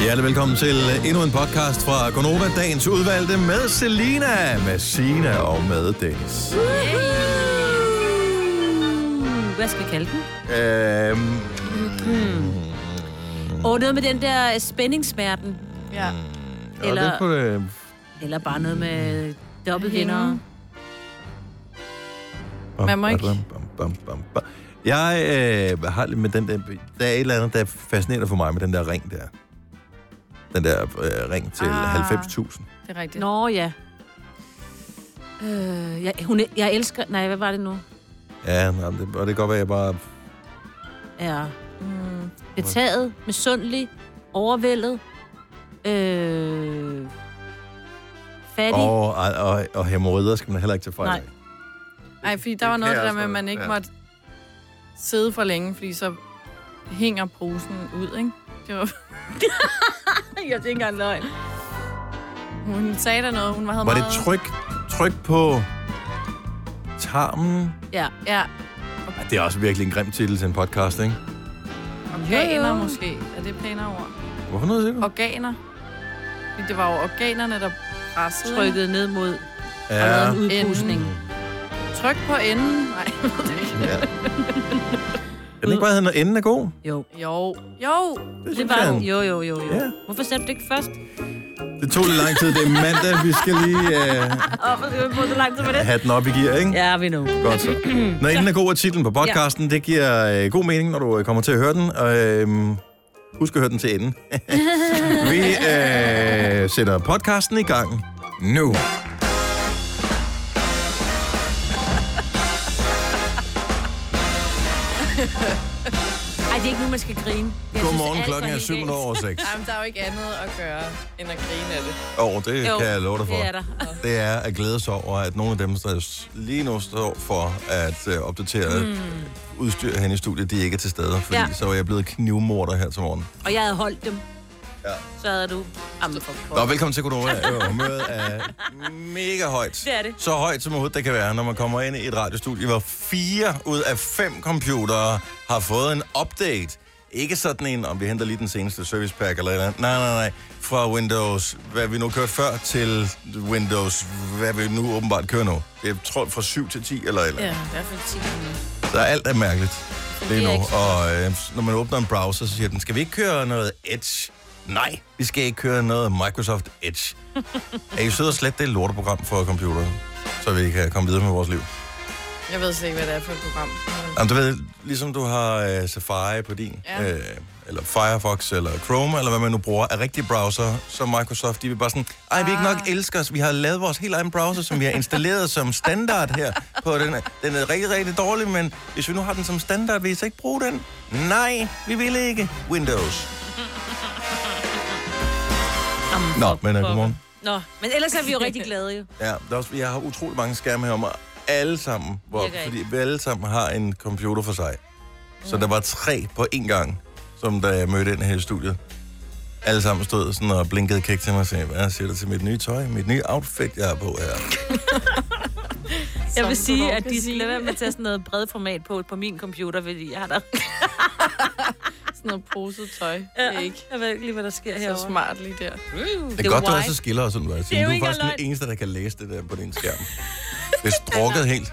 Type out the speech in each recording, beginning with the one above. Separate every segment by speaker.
Speaker 1: Hjertelig velkommen til endnu en podcast fra Gonova, dagens udvalgte med Selina, med Sina og med Dennis.
Speaker 2: Hvad skal vi kalde den?
Speaker 1: Øhm, Mm.
Speaker 2: Åh, oh, noget med den der øh, spændingssmerten.
Speaker 3: Ja.
Speaker 2: Eller-
Speaker 1: Eller... Kunne, øh,
Speaker 2: Eller bare noget med dobbeltvinder.
Speaker 1: bam,
Speaker 3: Man må ikke-
Speaker 1: Bam, bam, bam, bam, bam. Jeg øh, har lidt med den der... Der er et eller andet, der fascinerer for mig med den der ring der. Den der øh, ring til
Speaker 3: Ah.
Speaker 1: ah. 90.000.
Speaker 3: Det er rigtigt.
Speaker 2: Nå, ja. Øh, jeg, hun, jeg elsker... Nej, hvad var det nu?
Speaker 1: Ja, nej, det, og det kan godt være, at jeg bare...
Speaker 2: Ja.
Speaker 3: Mm.
Speaker 2: Betaget, misundelig, overvældet, øh, fattig.
Speaker 1: Og, og, og, og hemorrider skal man heller ikke tage fejl
Speaker 2: Nej.
Speaker 1: af.
Speaker 3: Ej, fordi der
Speaker 1: Det
Speaker 3: var
Speaker 1: kan
Speaker 3: noget
Speaker 1: jeg
Speaker 3: der
Speaker 1: også
Speaker 3: med, at
Speaker 1: godt.
Speaker 3: man ikke
Speaker 1: Ja.
Speaker 3: ja. måtte sidde for længe, fordi så hænger posen ud, ikke? Det var... jeg tænker en løgn. Hun sagde der noget, hun havde
Speaker 1: Var det
Speaker 3: meget...
Speaker 1: tryk, tryk på tarmen?
Speaker 2: Ja.
Speaker 3: Ja,
Speaker 1: Ej, det er også virkelig en grim titel til en podcast, ikke?
Speaker 3: organer
Speaker 2: Jo, jo.
Speaker 3: måske. Er det pænere ord?
Speaker 1: Hvorfor noget siger du?
Speaker 3: Organer. Fordi det var jo organerne, der pressede. ikke?
Speaker 2: Trykket ned mod ja. og
Speaker 1: Ja,
Speaker 2: lavet en udpustning.
Speaker 3: Tryk på enden. Nej, jeg ved det ikke.
Speaker 1: ja. Kan den ikke bare hedde, når enden er god?
Speaker 2: Jo.
Speaker 3: Jo. Jo.
Speaker 2: Det
Speaker 1: synes
Speaker 2: var
Speaker 1: jeg.
Speaker 2: den. Jo, jo, jo, jo.
Speaker 1: Ja.
Speaker 2: Hvorfor sagde du det ikke først?
Speaker 1: Det tog lidt lang tid. Det er mandag. Vi skal lige øh,
Speaker 2: Hvorfor skal vi bruge så lang tid på det?
Speaker 1: have den op i gear, ikke?
Speaker 2: Ja, vi nu.
Speaker 1: Godt så. Når enden er god er titlen på podcasten. Det giver øh, god mening, når du øh, kommer til at høre den. Og, øh, husk at høre den til enden. vi øh, sætter podcasten i gang nu.
Speaker 2: Ej, det er ikke nu, man skal grine. Jeg
Speaker 1: Godmorgen,
Speaker 2: synes, alt
Speaker 1: klokken er
Speaker 2: helt
Speaker 1: 7
Speaker 2: galt.
Speaker 1: over 6.
Speaker 3: Jamen, der er jo ikke andet at gøre, end at grine af det.
Speaker 1: Åh, oh, det
Speaker 2: Jo,
Speaker 1: kan jeg love dig for.
Speaker 2: Det er der.
Speaker 1: det er at glæde sig over, at nogle af dem, der s- lige nu står for at øh, opdatere mm. udstyr hen i studiet, de ikke er til stede, fordi ja.
Speaker 2: Ja.
Speaker 1: så er jeg blevet knivmorder her til morgen.
Speaker 2: Og jeg havde holdt dem.
Speaker 1: Ja.
Speaker 2: Så havde du... Jamen, for
Speaker 1: Nå,
Speaker 2: pokker.
Speaker 1: velkommen til Konoba. Humøret er mega højt.
Speaker 2: Det er det.
Speaker 1: Så højt som overhovedet det kan være, når man kommer ind i et radiostudie, hvor fire ud af fem computere har fået en update. Ikke sådan en, om vi henter lige den seneste service pack eller et eller andet. Nej, nej, nej. Fra Windows, hvad vi nu kørte før, til Windows, hvad vi nu åbenbart kører nu. Jeg tror fra 7 til 10 eller et eller andet.
Speaker 3: Ja, i hvert fald 10
Speaker 1: Der er alt er mærkeligt lige nu.
Speaker 2: ikke så
Speaker 1: Og øh, når man åbner en browser, så siger den, skal vi ikke køre noget Edge? Nej, vi skal ikke køre noget Microsoft Edge. er I søde og slet det lorteprogram for computeren, så vi kan komme videre med vores liv?
Speaker 3: Jeg ved slet ikke, hvad det er for et program.
Speaker 1: Jamen, du ved, ligesom du har øh, Safari på din, ja.
Speaker 3: Ja.
Speaker 1: øh, eller Firefox, eller Chrome, eller hvad man nu bruger, af rigtige browser, som Microsoft, de vil bare sådan, ej, vi ikke nok
Speaker 2: Ah.
Speaker 1: elsker os, vi har lavet vores helt egen browser, som vi har installeret som standard her på den. her. Den er rigtig, rigtig dårlig, men hvis vi nu har den som standard, vil I så ikke bruge den? Nej, vi vil ikke. Windows.
Speaker 2: Jamen,
Speaker 1: Nå,
Speaker 2: for
Speaker 1: men øh,
Speaker 2: pokker.
Speaker 1: godmorgen.
Speaker 2: Nå, men ellers er vi jo rigtig glade jo.
Speaker 1: Ja, der er også, jeg har utrolig mange skærme her om og alle sammen, hvor,
Speaker 2: Virker
Speaker 1: fordi vi alle sammen har en computer for sig. Så der var tre på én gang, som da jeg mødte ind her i studiet. Alle sammen stod sådan og blinkede kæk til mig og sagde, hvad siger du til mit nye tøj, mit nye outfit, jeg har på her?
Speaker 2: Jeg vil
Speaker 3: Som
Speaker 2: sige,
Speaker 3: du
Speaker 2: at
Speaker 3: kan
Speaker 2: de skal
Speaker 3: sige.
Speaker 2: lade være med at tage sådan noget bredt format på, på min computer, fordi jeg har der...
Speaker 3: Sådan noget poset tøj. Det er ikke
Speaker 2: Jeg ved ikke lige, hvad der sker
Speaker 3: så
Speaker 2: herovre.
Speaker 3: smart lige der.
Speaker 1: Det er godt, du
Speaker 2: why.
Speaker 1: også skiller og sådan noget.
Speaker 2: er
Speaker 1: Signe.
Speaker 2: jo
Speaker 1: Du er
Speaker 2: ikke
Speaker 1: faktisk den
Speaker 2: løgn.
Speaker 1: eneste, der kan læse det der på din skærm. Det er strukket helt.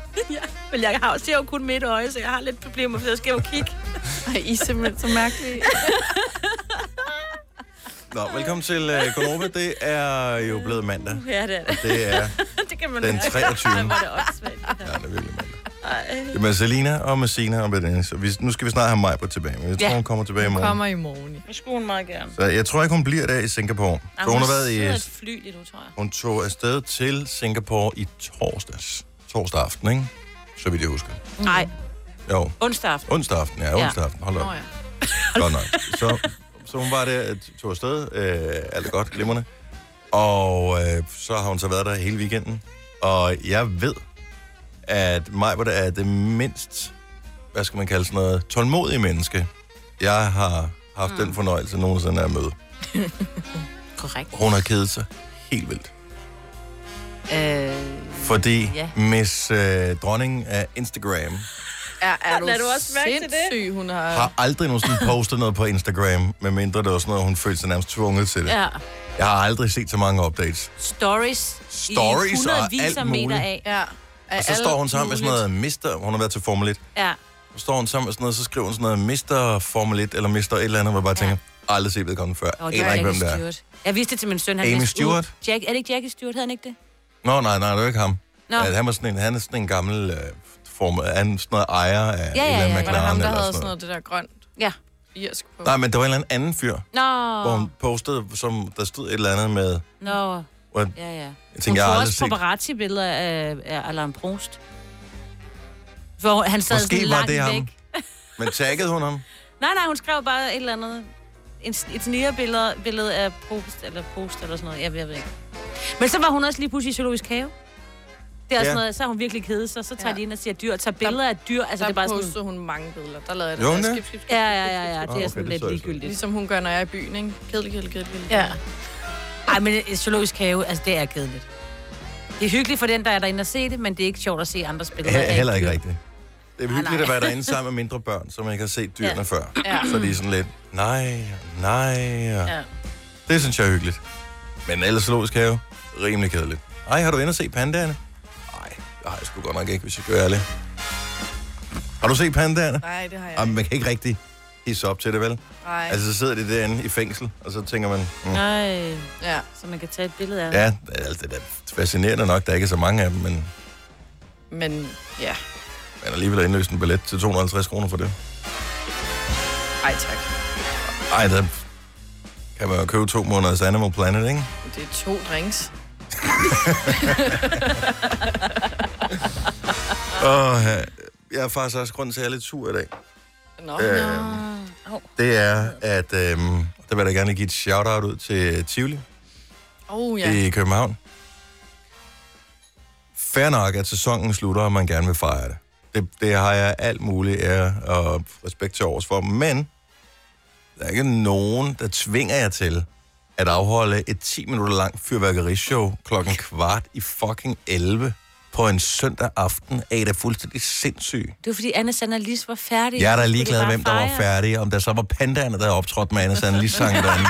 Speaker 2: Men jeg har, ser jo kun mit øje, så jeg har lidt problemer, for jeg skal jo kigge.
Speaker 3: Ej, I er simpelthen så mærkelige.
Speaker 1: Nå, velkommen til uh, Konoba. Det er jo blevet mandag.
Speaker 2: Ja, det er det.
Speaker 1: Det er,
Speaker 2: Det kan man
Speaker 1: Den
Speaker 2: mærke.
Speaker 1: 23..
Speaker 2: Ej, hvor er det åndssvagt.
Speaker 1: ja, det er virkelig mandag. Det er med Selina og med Sina og med Dennis. Og vi, nu skal vi snart have mig på tilbage, men jeg tror,
Speaker 2: Ja.
Speaker 1: hun kommer tilbage i morgen.
Speaker 3: Kommer i morgen.
Speaker 2: Jeg skulle hun meget gerne.
Speaker 1: Så jeg tror ikke, hun bliver der i Singapore. Så hun har været i...
Speaker 2: et fly lige nu, tror jeg.
Speaker 1: Hun tog afsted til Singapore i torsdags. Torsdag aften, ikke? Så vidt jeg husker.
Speaker 3: Mm.
Speaker 2: Nej,
Speaker 1: Jo,
Speaker 2: onsdag aften.
Speaker 1: onsdag aften. Ja,
Speaker 2: Ja.
Speaker 1: onsdag aften. Hold
Speaker 3: Nå
Speaker 1: op.
Speaker 3: ja.
Speaker 1: Godt nok. Så, så hun var der, tog afsted. Øh, alt er godt, glimrende. Og øh, så har hun så været der hele weekenden. Og jeg ved, at Majbert er det mindst, hvad skal man kalde sådan noget, tålmodige menneske, jeg har haft mm. den fornøjelse nogensinde at møde.
Speaker 2: Korrekt.
Speaker 1: Hun har kedet sig helt vildt.
Speaker 2: Øh,
Speaker 1: Fordi ja.
Speaker 2: Ja.
Speaker 1: Miss øh, Dronning af Instagram
Speaker 3: Er, er du,
Speaker 4: Lad du også mærke til det?
Speaker 3: sindssyg, hun har...
Speaker 1: har aldrig nogensinde postet noget på Instagram, medmindre det var sådan noget, hun følte sig nærmest tvunget til det.
Speaker 2: Ja.
Speaker 1: Jeg har aldrig set så mange updates.
Speaker 2: Stories.
Speaker 1: Stories og
Speaker 2: I hundredvis
Speaker 1: alt
Speaker 2: af meter
Speaker 1: muligt.
Speaker 2: af.
Speaker 3: Ja.
Speaker 1: Og så står hun sammen med sådan noget mister, hun har været til Formel 1.
Speaker 2: Ja.
Speaker 1: Så står hun sammen med sådan noget, så skriver hun sådan noget mister Formel 1, eller mister et eller andet, hvor jeg bare tænker, aldrig set vedkommende før.
Speaker 2: Og
Speaker 1: Oh,
Speaker 2: det
Speaker 1: Aner
Speaker 2: var
Speaker 1: ikke, hvem
Speaker 2: Jackie
Speaker 1: det er.
Speaker 2: Stewart. Jeg viste det til min søn. Han
Speaker 1: Amy
Speaker 2: vidste, uh,
Speaker 1: Stewart?
Speaker 2: Jack, er det ikke Jackie Stewart? Hed han ikke det?
Speaker 1: Nå, nej, nej, det er ikke ham.
Speaker 2: Nå.
Speaker 1: Ja, han, var sådan en, han er sådan en gammel øh, formel, han er sådan noget ejer af ja, ja, ja,
Speaker 2: ja,
Speaker 1: en eller anden
Speaker 2: ja.
Speaker 3: Var det ham,
Speaker 1: McLaren
Speaker 3: der
Speaker 1: eller sådan
Speaker 3: havde sådan
Speaker 1: noget.
Speaker 3: noget, det der grønt
Speaker 2: Ja.
Speaker 3: irsk på?
Speaker 1: Nej, men der var en eller anden anden fyr,
Speaker 2: Nå.
Speaker 1: hvor hun postede, som der stod et eller andet med,
Speaker 2: Nå.
Speaker 1: hvor jeg
Speaker 2: Ja, ja.
Speaker 1: tænkte,
Speaker 2: Hun tog
Speaker 1: jeg har aldrig
Speaker 2: også
Speaker 1: set.
Speaker 2: paparazzi-billeder af, af Alain Prost. Hvor han sad
Speaker 1: Måske
Speaker 2: sådan
Speaker 1: var
Speaker 2: langt
Speaker 1: det
Speaker 2: væk.
Speaker 1: ham. Men taggede hun ham?
Speaker 2: Nej, nej, hun skrev bare et eller andet. En, et snigerbillede billede af Prost eller Prost eller sådan noget. Jeg, ved- jeg ved ikke. Men så var hun også lige pludselig i zoologisk have. Det er også
Speaker 1: Ja.
Speaker 2: ja. noget, så har hun virkelig kedet sig. Så tager
Speaker 3: Ja.
Speaker 2: ja. de ind og siger dyr, tager billeder af dyr. Altså,
Speaker 3: der
Speaker 2: det er bare
Speaker 3: postede
Speaker 2: sådan...
Speaker 3: hun mange billeder. Der lavede jeg
Speaker 1: Jo,
Speaker 3: det
Speaker 1: hun
Speaker 3: der
Speaker 1: det?
Speaker 3: skip, skip, skip,
Speaker 2: Ja, ja, ja, ja. Det
Speaker 1: Ah,
Speaker 2: er
Speaker 1: okay,
Speaker 2: sådan lidt
Speaker 1: det så jeg så.
Speaker 2: ligegyldigt.
Speaker 3: Ligesom hun gør, når jeg er i byen, ikke? Kedelig, kedelig, kedelig, kedelig.
Speaker 4: Ja.
Speaker 2: Ej, men et zoologisk have, altså det er kedeligt. Det er hyggeligt for den, der er derinde og se det, men det er ikke sjovt at se andre spillere.
Speaker 1: He- heller ikke
Speaker 2: dyr.
Speaker 1: rigtigt. Det er hyggeligt at være derinde sammen med mindre børn, som ikke har set dyrene ja.
Speaker 2: Ja.
Speaker 1: før.
Speaker 3: Ah, Ja.
Speaker 1: Så de er sådan lidt, nej, nej. Ja.
Speaker 3: Ja.
Speaker 1: Det synes jeg er hyggeligt. Men ellers zoologisk have, rimelig kedeligt. Ej, har du endnu set pandaerne? Nej, det har jeg sgu godt nok ikke, hvis jeg gør ærlig. Har du set pandaerne?
Speaker 3: Nej, det har jeg
Speaker 1: Jamen,
Speaker 3: ikke.
Speaker 1: man kan ikke rigtig hisse op til det, vel?
Speaker 3: Nej.
Speaker 1: Altså, så sidder de derinde i fængsel, og så tænker man, mm,
Speaker 2: Nej,
Speaker 3: Ja.
Speaker 2: så man kan tage et billede af.
Speaker 1: ja, altså, det er da fascinerende nok, der er ikke er så mange af dem, men
Speaker 3: Men ja.
Speaker 1: man har alligevel indløst en billet til 250 kroner for det.
Speaker 3: Ej, tak.
Speaker 1: Ej, der kan man jo købe to måneders Animal Planet, ikke?
Speaker 3: Det er to drinks.
Speaker 1: Og jeg er faktisk også grund til, at jeg er lidt sur i dag.
Speaker 3: Nå.
Speaker 1: Øhm, det er, at øhm, der vil jeg da gerne give et shout-out ud til Tivoli
Speaker 3: Oh, ja.
Speaker 1: ja. i København. Fair nok, at sæsonen slutter, og man gerne vil fejre det. Det, det har jeg alt muligt ære og respekt til overs for, men der er ikke nogen, der tvinger jer til at afholde et 10 minutter langt fyrværkerishow klokken kvart i fucking 11 på en søndag aften. Er I da fuldstændig sindssyg?
Speaker 2: Det var fordi Anna Sander Lis var færdig.
Speaker 1: Jeg er da
Speaker 2: Så skulle
Speaker 1: ligeglad,
Speaker 2: de bare
Speaker 1: hvem der var
Speaker 2: fejre.
Speaker 1: færdig. Om der så var pandaerne, der havde optrådt med Anna Sand lige sang derinde.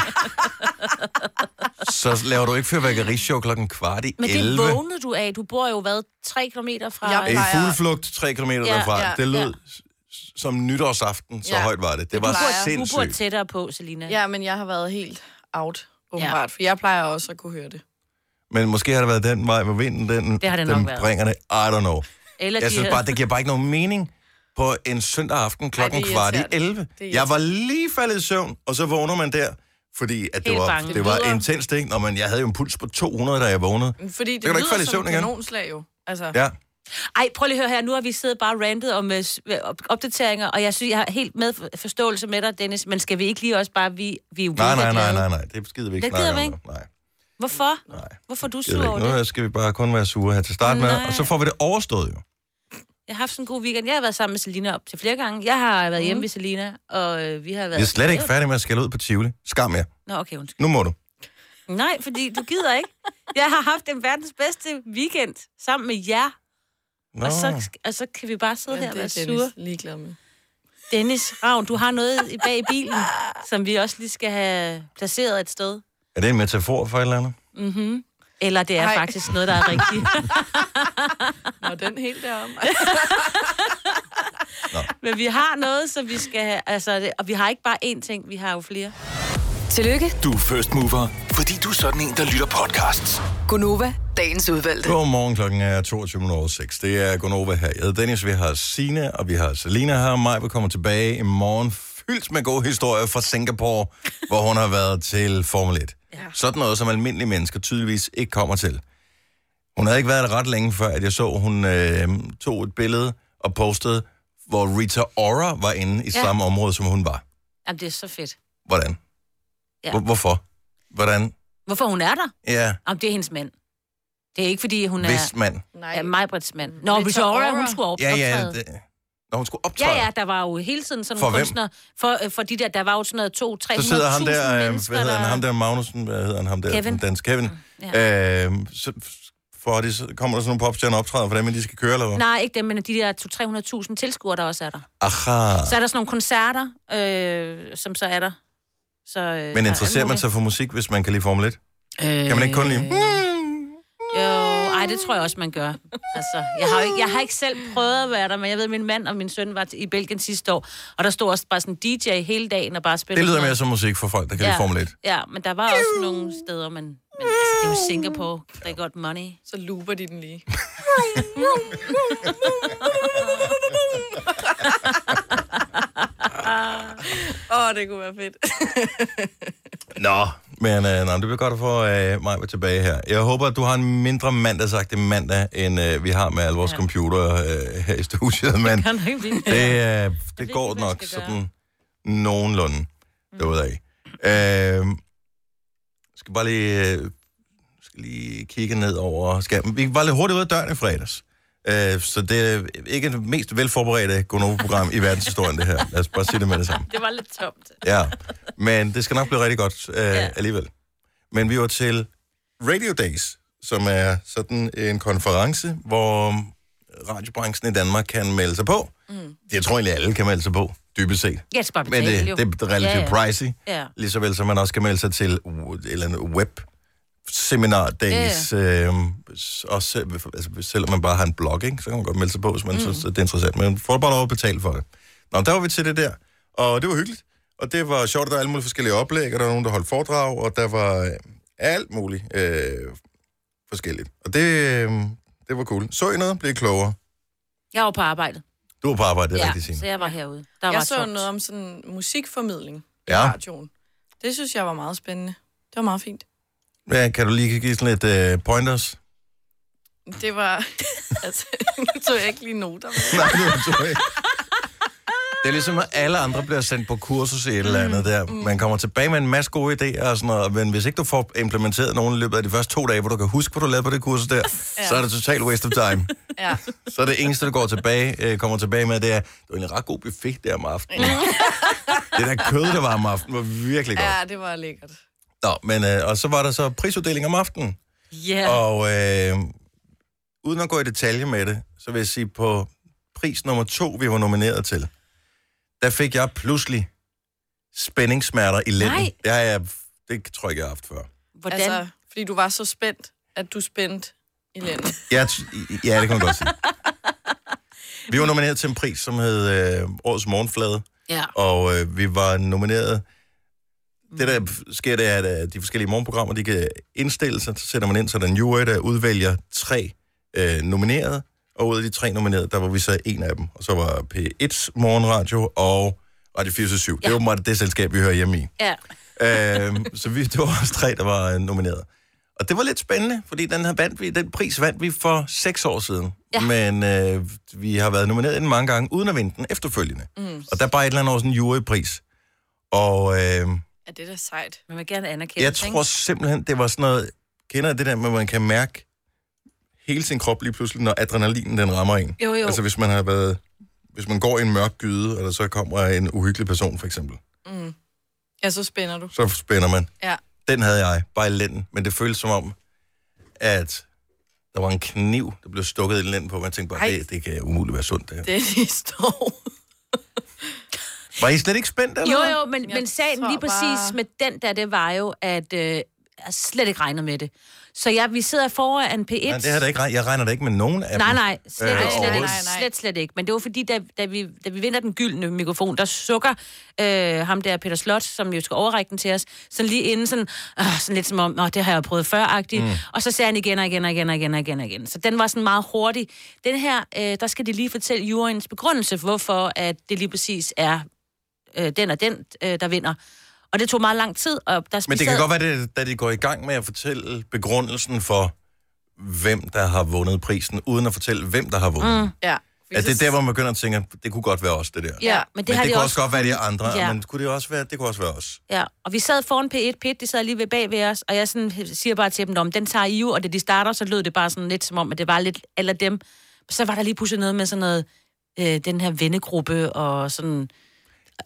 Speaker 1: Så laver du ikke fyrværkerishow klokken kvart i
Speaker 2: Men det
Speaker 1: 11.
Speaker 2: vågnede du af. Du bor jo, hvad, tre kilometer fra...
Speaker 3: Jeg
Speaker 1: En
Speaker 3: var-
Speaker 1: fugleflugt tre kilometer
Speaker 2: Ja,
Speaker 1: derfra.
Speaker 3: ja,
Speaker 1: det lød
Speaker 2: ja.
Speaker 1: s- s- som nytårsaften, så
Speaker 3: Ja.
Speaker 1: højt var det. Det var
Speaker 2: du, bor, du bor
Speaker 1: sindssygt.
Speaker 2: tættere på, Selina.
Speaker 3: Ja, men jeg har været helt out, åbenbart. For jeg plejer også at kunne høre det.
Speaker 1: Men måske har det været den vej, hvor vinden den,
Speaker 2: Det har det nok
Speaker 1: den
Speaker 2: været.
Speaker 1: bringer det. I don't know.
Speaker 2: Eller
Speaker 1: Jeg
Speaker 2: de
Speaker 1: synes
Speaker 2: her-
Speaker 1: bare, det giver bare ikke nogen mening på en søndag aften klokken
Speaker 3: det er
Speaker 1: kvart i
Speaker 3: irriterende.
Speaker 1: 11.
Speaker 3: Det er
Speaker 1: Jeg var lige faldet i søvn, og så vågner man der, fordi at det,
Speaker 2: Helt
Speaker 1: var,
Speaker 2: bange.
Speaker 1: det
Speaker 2: Det
Speaker 1: var
Speaker 3: lyder-
Speaker 1: intenst, ikke? Nå, men jeg havde jo en puls på 200, da jeg vågnede.
Speaker 3: Fordi det,
Speaker 1: kan du ikke falde i
Speaker 3: lyder som
Speaker 1: søvn
Speaker 3: et
Speaker 1: igen.
Speaker 3: kanonslag jo. Altså,
Speaker 1: Ja.
Speaker 2: Ej, prøv lige at høre her. Nu har vi siddet bare rantet om øh, s- øh, op- opdateringer, og jeg synes, jeg har helt med forståelse med dig, Dennis. Men skal vi ikke lige også bare... Vi, vi er jo mega
Speaker 1: Nej, nej, nej,
Speaker 2: glade.
Speaker 1: nej, nej. Det skider vi ikke
Speaker 2: Det gider
Speaker 1: snakke
Speaker 2: vi
Speaker 1: om
Speaker 2: ikke.
Speaker 1: nu. Nej,
Speaker 2: Hvorfor?
Speaker 1: nej.
Speaker 2: Hvorfor er du
Speaker 1: Gider
Speaker 2: sur over
Speaker 1: ikke.
Speaker 2: det?
Speaker 1: Nu skal vi bare kun være sure her til start med,
Speaker 2: Nej.
Speaker 1: og så får vi det overstået jo.
Speaker 2: Jeg har haft sådan en god weekend. Jeg har været sammen med Selina op til flere gange. Jeg har været hjemme ved Selina, og øh, vi har været...
Speaker 1: Jeg Mhm. er slet ikke færdig med at skælde ud på Tivoli. Skam jer.
Speaker 2: Nå, okay, undskyld.
Speaker 1: Nu må du.
Speaker 2: Nej, fordi du gider ikke. Jeg har haft den verdens bedste weekend sammen med jer,
Speaker 1: Nå.
Speaker 2: og, så, og så kan vi bare sidde
Speaker 3: men
Speaker 2: her og
Speaker 3: det
Speaker 2: være
Speaker 3: er
Speaker 2: sure.
Speaker 3: Dennis ligeglad med.
Speaker 2: Dennis Ravn, du har noget i- bag i bilen, som vi også lige skal have placeret et sted. Mm-hmm.
Speaker 1: Er det en metafor for et eller andet?
Speaker 2: Eller det er
Speaker 3: Ej.
Speaker 2: Ej. faktisk noget, der er rigtigt.
Speaker 3: Nå, den helt deromme.
Speaker 2: Men vi har noget, som vi skal have. Altså, det, og vi har ikke bare én ting, vi har jo flere.
Speaker 5: Tillykke,
Speaker 6: Du er first mover, fordi du er sådan en, der lytter podcasts.
Speaker 5: Gunova, dagens udvalgte.
Speaker 1: Godmorgen, klokken er 22.06. Det er Gunova her. Jeg hedder Dennis, vi har Sine og vi har Selina her. Maj vil komme tilbage i morgen fyldt med gode historier fra Singapore, hvor hun har været til Formel 1. Ja. Sådan noget, som almindelige mennesker tydeligvis ikke kommer til. Hun havde ikke været der ret længe før, at jeg så, hun øh, tog et billede og postede, hvor Rita Ora var inde i ja.
Speaker 2: Ja.
Speaker 1: samme område, som hun var.
Speaker 2: Jamen, det er så fedt.
Speaker 1: Hvordan?
Speaker 2: Ja.
Speaker 1: Hvor- Hvorfor? Hvordan?
Speaker 2: Hvorfor hun er der?
Speaker 1: Ja,
Speaker 2: Jamen, det er hendes mand. Det er ikke, fordi hun er...
Speaker 1: hvis man...
Speaker 3: Nej.
Speaker 2: Ja, Majbrits mand. Nå,
Speaker 3: Victor
Speaker 2: Victor Aura,
Speaker 3: Aura.
Speaker 2: hun skulle op,
Speaker 1: Ja, ja,
Speaker 2: optræde.
Speaker 1: det... Når hun skulle optræde.
Speaker 2: Ja, ja, der var jo hele tiden sådan
Speaker 1: For
Speaker 2: nogle
Speaker 1: hvem?
Speaker 2: kunstnere. For, øh, for de der, der var jo sådan noget to, tre
Speaker 1: Så sidder ham der, øh, hvad
Speaker 2: mennesker,
Speaker 1: hedder han,
Speaker 2: der-
Speaker 1: ham der Magnussen, hvad hedder han, ham der,
Speaker 2: Kevin.
Speaker 1: den danske Kevin.
Speaker 2: Ja.
Speaker 1: Ja. Øh, så f- for de, så kommer der sådan nogle popstjerner optræder for dem, men de skal køre, eller hvad?
Speaker 2: Nej, ikke dem, men de der 200-300.000 tilskuere, der også er der.
Speaker 1: Aha.
Speaker 2: Så er der sådan nogle koncerter, øh, som så er der. Så, øh,
Speaker 1: Men interesserer man sig for musik, hvis man kan lide Formel 1?
Speaker 3: Øh,
Speaker 1: Kan man ikke kun lide...
Speaker 2: Jo, ej, det tror jeg også, man gør. Altså, jeg har, jo ikke, jeg har ikke selv prøvet at være der, men jeg ved, at min mand og min søn var til- i Belgien sidste år, og der stod også bare sådan en DJ hele dagen og bare spillede.
Speaker 1: Det lyder
Speaker 2: sådan
Speaker 1: mere som musik for folk, der kan lide Formel 1.
Speaker 2: Ja, men der var også nogle steder, man... Men altså, det er jo Singapore, they got money.
Speaker 3: Så looper de den lige. Åh, oh, det kunne være fedt.
Speaker 1: Nå, men øh, nej, det bliver godt at få øh, mig tilbage her. Jeg håber, at du har en mindre mandagsagtig mandag, end øh, vi har med alle vores ja. computer øh, her i studiet, men
Speaker 2: Kan du ikke blive
Speaker 1: det, øh, det går
Speaker 2: hvad man
Speaker 1: nok
Speaker 2: skal gøre.
Speaker 1: sådan nogenlunde derudad. Øh, skal bare lige, øh, skal lige kigge ned over skærmen. Vi var lidt hurtigt ud af døren i fredags. Øh, så det er ikke det mest velforberedte Gonova-program i verdenshistorien, det her. Lad os bare sige det med det samme.
Speaker 4: Det var lidt tomt.
Speaker 1: Ja, men det skal nok blive rigtig godt øh, ja. alligevel. Men vi var til Radio Days, som er sådan en konference, hvor radiobranchen i Danmark kan melde sig på. Mm. Jeg tror egentlig, alle kan melde sig på, dybest set.
Speaker 2: Ja, det skal bare
Speaker 1: Men
Speaker 2: betale,
Speaker 1: det,
Speaker 2: jo.
Speaker 1: det er relativt
Speaker 2: ja, ja.
Speaker 1: pricey,
Speaker 2: Ja.
Speaker 1: lige så vel som man også kan melde sig til u- et eller andet web seminar days, ja, ja. Øh, også selv, altså, selvom man bare har en blog, ikke, så kan man godt melde sig på, hvis man mm. synes, at det er interessant. Men får bare lov at betale for det. Nå, der var vi til det der, og det var hyggeligt. Og det var sjovt, at der var alle mulige forskellige oplæg, og der var nogen, der holdt foredrag, og der var øh, alt muligt øh, forskelligt. Og det, øh, det var cool. Så I noget? Blev I klogere?
Speaker 2: Jeg var på arbejde.
Speaker 1: Du var på arbejde, det er ja,
Speaker 2: ja,
Speaker 1: rigtigt, Signe.
Speaker 2: så jeg var herude. Der var
Speaker 3: Jeg så
Speaker 2: tomt.
Speaker 3: noget om sådan musikformidling i
Speaker 1: Ja.
Speaker 3: radioen. Det synes jeg var meget spændende. Det var meget fint.
Speaker 1: Hvad, kan du lige give sådan lidt øh, pointers?
Speaker 3: Det var... altså, nu tog jeg ikke lige noter. men-
Speaker 1: Nej, det tror jeg ikke. Det er ligesom, at alle andre bliver sendt på kursus i et eller andet der. Man kommer tilbage med en masse gode idéer og sådan noget, men hvis ikke du får implementeret nogen i løbet af de første to dage, hvor du kan huske, hvad du lavede på det kursus der, så er det total waste of time.
Speaker 3: Ja.
Speaker 1: Så er det eneste, du går tilbage, øh, kommer tilbage med, det er, det var en ret god buffet der om aftenen. det der kød, der var om aftenen, var virkelig godt.
Speaker 3: ja, det var lækkert.
Speaker 1: Nå, men, øh, og så var der så prisuddeling om aftenen.
Speaker 2: Ja.
Speaker 1: Og øh, uden at gå i detalje med det, så vil jeg sige, på pris nummer to, vi var nomineret til, der fik jeg pludselig spændingssmerter i lænden.
Speaker 2: Nej.
Speaker 1: Det, har jeg, det tror jeg ikke, jeg har haft før.
Speaker 2: Hvordan?
Speaker 3: Altså, fordi du var så spændt, at du spændte i landet.
Speaker 1: Jeg, t- ja, det kan man godt sige. Vi var nomineret til en pris, som hed øh, Årets Morgenflade,
Speaker 2: ja.
Speaker 1: og øh, vi var nomineret... Det, der sker, det er, at øh, de forskellige morgenprogrammer, de kan indstille sig, så sætter man ind, så der er en jury, der udvælger tre øh, nominerede, og ud af de tre nominerede, der var vi så en af dem, og så var P1's morgenradio og Radio 427. Ja. Det var meget det selskab, vi hører hjemme i.
Speaker 2: ja.
Speaker 1: øhm, så vi, det var os tre, der var øh, nomineret. Og det var lidt spændende, fordi den, her vandt vi, den pris vandt vi for seks år siden. Ja. Men øh, vi har været nomineret den mange gange, uden at vinde den efterfølgende. Mm. Og der er bare et eller andet år sådan en jurypris. Og øh,
Speaker 3: Ja, det er da sejt.
Speaker 2: Man vil gerne anerkende
Speaker 1: jeg
Speaker 2: det, ikke?
Speaker 1: tror simpelthen, det var sådan noget... Kender I det der med, at man kan mærke hele sin krop lige pludselig, når adrenalinen den rammer en?
Speaker 2: Jo, jo.
Speaker 1: Altså hvis man har været... Hvis man går i en mørk gyde, og der så kommer en uhyggelig person, for eksempel,
Speaker 3: Mm. Ja, så spænder du.
Speaker 1: så spænder man.
Speaker 3: Ja.
Speaker 1: Den havde jeg, bare i lænden. Men det føltes som om, at der var en kniv, der blev stukket i lænden på. Man tænkte bare,
Speaker 3: Ej.
Speaker 1: det, det kan umuligt være sundt. Det her.
Speaker 3: Det er de står.
Speaker 1: Var I slet ikke spændt, eller?
Speaker 2: Jo,
Speaker 1: hvad?
Speaker 2: jo, men,
Speaker 3: Jeg
Speaker 2: men sagen
Speaker 3: tror
Speaker 2: lige præcis
Speaker 3: bare-
Speaker 2: bare... med den der, det var jo, at øh, jeg slet ikke regnede med det. Så jeg, vi sidder foran P1.
Speaker 1: Nej, det har jeg da ikke regnet. Jeg regner da ikke med nogen af
Speaker 2: Nej,
Speaker 1: dem.
Speaker 2: nej, slet,
Speaker 1: Øh,
Speaker 2: øh, slet,
Speaker 1: overhovedet.
Speaker 2: ikke, slet, slet ikke. Men det var fordi, da, da, vi, da vi vinder den gyldne mikrofon, der sukker øh, ham der Peter Slot, som jo skal overrække den til os, sådan lige inden, sådan, øh, sådan lidt som om, Nå, det har jeg jo prøvet før-agtigt. Mm. Og så sagde han igen og igen og igen og igen og igen og igen. Så den var sådan meget hurtig. Den her, øh, der skal de lige fortælle juryens begrundelse, hvorfor at det lige præcis er øh, den og den, øh, der vinder. Og det tog meget lang tid, og der
Speaker 1: Men det kan godt være, det, da de går i gang med at fortælle begrundelsen for, hvem der har vundet prisen, uden at fortælle, hvem der har vundet. Mm.
Speaker 3: Ja.
Speaker 1: Er det der, hvor man begynder at tænke, at det kunne godt være os, det der?
Speaker 2: Ja, men det
Speaker 1: men
Speaker 2: har
Speaker 1: det
Speaker 2: de
Speaker 1: kunne
Speaker 2: også-
Speaker 1: også godt være de andre, ja.
Speaker 2: Ja.
Speaker 1: men kunne det også være, det kunne også være os.
Speaker 2: Ja, og vi sad foran P1, P1, de sad lige ved bag ved os, og jeg sådan siger bare til dem, "Nå, men den tager I jo, og da de starter, så lød det bare sådan lidt som om, at det var lidt eller dem. Så var der lige pludselig noget med sådan noget, øh, den her vennegruppe og sådan...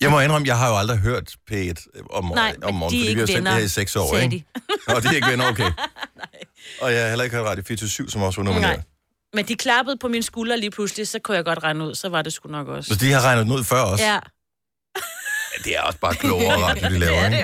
Speaker 1: Jeg må indrømme, jeg har jo aldrig hørt P1 om,
Speaker 2: Nej,
Speaker 1: om
Speaker 2: men
Speaker 1: morgenen,
Speaker 2: de er
Speaker 1: fordi vi
Speaker 2: ikke
Speaker 1: har sendt det
Speaker 2: venner,
Speaker 1: her i seks år,
Speaker 2: sagde
Speaker 1: ikke? Og de er ikke venner, okay. Og jeg har heller ikke hørt Radio 24 som også var nomineret.
Speaker 2: Nej. Men de klappede på min skulder lige pludselig, så kunne jeg godt regne ud, så var det sgu nok også.
Speaker 1: Så de har regnet den ud før os. Ja.
Speaker 2: Ja.
Speaker 1: Det er også bare klogere radio, de laver, ikke?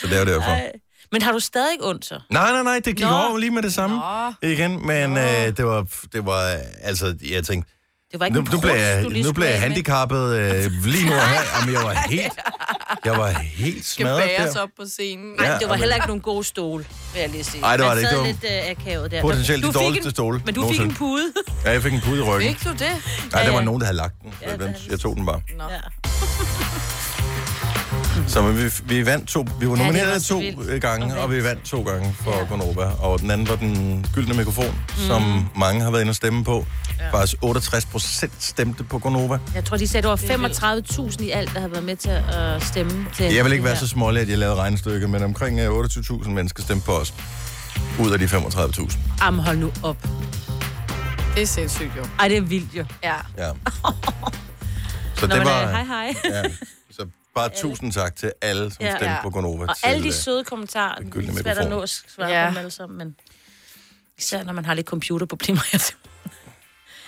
Speaker 1: Så det er jo derfor.
Speaker 2: Ej. Men har du stadig ikke ondt så?
Speaker 1: Nej, nej, nej, det gik
Speaker 2: Nå.
Speaker 1: over lige med det samme.
Speaker 3: Nå.
Speaker 1: Igen, men øh, det var, det var, øh, altså, jeg tænkte,
Speaker 2: Det var ikke
Speaker 1: nu,
Speaker 2: en
Speaker 1: nu blev
Speaker 2: krus,
Speaker 1: jeg,
Speaker 2: du lige
Speaker 1: nu blev
Speaker 2: skulle
Speaker 1: jeg
Speaker 2: af med.
Speaker 1: handicappet øh, lige nu og her. Jamen, jeg var helt, jeg var helt
Speaker 3: Skal
Speaker 1: smadret
Speaker 3: bæres
Speaker 1: der.
Speaker 3: op på scenen.
Speaker 2: Nej,
Speaker 1: Ja,
Speaker 2: ja, det var
Speaker 1: amen.
Speaker 2: heller ikke nogen gode stole, vil jeg lige sige.
Speaker 1: Ej, det var
Speaker 2: Man
Speaker 1: det ikke.
Speaker 2: sad
Speaker 1: Det
Speaker 2: lidt øh, akavet der.
Speaker 1: Potentielt
Speaker 2: Du
Speaker 1: de
Speaker 2: fik
Speaker 1: dårligste
Speaker 2: en-
Speaker 1: stole
Speaker 2: Men du fik
Speaker 1: nogensinde.
Speaker 2: en pude.
Speaker 1: Ja, jeg fik en pude i ryggen.
Speaker 3: Fik du det?
Speaker 1: Nej, der
Speaker 2: Ja,
Speaker 1: var
Speaker 2: ja.
Speaker 1: nogen, der havde lagt den. Ja, den jeg tog den bare.
Speaker 3: Nå.
Speaker 2: Ja.
Speaker 1: Så men vi, vi vandt to. Vi var
Speaker 2: det
Speaker 1: nomineret
Speaker 2: var
Speaker 1: ja,
Speaker 2: så
Speaker 1: to øh,
Speaker 2: vildt. Og
Speaker 1: gange, og,
Speaker 2: vandt.
Speaker 1: og vi vandt to gange for ja. Gonova. Og den anden var den gyldne mikrofon, mm. som mange har været inde og stemme på. Ja. Faktisk 68 procent stemte på Gonova.
Speaker 2: Jeg tror, de sagde, det var 35.000 i alt, der havde været med til at øh, stemme. Til
Speaker 1: Jeg vil ikke
Speaker 2: det
Speaker 1: være
Speaker 2: her.
Speaker 1: så smålig, at jeg lavede regnestykket, men omkring øh, 28.000 mennesker stemte på os. Ud af de 35.000.
Speaker 2: Am, hold nu op.
Speaker 3: Det er sindssygt jo.
Speaker 2: Ej, det er vildt jo.
Speaker 3: Ja.
Speaker 1: Ja. Så
Speaker 2: Nå,
Speaker 1: det
Speaker 2: men,
Speaker 1: var...
Speaker 2: øh, hej, hej.
Speaker 1: Ja. Så bare tusind tak til alle, som
Speaker 2: Ja.
Speaker 1: stemte
Speaker 3: Ja.
Speaker 1: på Gonova.
Speaker 2: Og
Speaker 1: til,
Speaker 2: alle de
Speaker 1: øh,
Speaker 2: søde kommentarer,
Speaker 1: den
Speaker 2: det
Speaker 1: gyldne
Speaker 2: er svært at
Speaker 1: mikrofon.
Speaker 2: nå at svare
Speaker 3: Ja.
Speaker 2: ja. på dem alle sammen, men især når man har lidt computerproblemer.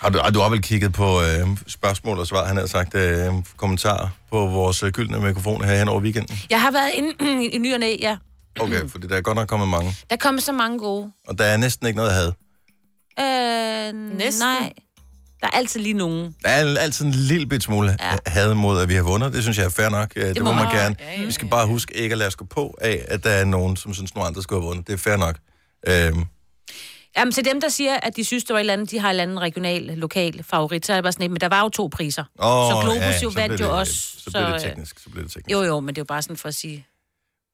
Speaker 1: Har du, har du har vel kigget på øh, spørgsmål og svar, han har sagt, øh, kommentarer på vores øh, gyldne mikrofon her hen over weekenden?
Speaker 2: Jeg har været inde i ny og næ, ja.
Speaker 1: Okay, for der er godt nok kommet mange,
Speaker 2: Der kom så mange gode.
Speaker 1: og der er næsten ikke noget at have.
Speaker 2: Øh,
Speaker 3: Næsten.
Speaker 2: Nej. Der er altid lige nogen.
Speaker 1: Der er altid en lille bit smule ja. had mod, at vi har vundet. Det synes jeg er fair nok. Øh, Det, det må
Speaker 2: må
Speaker 1: man
Speaker 2: man.
Speaker 1: gerne.
Speaker 3: Ja, ja,
Speaker 1: Vi skal bare huske ikke at lade os gå på af, at der er nogen, som synes, nogen andre skulle have vundet. Det er fair nok. Øhm,
Speaker 2: Jamen, til dem, der siger, at de synes, det var et eller andet, de har et eller andet regional, lokal favorit, så er jeg bare sådan, "Jamen, men der var jo to priser.
Speaker 1: åh,
Speaker 2: så Globus
Speaker 1: ja,
Speaker 2: jo
Speaker 1: så blev
Speaker 2: vandt
Speaker 1: det-
Speaker 2: jo også.
Speaker 1: Så blev det
Speaker 2: øh,
Speaker 1: teknisk. Så blev det teknisk.
Speaker 2: Jo, jo, men det er jo bare sådan for at sige...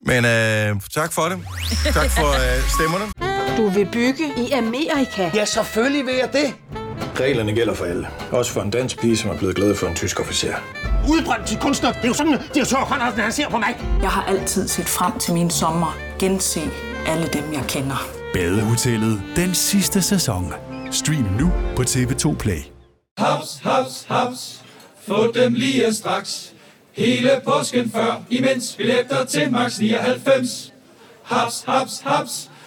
Speaker 1: Men øh, tak for det. Tak for øh, stemmerne.
Speaker 7: Du vil bygge i Amerika?
Speaker 8: Ja, selvfølgelig vil jeg det.
Speaker 9: Reglerne gælder for alle. Også for en dansk pige, som er blevet glad for en tysk officer.
Speaker 8: Udbrændt til kunstner. Det er jo sådan, at direktør Conradsen, han ser på mig.
Speaker 10: Jeg har altid set frem til min sommer, gense alle dem, jeg kender.
Speaker 11: Badehotellet den sidste sæson. Stream nu på TV2 Play.
Speaker 9: Haps, haps, haps. Få dem lige straks. Hele påsken før, imens billetter til max 99. Haps, haps, haps.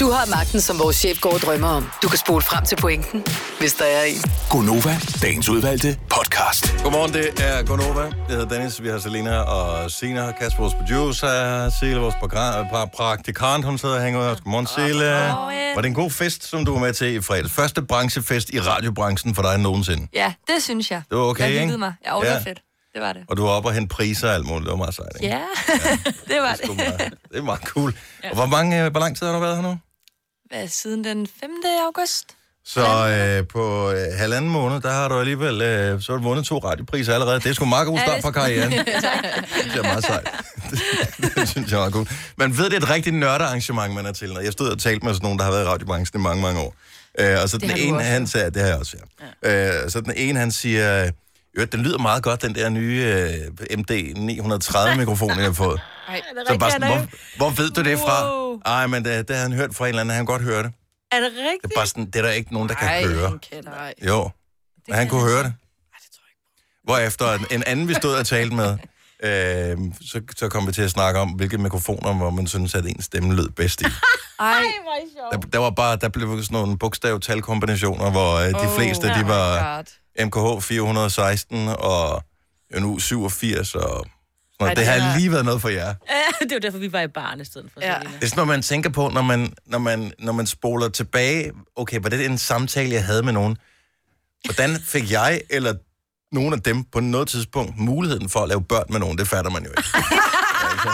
Speaker 5: Du har magten, som vores chef går og drømmer om. Du kan spole frem til pointen, hvis der er en.
Speaker 6: Gonova, dagens udvalgte podcast.
Speaker 1: Godmorgen, det er Gonova. Jeg hedder Dennis, vi har Selina og Sina, Kasper, vores producer, Sile, vores progra- pra- praktikant, hun sidder og hænger ud. Godmorgen, Sile. Var det en god fest, som du var med til i fredags? Første branchefest i radiobranchen for dig nogensinde.
Speaker 10: Ja, det synes jeg.
Speaker 1: Det var okay,
Speaker 10: jeg
Speaker 1: ikke?
Speaker 10: Jeg mig. Jeg ja. det
Speaker 1: Ja.
Speaker 10: var fedt. Det var det.
Speaker 1: Og du var oppe og hente priser og alt muligt. Det var meget sejt, ikke?
Speaker 10: Ja, det var
Speaker 1: Det, var
Speaker 10: det.
Speaker 1: meget, det er meget cool. Og hvor, mange, øh, hvor lang tid har du været her nu?
Speaker 10: Hvad, siden den 5. august?
Speaker 1: Så øh, på øh, halvanden måned, der har du alligevel øh, så har du vundet to radiopriser allerede. Det er sgu en meget god start på karrieren. det synes jeg er meget sejt. det synes jeg er meget cool. Man ved, det er et rigtigt nørdearrangement, man er til. Og Jeg stod og talte med sådan nogen, der har været i radiobranchen i mange, mange år. Øh, og så den
Speaker 3: har du
Speaker 1: ene,
Speaker 3: også,
Speaker 1: han sagde, det har jeg også, ja. Øh, så den ene, han siger, øh, den lyder meget godt, den der nye øh, MD930-mikrofon, jeg har fået.
Speaker 3: Ej,
Speaker 1: Så bare sådan,
Speaker 4: han er
Speaker 1: hvor, hvor ved du det fra?
Speaker 4: Wow.
Speaker 1: Ej, men det, det har han hørt fra en eller anden, han kan godt høre det.
Speaker 4: Er det rigtigt?
Speaker 1: Det er bare sådan, det er der ikke nogen, der kan
Speaker 3: Ej,
Speaker 1: høre.
Speaker 3: han kan ej.
Speaker 1: Jo, det han kunne høre det. Hvorefter en- en anden, vi stod og talte med, øh, så, så kom vi til at snakke om, hvilke mikrofoner, hvor man synes, at ens stemme lød bedst i.
Speaker 3: Ej,
Speaker 1: Der, der, var bare, der blev sådan nogle bogstav-tal-kombinationer, hvor øh, de
Speaker 3: Oh
Speaker 1: fleste,
Speaker 3: my
Speaker 1: de var
Speaker 3: God.
Speaker 1: MKH 416 og nu 87 og sådan
Speaker 3: Ej,
Speaker 1: noget. Det
Speaker 3: det
Speaker 1: har
Speaker 3: er-
Speaker 1: lige været noget for jer.
Speaker 2: det var derfor, vi var i barn i stedet for.
Speaker 3: Ja.
Speaker 2: Ja.
Speaker 1: Det er sådan noget, man tænker på, når man, når man, når man spoler tilbage. Okay, var det en samtale, jeg havde med nogen? Hvordan fik jeg eller nogen af dem på noget tidspunkt muligheden for at lave børn med nogen? Det fatter man jo ikke. altså,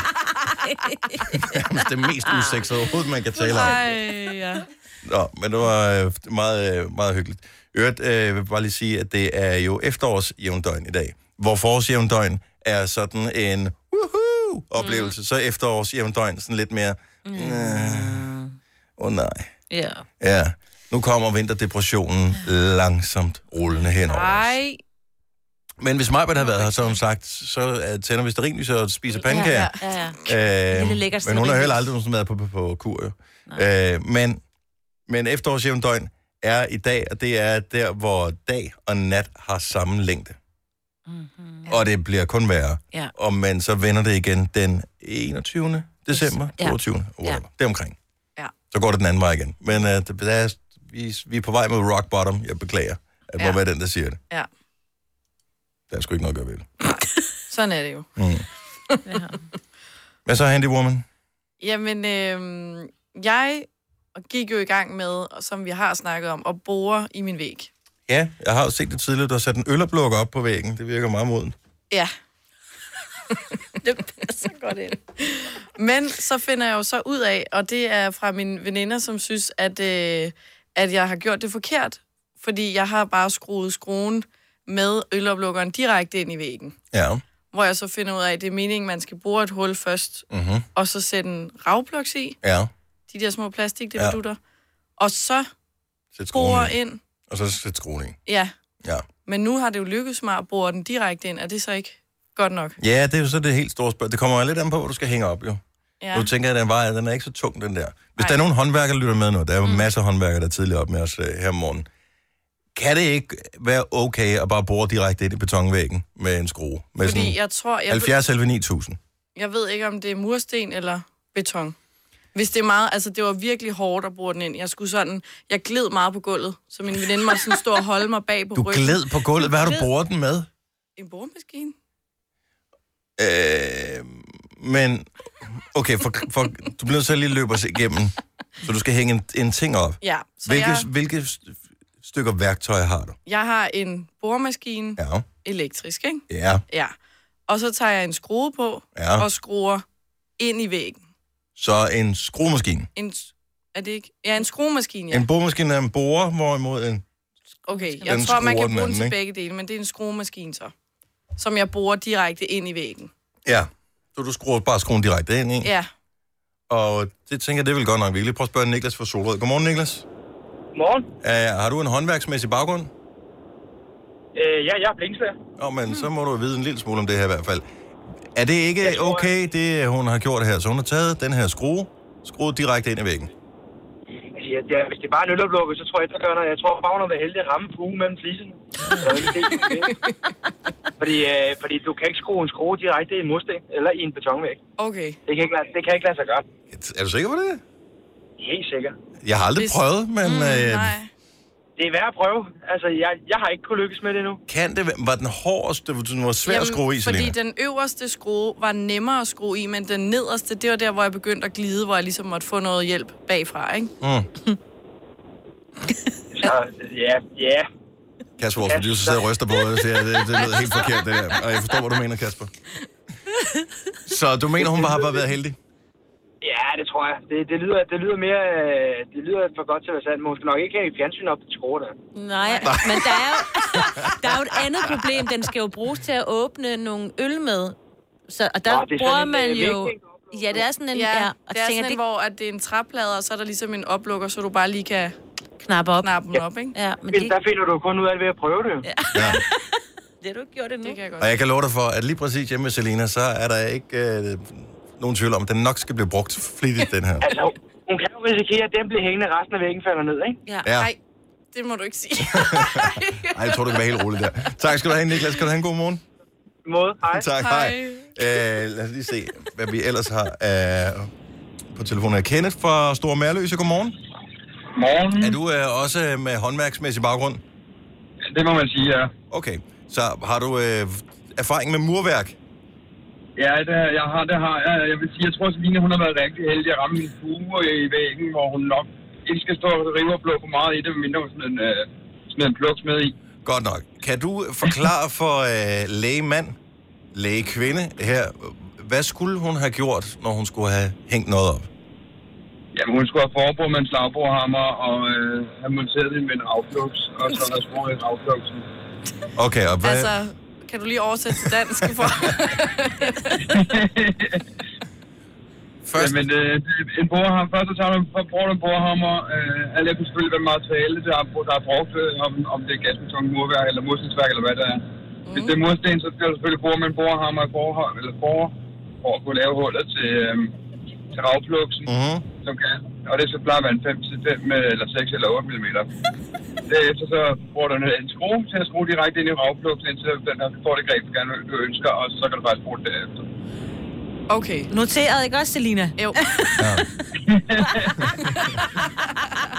Speaker 1: nærmest det mest usexede overhovedet, man kan tale om.
Speaker 3: Ej, ja.
Speaker 1: Nå, men det var øh, meget, øh, meget hyggeligt. Øvrigt, øh, jeg vil bare lige sige, at det er jo efterårsjævndøgn i dag, hvor forårsjævndøgn er sådan en woo, oplevelse. Mm. Så efterårs, jævndøgn, sådan lidt mere, åh mm. øh, oh, nej.
Speaker 2: Ja.
Speaker 1: Ja, nu kommer vinterdepressionen langsomt rullende henover.
Speaker 3: Nej.
Speaker 1: Men hvis Majbert havde været her, så havde hun sagt, så øh, tænder vi sterinlys og spiser pandekager.
Speaker 2: Ja, ja, ja.
Speaker 1: Øh,
Speaker 2: Lille lækker
Speaker 1: men hun har
Speaker 2: sterillys.
Speaker 1: heller aldrig nogensinde været på, på, på kur, jo. Øh, men, men efterårsjævndøgn er i dag, og det er der, hvor dag og nat har samme længde.
Speaker 2: Mhm.
Speaker 1: Mm-hmm. Og det bliver kun værre.
Speaker 2: Ja.
Speaker 1: Og men så vender det igen den 21. december,
Speaker 2: Ja.
Speaker 1: 22. Ja.
Speaker 2: Ja.
Speaker 1: Det er omkring.
Speaker 3: Ja.
Speaker 1: Så går det den anden vej igen. Men uh, det, der er, vi, vi er på vej mod rock bottom. Jeg beklager. Jeg må
Speaker 3: Ja.
Speaker 1: være den, der siger det.
Speaker 3: Ja,
Speaker 1: Der er sgu ikke noget at gøre ved det.
Speaker 3: sådan er det jo.
Speaker 1: Mm.
Speaker 3: Ja.
Speaker 1: Hvad så, Handy Woman?
Speaker 3: Jamen, øh, jeg gik jo i gang med, og som vi har snakket om, at bore i min væg.
Speaker 1: Ja, jeg har jo set det tidligere. Du har sat en øloplukker op på væggen. Det virker meget modent.
Speaker 3: Ja. det passer godt ind. Men så finder jeg jo så ud af, og det er fra mine veninder, som synes, at, øh, at jeg har gjort det forkert, fordi jeg har bare skruet skruen med øloplukkeren direkte ind i væggen.
Speaker 1: Ja.
Speaker 3: Hvor jeg så finder ud af, at det er meningen, man skal bore et hul først,
Speaker 1: Mm-hmm.
Speaker 3: og så sætte en ravpluks i,
Speaker 1: Ja.
Speaker 3: de der små
Speaker 1: Ja.
Speaker 3: plastikdebutter, ja. og så
Speaker 1: Sæt skruen
Speaker 3: bore
Speaker 1: ind.
Speaker 3: ind.
Speaker 1: Og så sæt skruen ind.
Speaker 3: Ja,
Speaker 1: Ja.
Speaker 3: men nu har det jo lykkedes mig at bore den direkte ind, er det så ikke godt nok?
Speaker 1: Ja, det er jo så det helt store spørgsmål. Det kommer jo lidt an på, hvor du skal hænge op, jo. Ja.
Speaker 3: Ja.
Speaker 1: Du tænker, at den vejer, den er ikke så tung, den der. Hvis Ej. der er nogen håndværkere, der lytter med nu, der er jo mm. masser af håndværkere, der er tidligere op med os øh, her om morgenen. Kan det ikke være okay at bare bore direkte ind i betonvæggen med en skrue? Med
Speaker 3: Fordi jeg tror, jeg,
Speaker 1: 70 11 9000.
Speaker 3: Jeg ved ikke, om det er mursten eller beton. Hvis det er meget, altså det var virkelig hårdt at bruge den ind. Jeg skulle sådan, jeg gled meget på gulvet, så min veninde måtte sådan stå og holde mig bag på
Speaker 1: Du
Speaker 3: ryggen.
Speaker 1: gled på gulvet. Hvad har du
Speaker 3: Gled.
Speaker 1: boret den med?
Speaker 3: En boremaskine.
Speaker 1: Øh, men, okay, for, for, du bliver nødt til at lige løbe os igennem, så du skal hænge en, en ting op.
Speaker 3: Ja, så
Speaker 1: Hvilke,
Speaker 3: jeg,
Speaker 1: hvilke st- stykker værktøj har du?
Speaker 3: jeg har en boremaskine,
Speaker 1: Ja.
Speaker 3: elektrisk, ikke?
Speaker 1: Ja.
Speaker 3: Ja. Og så tager jeg en skrue på,
Speaker 1: Ja.
Speaker 3: og skruer ind i væggen.
Speaker 1: Så en skruemaskine.
Speaker 3: En, s- er det ikke? Ja, en skruemaskine,
Speaker 1: Ja.
Speaker 3: ja.
Speaker 1: En boremaskine er en borer, hvorimod en...
Speaker 3: Okay, jeg
Speaker 1: Den
Speaker 3: tror, man
Speaker 1: skruer den
Speaker 3: kan bruge den
Speaker 1: anden,
Speaker 3: til
Speaker 1: ikke?
Speaker 3: begge dele, men det er en skruemaskine så, som jeg bruger direkte ind i væggen.
Speaker 1: Ja. Så du skruer bare skruen direkte ind, ikke?
Speaker 3: Ja.
Speaker 1: Og det tænker jeg, det vil godt nok. Vi kan lige prøve at spørge Niklas fra Solrød. Godmorgen, Niklas.
Speaker 12: Morgen.
Speaker 1: Uh, har du en håndværksmæssig baggrund?
Speaker 12: Øh, ja, jeg er blinkslager.
Speaker 1: Nå, men
Speaker 12: Mm.
Speaker 1: så må du vide en lille smule om det her i hvert fald. Er det ikke okay, det hun har gjort her? Så hun har taget den her skrue, skruet direkte ind i væggen.
Speaker 12: Altså, ja, det er, hvis det er bare en øloplukker, så tror jeg ikke, der gør noget. Jeg tror bare, hun har været heldig at ramme fugen mellem fliserne. Der er jo ikke det, det. fordi, øh, fordi du kan ikke skrue en skrue direkte i en mursten eller i en betonvæg.
Speaker 3: Okay.
Speaker 12: Det kan ikke, lade- det kan ikke lade sig gøre.
Speaker 1: Er du sikker på det?
Speaker 12: Helt sikkert.
Speaker 1: Jeg har aldrig Hvis... prøvet, men mm, øh,
Speaker 12: Det er værd at prøve. Altså, jeg, jeg har ikke kunnet lykkes med det endnu.
Speaker 1: kan det være... Var den hårdeste, den var svær at skrue i,
Speaker 3: Fordi
Speaker 1: Selina?
Speaker 3: den øverste skrue var nemmere at skrue i, men den nederste, det var der, hvor jeg begyndte at glide, hvor jeg ligesom måtte få noget hjælp bagfra, ikke?
Speaker 1: Mm.
Speaker 12: Så, ja, ja.
Speaker 1: Kasper, vores producer sidder og ryster på hovedet og siger, det, det lyder helt forkert, det der. Og jeg forstår, hvad du mener, Kasper. Så du mener, hun har bare været heldig?
Speaker 12: Ja, det tror jeg. Det, det, lyder, det lyder mere... øh, Det lyder for godt til at være sandt. Men Hun skal nok ikke have et fjernsyn op til skruer der.
Speaker 2: Nej, men der er, jo, der er jo et andet problem. Den skal jo bruges til at åbne nogle øl med. Så, og der
Speaker 12: Nå,
Speaker 2: Nå,
Speaker 12: det er
Speaker 2: bruger
Speaker 12: sådan en,
Speaker 2: man
Speaker 12: øh,
Speaker 2: jo...
Speaker 12: vægting,
Speaker 2: Ja, det er sådan en...
Speaker 3: Ja,
Speaker 2: Ja,
Speaker 3: ja
Speaker 2: og
Speaker 3: det er
Speaker 2: tænker,
Speaker 3: sådan en,
Speaker 2: det
Speaker 3: hvor at det er en træplade, og så er der ligesom en oplukker, så du bare lige kan
Speaker 2: knapper op.
Speaker 3: knappe den op, ikke?
Speaker 2: Ja,
Speaker 12: Men det... der finder du kun ud af det ved at prøve det. Ja.
Speaker 2: Det har du ikke gjort endnu. Det
Speaker 3: kan jeg godt.
Speaker 1: Og jeg kan love dig for, at lige præcis hjemme med Selina, så er der ikke øh, nogen tvivl om, at den nok skal blive brugt flittigt, den her.
Speaker 12: Altså, hun kan jo risikere, at den bliver hængende, resten af væggen falder ned, ikke?
Speaker 2: Ja.
Speaker 1: Ja.
Speaker 3: Nej, det må du ikke sige.
Speaker 1: Ej, jeg tror, du kan være helt rolig der. Tak skal du have, Niklas. Skal du have en god morgen?
Speaker 12: Måde. Hej.
Speaker 1: Tak, hej. hej. Øh, lad os lige se, hvad vi ellers har øh, på telefonen. her. Kenneth fra Store Mærløse, godmorgen.
Speaker 13: Morgen.
Speaker 1: Er du øh, også med håndværksmæssig baggrund?
Speaker 13: Det må man sige, ja.
Speaker 1: Okay, så har du øh, erfaring med murværk?
Speaker 13: Ja, det, jeg har, det har jeg. Jeg vil sige, jeg tror, Selina, hun har været rigtig heldig at ramme en fuge i væggen, hvor hun nok ikke skal stå og rive og blå for meget i det, medmindre hun smider en, øh, smider en pluks med i.
Speaker 1: Godt nok. Kan du forklare for øh, lægemand, lægekvinde her, hvad skulle hun have gjort, når hun skulle have hængt noget op?
Speaker 13: Jamen, hun skulle have forbord med en slagbordhammer og øh, have monteret det med en afflux, og så have skruet en afflux.
Speaker 1: Okay, og hvad...
Speaker 3: altså, Kan du lige oversætte til dansk? For...
Speaker 13: Først. Jamen, øh, en boreham, først så tager man, så bruger du en borehammer, øh, alt efter selvfølgelig, hvad materiale der er, der er brugt, øh, om, om det er gasbeton, murværk eller murstensværk eller hvad det er. Mm. Hvis det er mursten, så skal du selvfølgelig bruge med en borehammer i forhånd, eller for, for at kunne lave hullet til, øh, til ravpluksen,
Speaker 1: mm.
Speaker 13: som kan. Og det så plejer at være en 5 til 5 øh, eller 6 eller 8 mm. Derefter så bruger du en, en skrue til at skrue direkte ind i ravpluksen, indtil den har, får det greb, du gerne du ønsker, og så kan du faktisk bruge det derefter.
Speaker 3: Okay.
Speaker 2: Noteret, ikke også, Selina?
Speaker 3: Jo.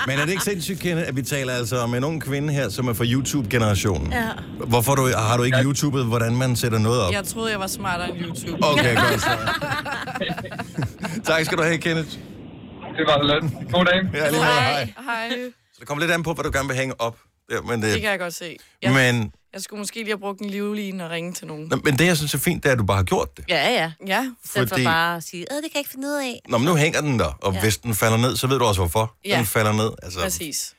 Speaker 1: Men er det ikke sindssygt, Kenneth, at vi taler altså om en ung kvinde her, som er fra YouTube-generationen?
Speaker 3: ja.
Speaker 1: Hvorfor du, har du ikke YouTubet, hvordan man sætter noget op?
Speaker 3: Jeg troede, jeg var smartere end YouTube.
Speaker 1: Okay, godt så. Tak skal du have, Kenneth.
Speaker 13: Det var så lidt. God dag.
Speaker 1: Ja, lige måde, hej.
Speaker 3: Hej.
Speaker 1: Så det kommer lidt an på, hvad du gerne vil hænge op. Ja, men, det,
Speaker 3: Det kan jeg godt se. Jeg,
Speaker 1: Men-
Speaker 3: jeg skulle måske lige have brugt en livline og ringe til nogen.
Speaker 1: Nå, men det, jeg synes er fint, det er, at du bare har gjort det.
Speaker 2: Ja, ja.
Speaker 3: Ja.
Speaker 2: I stedet for
Speaker 1: Fordi-
Speaker 2: bare at sige, "Øh, det kan jeg ikke finde ud af.
Speaker 1: Nå, men nu hænger den der,
Speaker 2: Ja.
Speaker 1: og ja. hvis den falder ned, så ved du også, hvorfor
Speaker 2: Ja.
Speaker 1: ja. den falder ned. Altså,
Speaker 3: Præcis.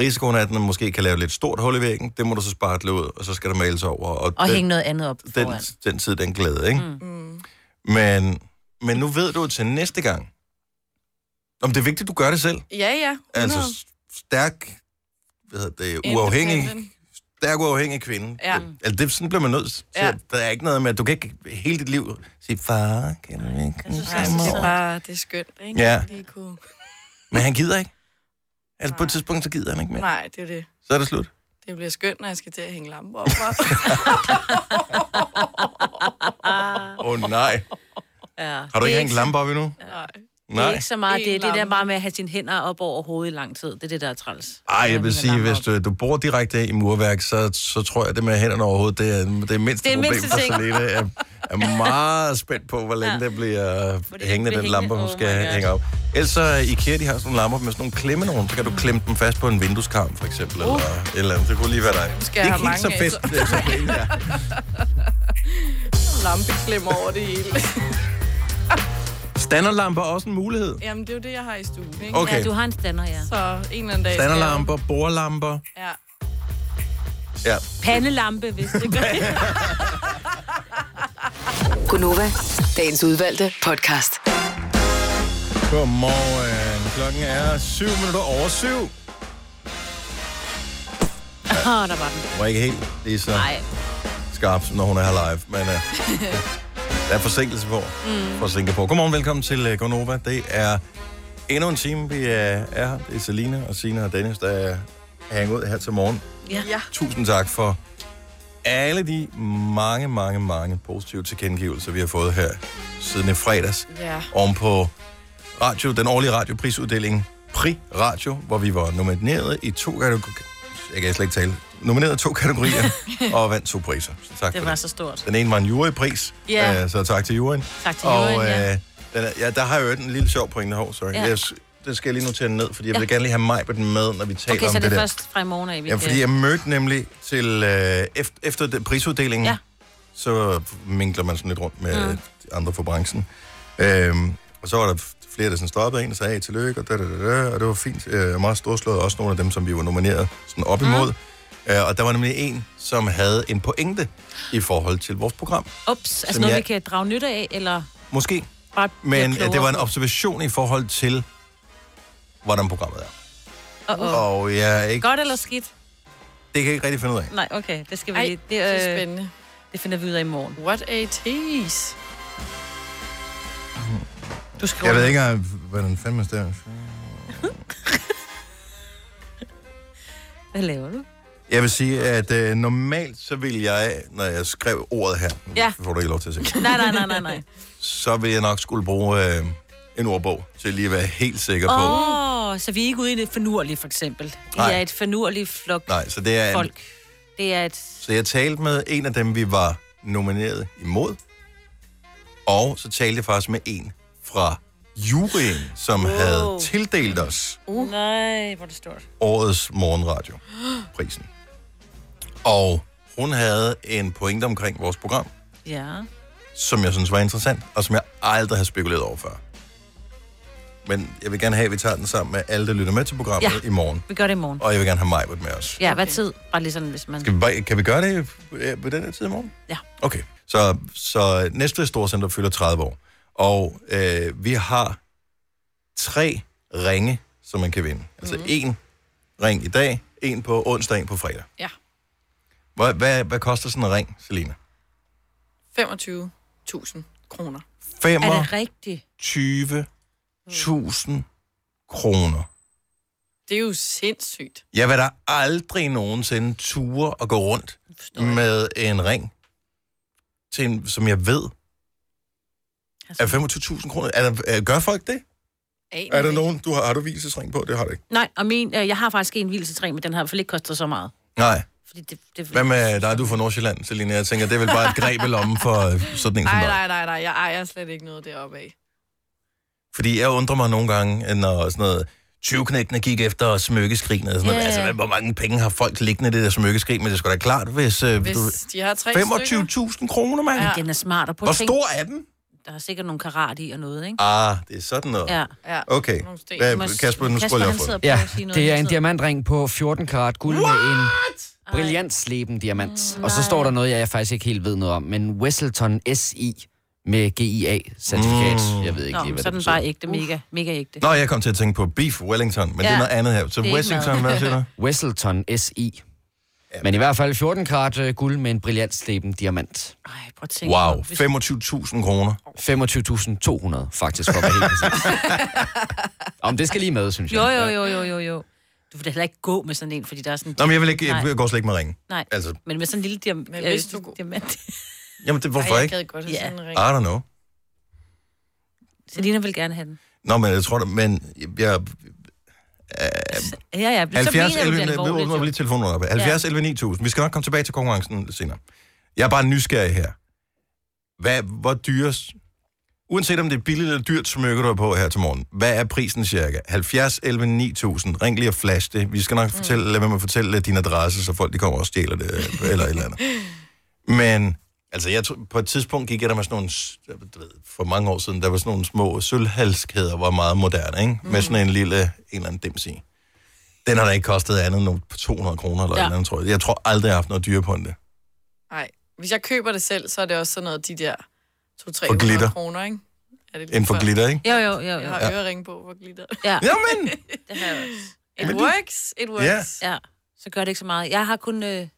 Speaker 1: risikoen er, at den måske kan lave et lidt stort hul i væggen. Det må du så spartle ud, og så skal der males over. Og,
Speaker 2: Og
Speaker 1: den,
Speaker 2: hænge noget andet op
Speaker 1: den,
Speaker 2: foran.
Speaker 1: den tid, den glæde, ikke? Mm. Men, men nu ved du til næste gang, om det er vigtigt, at du gør det selv.
Speaker 3: Ja, ja. 100.
Speaker 1: Altså s- stærk, hvad hedder det, uafhængig, stærk uafhængig kvinde.
Speaker 3: Ja.
Speaker 1: Altså, det, sådan bliver man nødt til.
Speaker 3: Ja.
Speaker 1: Ja. Der er ikke noget med, at du kan ikke hele dit liv sige, far, kan du ikke?
Speaker 3: Nej, men det er bare, det er skønt, ikke?
Speaker 1: Ja.
Speaker 3: Lige kunne...
Speaker 1: Men han gider ikke. Altså, på et tidspunkt, så gider han ikke mere.
Speaker 3: Nej, det er jo det.
Speaker 1: Så er det slut.
Speaker 3: Det bliver skønt, når jeg skal til at hænge lamper op. hva'?
Speaker 1: Åh, oh, nej.
Speaker 2: Ja.
Speaker 1: Har du
Speaker 2: Det
Speaker 1: ikke
Speaker 2: er
Speaker 1: hængt lampe op endnu?
Speaker 3: Nej.
Speaker 2: Det er
Speaker 1: Nej.
Speaker 2: ikke så meget det.
Speaker 3: En
Speaker 2: Det er det der
Speaker 3: lampe.
Speaker 2: bare med at have sine hænder op over hovedet i lang tid. Det er det, der er træls.
Speaker 1: Ej, jeg vil
Speaker 2: hænger
Speaker 1: sige,
Speaker 2: lampe
Speaker 1: hvis du, du bor direkte i murværk, så, så tror jeg, at det med hænderne overhovedet, det er det mindste
Speaker 2: Det er
Speaker 1: problem
Speaker 2: mindste
Speaker 1: for
Speaker 2: ting.
Speaker 1: Selene. Jeg er meget spændt på, hvor længe ja. det bliver hængende, den lampe, hun skal
Speaker 2: my God.
Speaker 1: hænge op. Ellers så i IKEA, de har sådan nogle lamper med sådan nogle klemme nogen, så kan du klemme dem fast på en vindueskarm, for eksempel, uh. eller et eller andet. Det kunne lige være dig.
Speaker 3: Skal jeg
Speaker 1: det er
Speaker 3: have
Speaker 1: ikke helt
Speaker 3: mange
Speaker 1: så fedt.
Speaker 3: af,
Speaker 1: Det er så pænt, ja.
Speaker 3: Lampeklem over det hele.
Speaker 1: Standerlamper er også en mulighed.
Speaker 3: Jamen, det er jo det, jeg har i stuen, ikke?
Speaker 1: Okay. Ja, du
Speaker 2: har en stander, ja.
Speaker 3: Så en eller anden dag... skal jeg-
Speaker 1: Standerlamper, bordlamper.
Speaker 3: Ja.
Speaker 1: Ja.
Speaker 2: Pandelampe, hvis det gør det.
Speaker 5: Gunova, dagens udvalgte podcast.
Speaker 1: Godmorgen. Klokken er 7 minutter over syv.
Speaker 2: Åh, oh, der var den.
Speaker 1: Hun er ikke helt lige så
Speaker 2: Nej.
Speaker 1: skarp, som når hun er her live, men uh, der er forsinkelse på
Speaker 2: Mm.
Speaker 1: fra Singapore. Godmorgen, velkommen til uh, Gonova. Det er endnu en time, vi uh, er her. Det er Selina og Sina og Dennis, der er hænger ud her til morgen.
Speaker 2: Ja.
Speaker 3: ja.
Speaker 1: Tusind tak for alle de mange, mange, mange positive tilkendegivelser, vi har fået her siden i fredags.
Speaker 3: Ja.
Speaker 1: Oven på radio, den årlige radioprisuddeling Pri Radio, hvor vi var nomineret i to kategorier. Jeg kan slet ikke tale. Nomineret i to kategorier og vandt to priser. Så tak
Speaker 2: Det
Speaker 1: for
Speaker 2: var
Speaker 1: det.
Speaker 2: så stort.
Speaker 1: Den ene var en jurypris,
Speaker 2: Ja.
Speaker 1: øh, så tak til juryen.
Speaker 2: Tak til juryen,
Speaker 1: og, øh,
Speaker 2: ja.
Speaker 1: den er, ja, der har jeg jo en lille sjov pointe. Hov, sorry.
Speaker 2: Ja.
Speaker 1: Ja. Jeg, s- det skal jeg lige notere ned, fordi jeg
Speaker 2: Ja.
Speaker 1: vil gerne lige have mig på den med, når vi taler
Speaker 2: Okay,
Speaker 1: om
Speaker 2: så
Speaker 1: det,
Speaker 2: det er
Speaker 1: der.
Speaker 2: først fra i morgen af, vi
Speaker 1: Ja, fordi jeg mødte nemlig til, øh, efter, efter den prisuddelingen,
Speaker 2: Ja.
Speaker 1: ja. så minkler man sådan lidt rundt med
Speaker 2: Mm.
Speaker 1: mm. andre fra branchen. Øhm, og så var der f- flere, der sådan stoppede en og sagde, hey, tillykke, og, da, da, da, da, og det var fint. Øh, meget storslået, også nogle af dem, som vi var nomineret sådan op imod. Mm. Øh, og der var nemlig en, som havde en pointe i forhold til vores program.
Speaker 2: Ups, altså
Speaker 1: Som
Speaker 2: noget,
Speaker 1: jeg-
Speaker 2: vi kan drage nytte af, eller
Speaker 1: Måske.
Speaker 2: bare...
Speaker 1: Men
Speaker 2: bliver
Speaker 1: øh, det var en
Speaker 2: klogere?
Speaker 1: observation i forhold til, hvordan programmet er.
Speaker 2: Åh, åh.
Speaker 1: Og jeg er ikke,
Speaker 2: Godt eller skidt?
Speaker 1: det kan jeg ikke rigtig finde ud af.
Speaker 2: Nej, okay, det skal vi
Speaker 3: Ej,
Speaker 2: lige...
Speaker 3: det er spændende.
Speaker 2: Det finder vi ud af i morgen.
Speaker 3: What a tease.
Speaker 2: Du skal
Speaker 1: Jeg ved ikke, øh, hvordan fanden det er.
Speaker 2: Hvad laver du?
Speaker 1: Jeg vil sige, at øh, normalt så vil jeg, når jeg skrev ordet her,
Speaker 2: Ja.
Speaker 1: det får du ikke lov til at se,
Speaker 2: Nej, nej, nej, nej, nej.
Speaker 1: så vil jeg nok skulle bruge øh, en ordbog til lige at være helt sikker på.
Speaker 2: Åh, oh, så vi er ikke ude i det fornurlige, for eksempel. I
Speaker 1: Nej.
Speaker 2: er et fornurligt flok
Speaker 1: Nej, så det er... En,
Speaker 2: folk. Det er et...
Speaker 1: så jeg talte med en af dem, vi var nomineret imod, og så talte jeg faktisk med en fra juryen, som
Speaker 2: Wow.
Speaker 1: wow. havde tildelt os
Speaker 2: Uh. Nej, hvor er det stort.
Speaker 1: årets morgenradioprisen. Og hun havde en pointe omkring vores program,
Speaker 2: Ja.
Speaker 1: som jeg synes var interessant, og som jeg aldrig har spekuleret over før. men jeg vil gerne have, at vi tager den sammen med alle, der lytter med til programmet
Speaker 2: Ja.
Speaker 1: i morgen.
Speaker 2: Vi gør det i morgen.
Speaker 1: Og jeg vil gerne have Majbert med os.
Speaker 2: Ja, hvad tid? Bare lige sådan, hvis man...
Speaker 1: Kan vi, bare- kan vi gøre det øh, på den her tid i morgen?
Speaker 2: Ja.
Speaker 1: Okay, så, så næste storcenter fylder 30 år. Og øh, vi har tre ringe, som man kan vinde. Altså
Speaker 2: Mhm.
Speaker 1: en ring i dag, en på onsdag, en på fredag.
Speaker 3: Ja.
Speaker 1: Hvad, hvad, hvad koster sådan en ring, Selina?
Speaker 3: 25.000 kroner.
Speaker 1: Femmer.
Speaker 3: Er det rigtigt?
Speaker 1: 20.000 kroner.
Speaker 3: Det er jo sindssygt.
Speaker 1: Jeg vil da aldrig nogensinde ture og gå rundt med en ring, til en, som jeg ved er 25.000 kroner. Er der, er- gør folk det?
Speaker 3: Amen.
Speaker 1: Er der nogen, du har, har du visesring på? Det har du ikke.
Speaker 2: Nej, og min, øh, jeg har faktisk en hvilsetræ, men den har i hvert fald ikke kostet så meget.
Speaker 1: Nej.
Speaker 2: Fordi det, det,
Speaker 1: Hvad med dig, du er fra Nordsjælland, Selina? Jeg tænker, det er vel bare et greb i lommen for øh, sådan en som
Speaker 3: Nej,
Speaker 1: dig.
Speaker 3: nej, nej, nej. Jeg ejer slet ikke noget deroppe af.
Speaker 1: Fordi jeg undrer mig nogle gange, når sådan noget... 20 gik efter smykkeskrinet. og Sådan
Speaker 3: Ja,
Speaker 1: yeah.
Speaker 3: ja.
Speaker 1: Altså, hvad- hvor mange penge har folk liggende i det der smykkeskrin? Men det er sgu da klart, hvis... Øh,
Speaker 2: Hvis
Speaker 1: du...
Speaker 2: de har tre
Speaker 1: 25.000 kroner, mand.
Speaker 2: Ja. Den er smart. Og på
Speaker 1: Hvor stor er den?
Speaker 2: Der er sikkert nogle karat i og noget, ikke?
Speaker 1: Ah, det er sådan noget.
Speaker 2: Ja.
Speaker 3: ja.
Speaker 1: Okay. Hvad, Kasper, nu skulle jeg få det.
Speaker 14: Ja,
Speaker 2: sige noget
Speaker 14: det er
Speaker 2: hele
Speaker 14: en diamantring på 14 karat guld What? med en brillantsleben diamant. Mm, og så står der noget, jeg faktisk ikke helt ved noget om, men Wesselton SI med GIA-certifikat.
Speaker 1: Mm.
Speaker 14: Jeg ved ikke
Speaker 2: Nå,
Speaker 14: lige, hvad
Speaker 2: så er den
Speaker 14: det betyder.
Speaker 2: bare ægte, mega, mega ægte.
Speaker 1: Nå, jeg kom til at tænke på Beef Wellington, men ja. det er
Speaker 2: Ja.
Speaker 1: noget andet her. Så
Speaker 2: Det er ikke
Speaker 1: Wellington,
Speaker 2: mad.
Speaker 1: hvad siger du?
Speaker 14: Wesselton SI. Men i hvert fald 14 karat øh, guld med en brillantsleben diamant. Ej,
Speaker 2: prøv at
Speaker 1: Wow, 25.000 kroner.
Speaker 14: 25.200 faktisk, for at være helt præcis. Om det skal lige med, synes jeg.
Speaker 2: Jo, jo, jo, jo, jo, jo. Du vil da heller ikke gå med sådan en, fordi der er sådan...
Speaker 1: Nå, men jeg vil ikke,
Speaker 2: Nej.
Speaker 1: jeg går slet ikke med ringe.
Speaker 2: Nej,
Speaker 1: Altså,
Speaker 2: men med sådan en lille diam- men
Speaker 3: hvis
Speaker 2: du... diamant.
Speaker 1: jamen det, hvorfor
Speaker 2: Ej, jeg
Speaker 1: ikke?
Speaker 2: gad godt have sådan en ring.
Speaker 1: I don't know.
Speaker 2: Selina vil gerne have den.
Speaker 1: Nå, men jeg tror da, men jeg...
Speaker 2: Ja, ja.
Speaker 1: 70,
Speaker 2: så mener du
Speaker 1: 11,
Speaker 2: det
Speaker 1: vi
Speaker 2: alvorligt,
Speaker 1: åbner
Speaker 2: jo.
Speaker 1: lige telefonen op. 70, 11, 9000. Vi skal nok komme tilbage til konkurrencen senere. Jeg er bare nysgerrig her. Hvad, hvor dyres... Uanset om det er billigt eller dyrt smykke, du har på her til morgen. Hvad er prisen cirka? 70, 11, 9000. Ring lige og flash det. Vi skal nok fortælle, lade være med at fortælle øh, din adresse, så folk de kommer og stjæler det, øh, eller et eller andet. Men, altså jeg tror, på et tidspunkt gik jeg der med sådan nogle, s- jeg ved, for mange år siden, der var sådan nogle små sølvhalskæder, var meget moderne, ikke? Mm. Med sådan en lille, en eller anden dims i. Den har da ikke kostet andet end nogle 200 kroner eller ja.
Speaker 3: Ja.
Speaker 1: et eller andet, tror jeg. Jeg tror aldrig, jeg har haft noget dyre på end det.
Speaker 3: Nej. Hvis jeg køber det selv, så er det også sådan noget, de der
Speaker 1: For glitter.
Speaker 3: 200-300 kroner, ikke? Er det lige
Speaker 1: Inden for glitter, ikke?
Speaker 3: Jo,
Speaker 2: jo, jo. jo.
Speaker 3: Jeg har
Speaker 1: Ja.
Speaker 3: ørering på for glitter.
Speaker 2: Ja.
Speaker 1: Jamen!
Speaker 2: det har jeg også.
Speaker 3: It Men det- works, it works.
Speaker 2: Ja. ja, så gør det ikke så meget. Jeg har kun øh,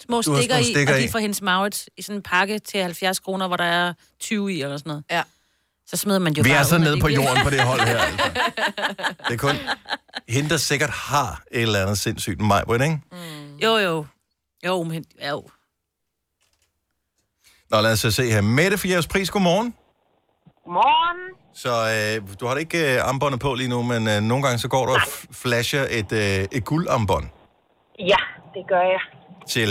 Speaker 2: små
Speaker 1: Du har
Speaker 2: stikker,
Speaker 1: små stikker
Speaker 2: i, og de
Speaker 1: i.
Speaker 2: er fra hendes Maurits i sådan en pakke til 70 kroner, hvor der er 20 i eller sådan noget.
Speaker 3: Ja.
Speaker 2: Så smider man jo
Speaker 1: Vi
Speaker 2: bare
Speaker 1: er så
Speaker 2: ud, når
Speaker 1: nede
Speaker 2: det
Speaker 1: på
Speaker 2: ikke virker.
Speaker 1: jorden på det hold her. Altså. Det er kun hende, der sikkert har et eller andet sindssygt mig, ikke?
Speaker 2: Jo, jo. Jo, men jo.
Speaker 1: Nå, lad os så se her. Mette for jeres pris, godmorgen.
Speaker 15: Morgen.
Speaker 1: Så øh, du har da ikke øh, armbåndet på lige nu, men øh, nogle gange så går du og f- flasher et, øh, et guldarmbånd
Speaker 15: Ja, det gør jeg.
Speaker 1: til.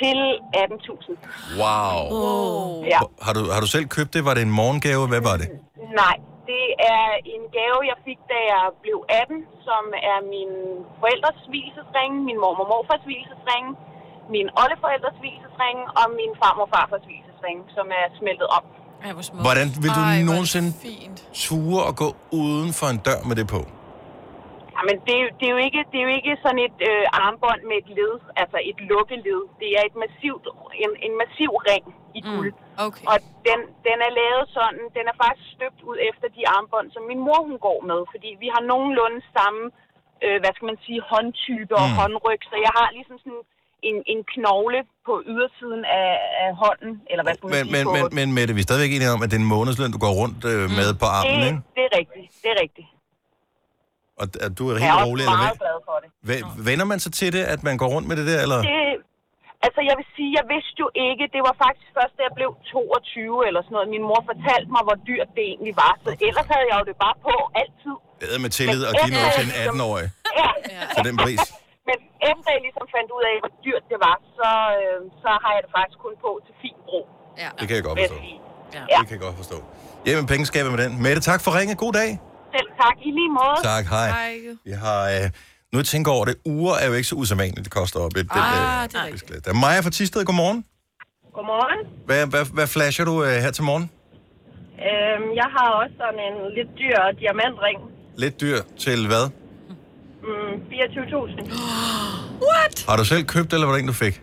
Speaker 15: Til 18.000.
Speaker 1: Wow.
Speaker 15: Oh. Ja.
Speaker 1: Har, du, har du selv købt det? Var det en morgengave? Hvad var det?
Speaker 15: Nej, det er en gave, jeg fik, da jeg blev 18, som er min forældres hvilesesring, min mormor og morfars hvilesesring, min oldeforældres hvilesesring og min farmor og farfars hvilesesring, som er smeltet om.
Speaker 2: Ej, hvor smukt.
Speaker 1: Hvordan vil du nogensinde ture og gå uden for en dør med det på?
Speaker 15: Jamen, det, er jo- det, er jo ikke, det er jo ikke sådan et øh, armbånd med et led, altså et lukkeled. Det er et massivt, en, en massiv ring i guld. Mm,
Speaker 3: okay.
Speaker 15: Og den, den er lavet sådan, den er faktisk støbt ud efter de armbånd, som min mor hun går med. Fordi vi har nogenlunde samme, øh, hvad skal man sige, håndtype og
Speaker 16: Mm.
Speaker 15: håndryg. Så jeg har ligesom sådan en, en knogle på ydersiden af, af hånden, eller hvad skal man
Speaker 1: Men,
Speaker 15: sige
Speaker 1: men,
Speaker 15: på...
Speaker 1: men, men Mette, vi er stadigvæk enige om, at det er en månedsløn, du går rundt
Speaker 2: Mm.
Speaker 1: øh, med på armen,
Speaker 15: det,
Speaker 1: ikke?
Speaker 15: det er rigtigt, det er rigtigt.
Speaker 1: Og d- at du er
Speaker 15: jeg
Speaker 1: helt
Speaker 15: er
Speaker 1: rolig,
Speaker 15: også
Speaker 1: eller
Speaker 15: meget glad for det.
Speaker 1: hvad? Væ- Vender man sig til det, at man går rundt med det der, eller?
Speaker 15: Det, altså, jeg vil sige, jeg vidste jo ikke. Det var faktisk først, da jeg blev 22 eller sådan noget. Min mor fortalte mig, hvor dyrt det egentlig var. Så ellers havde jeg jo det bare på altid.
Speaker 1: Det er med tillid
Speaker 15: Men
Speaker 1: og give noget
Speaker 15: efter
Speaker 1: til en
Speaker 15: jeg ligesom-
Speaker 1: 18-årig
Speaker 15: Ja.
Speaker 1: til den pris.
Speaker 15: Men efter jeg ligesom fandt ud af, hvor dyrt det var, så, øh, så har jeg det faktisk kun på til fin brug.
Speaker 3: Ja.
Speaker 1: Det kan jeg godt
Speaker 15: vil
Speaker 1: forstå.
Speaker 15: sige.
Speaker 1: Det kan jeg godt forstå. Jamen, pengeskabet med den. Mette, tak for ringe. God dag.
Speaker 15: Selv tak. I lige måde.
Speaker 1: Tak, hej. Vi har... Øh, nu jeg tænker over det, uger er jo ikke så usædvanligt, det koster op. Et, et,
Speaker 15: Ah,
Speaker 1: øh,
Speaker 15: det er rigtigt.
Speaker 1: Der er Maja fra Tisted, godmorgen.
Speaker 15: Godmorgen.
Speaker 1: Hvad, hvad, hvad flasher du øh, her til morgen?
Speaker 15: Øh,
Speaker 4: Øhm, jeg har også sådan en lidt dyr diamantring.
Speaker 1: Lidt dyr til hvad?
Speaker 4: Mm, 24.000.
Speaker 17: What?
Speaker 1: Har du selv købt, eller var det en, du fik?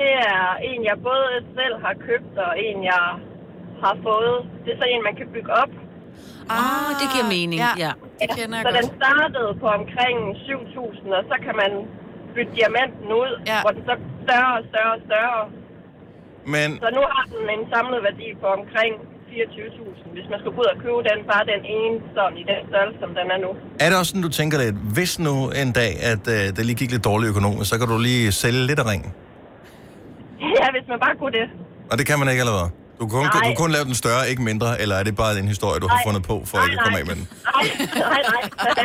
Speaker 4: Det er en, jeg både selv har købt, og en, jeg har fået. Det er så en, man kan bygge op.
Speaker 2: Ah, det giver mening, ja. ja.
Speaker 3: Det kender jeg
Speaker 4: så
Speaker 3: godt.
Speaker 4: den startede på omkring 7.000, og så kan man bytte diamanten ud, ja. hvor den så bliver større og større og større.
Speaker 1: Men
Speaker 4: Så nu har den en samlet værdi på omkring 24.000, hvis man skal gå ud og købe den, bare den ene sådan i den størrelse, som den er nu.
Speaker 1: er det også sådan, du tænker lidt, hvis nu en dag, at øh, det lige gik lidt dårligt økonomisk, så kan du lige sælge lidt af ringen?
Speaker 4: Ja, hvis man bare kunne det.
Speaker 1: Og det kan man ikke allerede. Du kan kun, du
Speaker 4: Nej.
Speaker 1: kan kun lave den større, ikke mindre, eller er det bare en historie, du har
Speaker 4: Nej.
Speaker 1: fundet på, for
Speaker 4: Nej,
Speaker 1: ikke at komme
Speaker 4: nej.
Speaker 1: af med den?
Speaker 4: Nej, nej,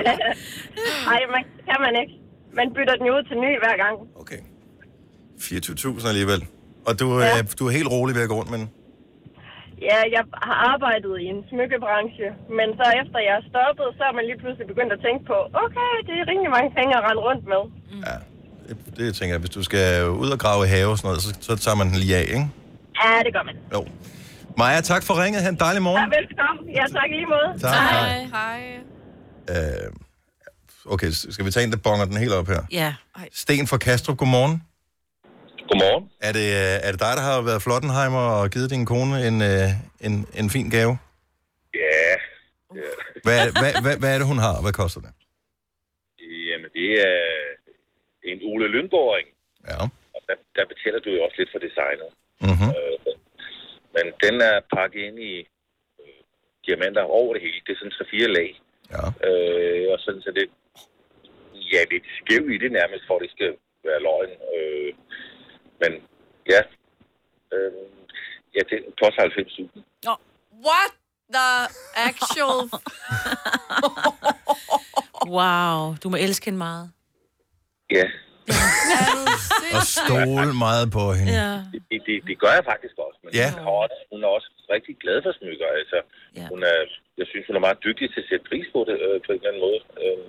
Speaker 4: nej. Nej, man, kan man ikke. Man bytter den jo ud til ny hver gang.
Speaker 1: 24.000 alligevel. Og du, ja. øh, du er helt rolig ved at gå rundt med den.
Speaker 4: Ja, jeg har arbejdet i en smykkebranche, men så efter jeg er stoppet, så er man lige pludselig begyndt at tænke på, okay, det er rimelig mange penge at rende rundt med.
Speaker 1: Det tænker jeg, hvis du skal ud og grave i have og sådan noget, så, så tager man den lige af, ikke?
Speaker 4: Ja, det gør man.
Speaker 1: Jo. Maja, tak for ringet. Ha' en dejlig
Speaker 4: Ja,
Speaker 1: morgen.
Speaker 4: velkommen. Ja, tak i lige måde.
Speaker 1: Tak. Hej.
Speaker 3: Hej.
Speaker 1: Øh, okay, s- skal vi tage en, der bonger den helt op her?
Speaker 2: Ja.
Speaker 1: Sten fra Kastrup, godmorgen. Godmorgen. Er det, øh, er det dig, der har været Flottenheimer og givet din kone en, øh, en, en fin gave?
Speaker 16: Ja. ja.
Speaker 1: Hvad, hvad, hvad, hvad er det, hun har? Hvad koster det?
Speaker 16: Jamen, det er en Ole Lyngårdring.
Speaker 1: Ja.
Speaker 16: Og der, der betaler du jo også lidt for designet.
Speaker 1: Mm-hmm.
Speaker 16: Øh, men den er pakket ind i øh, diamanter over det hele. Det er sådan tre fire lag.
Speaker 1: Ja.
Speaker 16: Øh, og sådan, så det ja, lidt skæv i det nærmest, for at det skal være løgn. Øh, men ja, øh, ja, det koster 90.000.
Speaker 3: Nå, what the actual...
Speaker 2: Wow, du må elske hende meget.
Speaker 16: Ja,
Speaker 1: Og stole meget på hende.
Speaker 2: Ja.
Speaker 16: Det, det- det, det gør jeg faktisk også, men
Speaker 1: Ja.
Speaker 16: ja. hun, har også, hun er også rigtig glad for smykker. Altså,
Speaker 2: ja.
Speaker 16: hun er, jeg synes, hun er meget dygtig til at sætte pris på det øh, på en eller anden måde. Øh,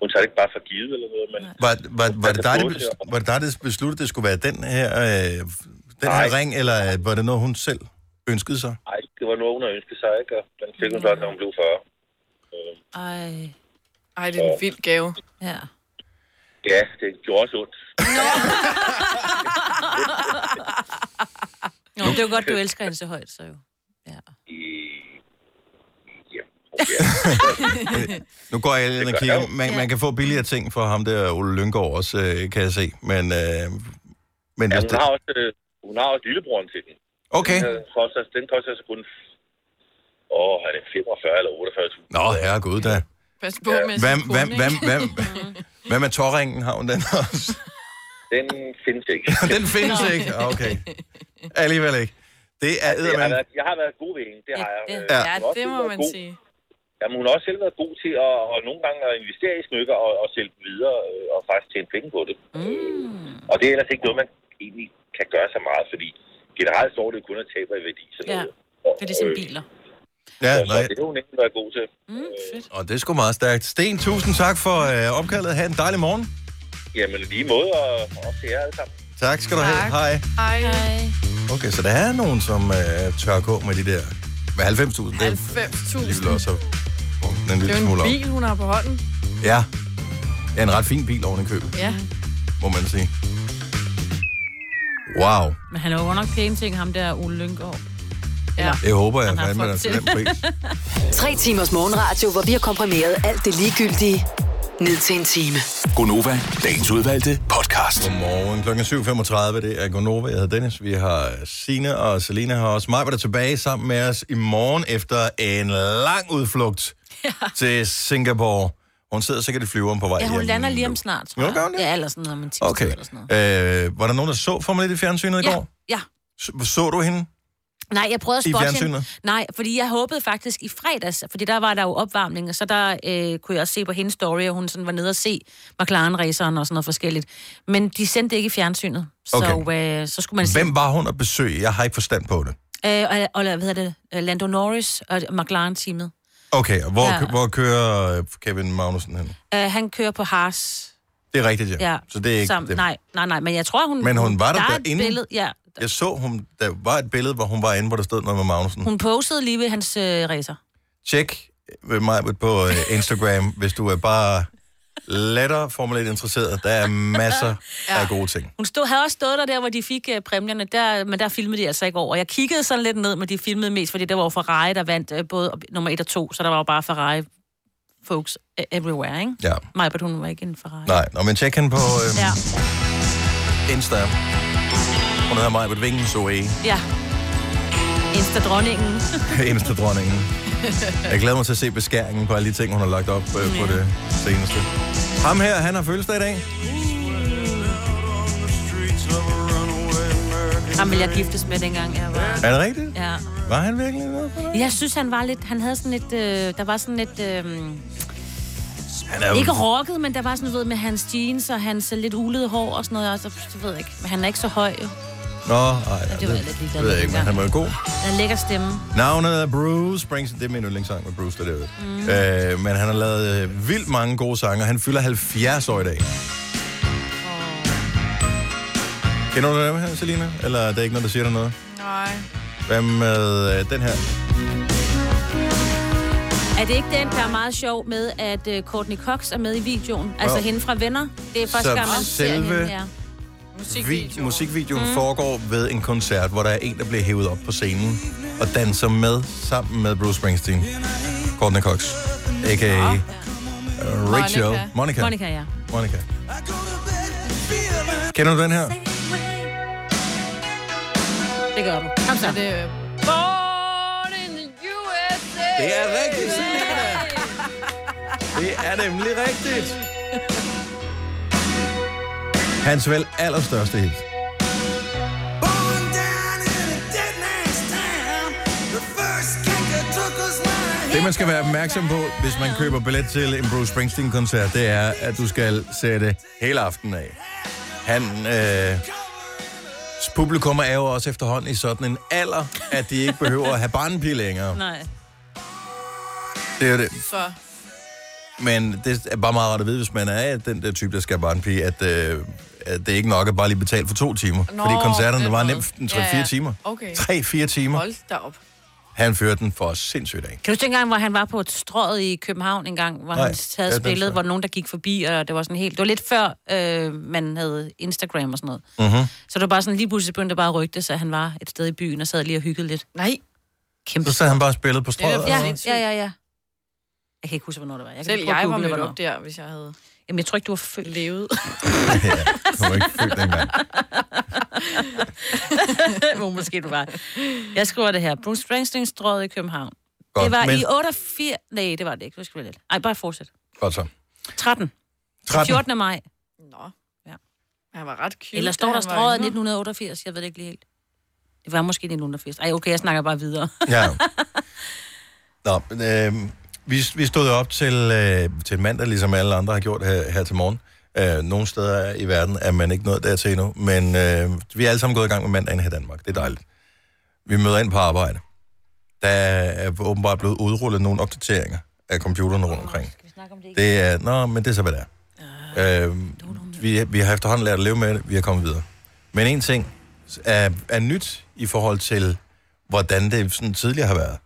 Speaker 16: hun tager det ikke bare for givet eller noget, men
Speaker 1: Var, var, var, det dig, der,
Speaker 16: både
Speaker 1: bes- var det dig, der besluttede, at det skulle være den her, øh, den her ring, eller øh, var det noget, hun selv ønskede sig?
Speaker 16: ej, det var noget, hun havde ønsket sig, ikke? Og den fik hun så, da hun blev 40.
Speaker 2: Ej.
Speaker 3: Ej, det er en vild gave.
Speaker 2: Ja.
Speaker 16: Ja, det gjorde også ondt.
Speaker 2: Nå, men det er jo godt, du elsker hende så højt, så jo.
Speaker 1: Nu går jeg ind og
Speaker 16: gør
Speaker 1: kigger.
Speaker 16: jeg jo.
Speaker 1: Man, man kan få billigere ting fra ham der, Ole Lyngård også, øh, kan jeg se. Men, øh, men
Speaker 16: Ja,
Speaker 1: hvis
Speaker 16: hun, har også, øh, hun har også lillebroren til den.
Speaker 1: Okay.
Speaker 16: Den, øh, koster, den koster så kun åh, er det 45 eller 48.000.
Speaker 1: Nå, herregud da.
Speaker 3: Pas på med
Speaker 1: Hvad,
Speaker 3: sin kone,
Speaker 1: hvad,
Speaker 3: ikke?
Speaker 1: hvad, hvad, hvad med tårringen? Har hun den også?
Speaker 16: Den findes ikke.
Speaker 1: den findes
Speaker 16: Nå.
Speaker 1: ikke? Ah, Okay. Alligevel ikke. Det er
Speaker 16: Jeg har,
Speaker 1: eddermand.
Speaker 16: været, jeg har været god ved hende, det har jeg.
Speaker 3: Ja,
Speaker 16: Øh, hun
Speaker 3: ja,
Speaker 16: har også
Speaker 3: det
Speaker 16: selv
Speaker 3: må
Speaker 16: været
Speaker 3: man
Speaker 16: god-
Speaker 3: sige.
Speaker 16: Jamen, hun har også selv været god til at, og nogle gange at investere i smykker og, og sælge dem videre øh, og faktisk tjene penge på det. Øh,
Speaker 2: Mm.
Speaker 16: Og det er ellers ikke noget, man egentlig kan gøre så meget, fordi generelt står det jo kun at tabe i værdi. Sådan
Speaker 2: Ja.
Speaker 16: noget.
Speaker 2: Det er ligesom biler.
Speaker 1: Ja,
Speaker 16: Så
Speaker 1: nej.
Speaker 16: det har hun ikke været god til.
Speaker 2: Mm, fedt.
Speaker 1: Og det er sgu meget stærkt. Sten, tusind tak for øh, opkaldet. Ha' en dejlig morgen.
Speaker 16: Jamen, lige måde, og og også til jer alle sammen.
Speaker 1: Tak skal du have. Hej.
Speaker 3: Hej. Hej.
Speaker 1: Okay, så der er nogen, som øh, tør gå med de der... Med 90.000.
Speaker 3: 90.000.
Speaker 1: Det vil også have bunket en
Speaker 3: Det
Speaker 1: lille
Speaker 3: er jo
Speaker 1: smule
Speaker 3: en
Speaker 1: op.
Speaker 3: bil, hun har på hånden.
Speaker 1: Ja. Ja, en ret fin bil oven i købet,
Speaker 3: Ja.
Speaker 1: må man sige. Wow.
Speaker 2: Men han er jo godt nok pæne ting, ham der Ole Lyngård.
Speaker 3: Ja.
Speaker 1: Det håber jeg
Speaker 2: Han har
Speaker 1: fandme,
Speaker 2: fået
Speaker 1: at for
Speaker 2: til.
Speaker 1: den pris.
Speaker 5: Tre timers morgenradio, hvor vi har komprimeret alt det ligegyldige ned til en time.
Speaker 1: Gonova, dagens udvalgte podcast. Godmorgen. Klokken er 7.35. Det er Gonova. Jeg hedder Dennis. Vi har Sine og Selina har også. Mig var der tilbage sammen med os i morgen efter en lang udflugt ja. til Singapore. Hun sidder sikkert i flyveren på vej
Speaker 2: Ja, hun
Speaker 1: hjem.
Speaker 2: lander lige om snart, tror
Speaker 1: Jo,
Speaker 2: jeg.
Speaker 1: gør hun det?
Speaker 2: Ja, eller sådan noget om en tirsdag
Speaker 1: Okay.
Speaker 2: eller sådan noget.
Speaker 1: Øh, var der nogen, der så for mig lidt i fjernsynet i
Speaker 2: Ja,
Speaker 1: går?
Speaker 2: ja.
Speaker 1: Så, så du hende?
Speaker 2: Nej, jeg prøvede at
Speaker 1: I
Speaker 2: spotte hende.
Speaker 1: fjernsynet?
Speaker 2: Nej, fordi jeg håbede faktisk i fredags, fordi der var der jo opvarmning, og så der øh, kunne jeg også se på hendes story, at hun sådan var nede og se McLaren-raceren og sådan noget forskelligt. Men de sendte det ikke i fjernsynet, så,
Speaker 1: Okay.
Speaker 2: øh, så skulle man se.
Speaker 1: Hvem var hun at besøge? Jeg har ikke forstand på det.
Speaker 2: Øh, og, og, hvad hedder det? Øh, Lando Norris og McLaren-teamet.
Speaker 1: Okay, og hvor,
Speaker 2: Ja.
Speaker 1: ja. hvor kører øh, Kevin Magnussen hen?
Speaker 2: Øh, han kører på Haas.
Speaker 1: Det er rigtigt, ja. Så det er ikke
Speaker 2: Sammen-
Speaker 1: dem.
Speaker 2: Nej, nej, nej, men jeg tror, hun...
Speaker 1: Men hun var der
Speaker 2: der er et
Speaker 1: derinde?
Speaker 2: Billede, ja,
Speaker 1: Jeg så, hun, der var et billede, hvor hun var inde, hvor der stod noget med Magnussen.
Speaker 2: Hun posede lige ved hans øh, racer.
Speaker 1: Tjek øh, mig på øh, Instagram, hvis du er bare lettere formuleret interesseret. Der er masser ja. af gode ting.
Speaker 2: Hun stod, havde også stået der, der hvor de fik øh, præmierne, der, men der filmede de altså ikke over. Jeg kiggede sådan lidt ned, men de filmede mest, fordi der var jo Ferrari, der vandt øh, både op- nummer 1 og 2, så der var jo bare Ferrari folks øh, everywhere, ikke?
Speaker 1: Ja.
Speaker 2: Majbert, hun var ikke en Ferrari.
Speaker 1: Nej, nå, men tjek hende på øh,
Speaker 2: Ja.
Speaker 1: Insta. Hun hedder mig på Vingen Zoe,
Speaker 2: ja. Insta-dronningen.
Speaker 1: Insta-dronningen. Jeg glæder mig til at se beskæringen på alle de ting, hun har lagt op øh, på det seneste. Ham her, han har fødselsdag i dag.
Speaker 2: Ham ville jeg giftes med dengang, jeg var...
Speaker 1: Er det rigtigt?
Speaker 2: Ja.
Speaker 1: Var han virkelig noget for det?
Speaker 2: Jeg synes, han var lidt... Han havde sådan lidt... Øh, der var sådan lidt... Øh,
Speaker 1: Han
Speaker 2: Ja, ikke rocket, men der var sådan, du ved, med hans jeans og hans øh, lidt ulede hår og sådan noget. Og så, det ved jeg ikke. Men han er ikke så høj, jo.
Speaker 1: Nå, ej, ja,
Speaker 2: det
Speaker 1: det,
Speaker 2: var jeg lidt
Speaker 1: det
Speaker 2: ligeglad
Speaker 1: ved jeg
Speaker 2: med
Speaker 1: ikke, men han var jo god.
Speaker 2: Han har en lækker stemme.
Speaker 1: Navnet er Bruce Springsteen. Det er min yndlingssang med Bruce, der det mm. øh, Men han har lavet øh, vildt mange gode sange, og han fylder 70 år i dag. Kender du dem her, Selina? Eller er der ikke noget, der siger dig noget?
Speaker 3: Nej.
Speaker 1: Hvad med øh, den her?
Speaker 2: Er det ikke den, der er meget sjov med, at øh, Courtney Cox er med i videoen? Altså
Speaker 1: Jo.
Speaker 2: hende fra Venner. Det er første
Speaker 1: Så
Speaker 2: gang, man
Speaker 1: selve-
Speaker 2: ser hende, ja.
Speaker 1: Musikvideoen, musikvideoen mm. foregår ved en koncert, hvor der er en, der bliver hævet op på scenen og danser med sammen med Bruce Springsteen. Courtney Cox, a.k.a. Ja. Rachel. Monica. Monica.
Speaker 2: Monica, ja.
Speaker 1: Monica. Kender du den her?
Speaker 2: Det gør du. Kom så.
Speaker 3: Er det... øh, Born in the USA!
Speaker 1: Det er rigtigt, Selena. Det er nemlig rigtigt. Hans vel allerstørste hit. Det, man skal være opmærksom på, hvis man køber billet til en Bruce Springsteen-koncert, det er, at du skal sætte hele aftenen af. Han, øh, publikum er jo også efterhånden i sådan en alder, at de ikke behøver at have barnepige længere.
Speaker 2: Nej.
Speaker 1: Det er jo det.
Speaker 3: Så.
Speaker 1: Men det er bare meget rart at vide, hvis man er den der type, der skal have barnepige, at, øh, at det er ikke nok at bare lige betale for to timer. Nå,
Speaker 3: Nå,
Speaker 1: fordi
Speaker 3: på
Speaker 1: koncerterne
Speaker 3: den
Speaker 1: var
Speaker 3: måde.
Speaker 1: nemt 3-4
Speaker 3: Ja, ja.
Speaker 1: timer.
Speaker 3: Okay.
Speaker 1: 3-4 timer.
Speaker 3: Hold da op.
Speaker 1: Han førte den for sindssygt af.
Speaker 2: Kan du huske dengang, hvor han var på et strøget i København en gang, hvor
Speaker 1: Nej,
Speaker 2: Nej, han havde
Speaker 1: ja, den
Speaker 2: spillet,
Speaker 1: så.
Speaker 2: hvor nogen der gik forbi, og det var sådan helt... Det var lidt før, øh, man havde Instagram og sådan noget.
Speaker 1: Mm-hmm.
Speaker 2: Så det var bare sådan, lige pludselig begyndte det bare at rygte, så han var et sted i byen og sad lige og hyggede lidt.
Speaker 3: Nej.
Speaker 2: Kæmpe.
Speaker 1: Så sad han bare og spillede på strøget.
Speaker 2: Ja,
Speaker 1: og-
Speaker 2: ja, ja, ja. Jeg kan ikke huske, hvornår det var. Jeg kan
Speaker 3: Selv
Speaker 2: prøve at
Speaker 3: jeg var
Speaker 2: google,
Speaker 3: mødt
Speaker 2: hvornår.
Speaker 3: op der, hvis jeg havde...
Speaker 2: Jamen, jeg tror ikke, du har født.
Speaker 3: Levet.
Speaker 1: Du var ikke født dengang.
Speaker 2: Må måske du var. Jeg skriver det her. Bruce Springsteen strøget i København.
Speaker 1: Godt,
Speaker 2: Godt, det var
Speaker 1: men-
Speaker 2: men... i 88... Nej, det var det ikke. Nu skal vi lidt. Ej, bare fortsæt.
Speaker 1: Godt så.
Speaker 2: 13.
Speaker 1: 13.
Speaker 2: 14. maj.
Speaker 3: Han var ret cute.
Speaker 2: Eller står
Speaker 3: da
Speaker 2: der
Speaker 3: han var
Speaker 2: strøget
Speaker 3: yngre.
Speaker 2: 1988? Jeg ved det ikke lige helt. Det var måske 1980. Ej, okay, jeg snakker bare videre.
Speaker 1: Ja. Nå, men, øh, vi, vi stod op til, øh, til mandag, ligesom alle andre har gjort her, her til morgen. Øh, nogle steder i verden er man ikke nået dertil endnu, men øh, vi er alle sammen gået i gang med mandagen her i Danmark. Det er dejligt. Vi møder ind på arbejde. Der er åbenbart blevet udrullet nogle opdateringer af computerne rundt omkring. Det er, nå, men det er så, hvad det er. Øh, vi, vi har efterhånden lært at leve med det. Vi er kommet videre. Men en ting er, er nyt i forhold til, hvordan det sådan tidligere har været.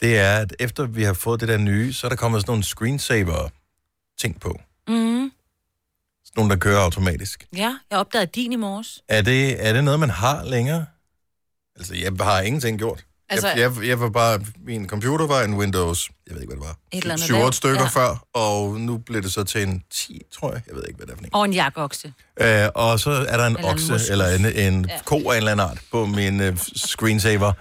Speaker 1: Det er, at efter vi har fået det der nye, så er der kommet sådan nogle screensaver-ting på.
Speaker 2: Mm.
Speaker 1: Sådan nogle, der kører automatisk.
Speaker 2: Ja, jeg opdagede din i morges.
Speaker 1: Er det, er det noget, man har længere? Altså, jeg har ingenting gjort. Altså,
Speaker 2: Altså-
Speaker 1: jeg, jeg, jeg var bare... Min computer var en Windows... Jeg ved ikke, hvad det var.
Speaker 2: Et eller andet
Speaker 1: 7 8
Speaker 2: lavt,
Speaker 1: stykker
Speaker 2: ja.
Speaker 1: ja. før, og nu blev det så til en 10, tror jeg. Jeg ved ikke, hvad det er for en.
Speaker 2: Og en jakokse.
Speaker 1: Øh, og så er der en
Speaker 2: Eller en
Speaker 1: okse,
Speaker 2: moskus.
Speaker 1: eller en, en
Speaker 2: Ja.
Speaker 1: ko af en eller anden art på min øh, screensaver.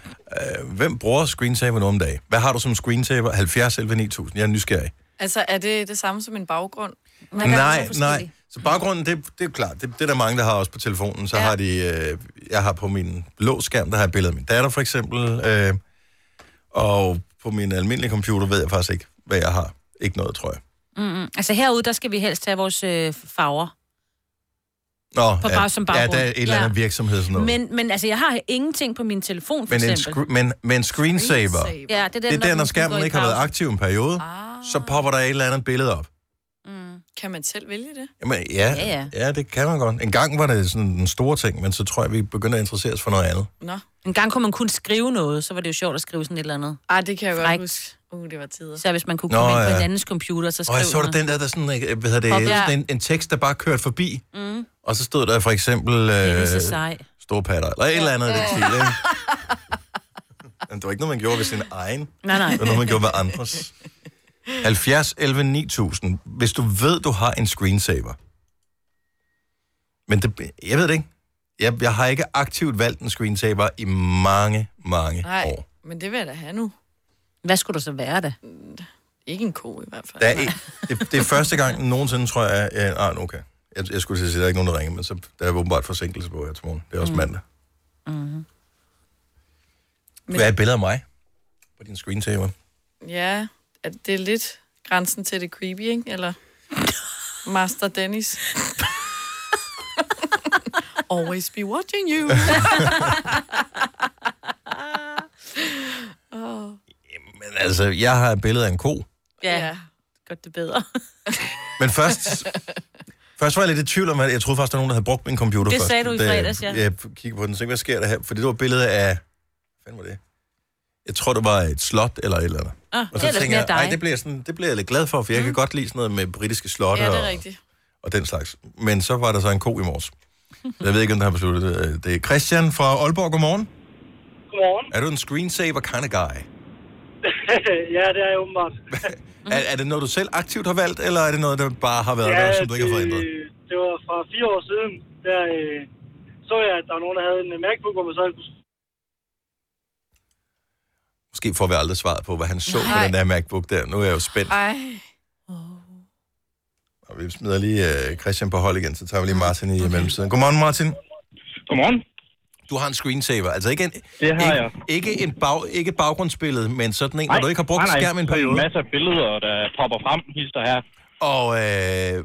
Speaker 1: Øh, hvem bruger screensaver nu om dagen? Hvad har du som screensaver? 70 11 9000. Jeg er nysgerrig.
Speaker 3: Altså, er det det samme som en baggrund?
Speaker 1: nej, nej. Så baggrunden, det, det er jo klart. Det, det er der mange, der har også på telefonen. Så ja. har de... Øh, jeg har på min blå skærm, der har jeg et billede af min datter, for eksempel. Øh, og på min almindelige computer ved jeg faktisk ikke, hvad jeg har. Ikke noget, tror jeg.
Speaker 2: Mm-mm. Altså herude, der skal vi helst have vores øh, farver.
Speaker 1: Nå,
Speaker 2: På
Speaker 1: ja,
Speaker 2: bag- som
Speaker 1: ja,
Speaker 2: baggrund.
Speaker 1: der er et eller andet ja. virksomhed, sådan noget.
Speaker 2: Men, men altså, jeg har ingenting på min telefon, for
Speaker 1: men, en
Speaker 2: eksempel.
Speaker 1: scre- men, men screensaver,
Speaker 2: Ja, det er den,
Speaker 1: det er der, når
Speaker 2: du- du går
Speaker 1: skærmen
Speaker 2: i
Speaker 1: ikke har været
Speaker 2: pause.
Speaker 1: aktiv en periode, ah. så popper der et eller andet billede op. Mm.
Speaker 3: Kan man selv vælge det?
Speaker 1: Jamen, ja,
Speaker 3: Ja, ja.
Speaker 1: ja, ja. ja, det kan man godt. En gang var det sådan en stor ting, men så tror jeg, vi begynder at interessere os for noget andet.
Speaker 3: Nå.
Speaker 2: En gang kunne man kun skrive noget, så var det jo sjovt at skrive sådan et eller andet.
Speaker 3: Ej, det kan jeg
Speaker 2: Frækt.
Speaker 3: godt huske. Uh, det var tider.
Speaker 2: Så hvis man kunne
Speaker 1: Nå,
Speaker 2: komme Nå, ind på
Speaker 1: ja.
Speaker 2: en andens computer, så skrev
Speaker 1: Og jeg så der den der, der sådan, øh, hvad hedder det,
Speaker 2: Ja.
Speaker 1: sådan en, en tekst, der bare kørte forbi,
Speaker 2: Mm.
Speaker 1: og så stod der for eksempel
Speaker 2: Øh, så
Speaker 1: øh,
Speaker 2: sej.
Speaker 1: storpatter, eller et eller andet ja. i
Speaker 2: Ja.
Speaker 1: den stil, ikke? Men det var ikke noget, man gjorde ved sin egen.
Speaker 2: Nej, nej.
Speaker 1: Det var noget, man gjorde ved andres. 70 11 9000. Hvis du ved, du har en screensaver. Men det, jeg ved det ikke. Jeg, jeg har ikke aktivt valgt en screensaver i mange, mange
Speaker 3: Nej,
Speaker 1: år.
Speaker 3: men det vil jeg da have nu. Mm,
Speaker 2: Hvad skulle du så være da?
Speaker 3: Ikke en ko i hvert fald.
Speaker 1: Der er en, det, det er første gang nogensinde, tror jeg... Ja, ah, nu okay. Jeg, jeg skulle til at sige, at der er ikke nogen, der ringer, men så, der er åbenbart forsinkelse på her til morgen. Det er også
Speaker 2: Mm.
Speaker 1: mm. mandag.
Speaker 2: Mm-hmm.
Speaker 1: Men... Hvad er et billede af mig på din screensaver?
Speaker 3: Ja, at det er lidt grænsen til det creepy, ikke? Eller Master Dennis. Always be watching you. oh,
Speaker 1: Men altså, jeg har et billede af en ko.
Speaker 2: Ja, ja. godt det bedre.
Speaker 1: Men først... Først var jeg lidt i tvivl om, at jeg troede faktisk, der var nogen, der havde brugt min computer
Speaker 2: Det
Speaker 1: først.
Speaker 2: sagde du i
Speaker 1: da
Speaker 2: fredags, ja.
Speaker 1: Jeg kiggede på den, så hvad sker der her? Fordi det var et billede af... Hvad fanden var det? Jeg tror, det var et slot eller et eller andet.
Speaker 2: Ah,
Speaker 1: Og
Speaker 2: det
Speaker 1: så
Speaker 2: er da
Speaker 1: tænker jeg,
Speaker 2: sådan,
Speaker 1: nej,
Speaker 2: dig. Mm.
Speaker 1: det bliver, jeg sådan, det bliver jeg lidt glad for, for jeg kan godt lide sådan noget med britiske slotte
Speaker 3: ja, det
Speaker 1: og,
Speaker 3: er rigtigt.
Speaker 1: og den slags. Men så var der så en ko i morges. Jeg ved ikke, om der har besluttet det. Det er Christian fra Aalborg. Godmorgen.
Speaker 18: Godmorgen.
Speaker 1: Er du en screensaver kind of guy?
Speaker 18: ja, det er jeg åbenbart.
Speaker 1: Er, er det noget, du selv aktivt har valgt, eller er det noget, der bare har været der, som du ikke har fået ændret?
Speaker 18: det, det var fra fire år siden, der øh, så jeg, at der var nogen, der havde en øh, MacBook, hvor man så kunne...
Speaker 1: Måske får vi aldrig svaret på, hvad han så på
Speaker 18: Nej.
Speaker 1: den der MacBook der. Nu er jeg jo spændt.
Speaker 3: Ej.
Speaker 1: Og vi smider lige øh, Christian på hold igen, så tager vi lige Martin i mellemtiden. Godmorgen, Martin.
Speaker 18: Godmorgen.
Speaker 1: Du har en screensaver. Altså ikke en,
Speaker 19: Det har
Speaker 1: ikke,
Speaker 19: jeg.
Speaker 1: Ikke, en bag, ikke baggrundsbillede, men sådan en, nej, hvor du ikke har brugt
Speaker 19: nej, nej,
Speaker 1: skærmen i en
Speaker 19: sådan
Speaker 1: periode.
Speaker 19: en masse af billeder, der popper frem, hister her.
Speaker 1: Og øh,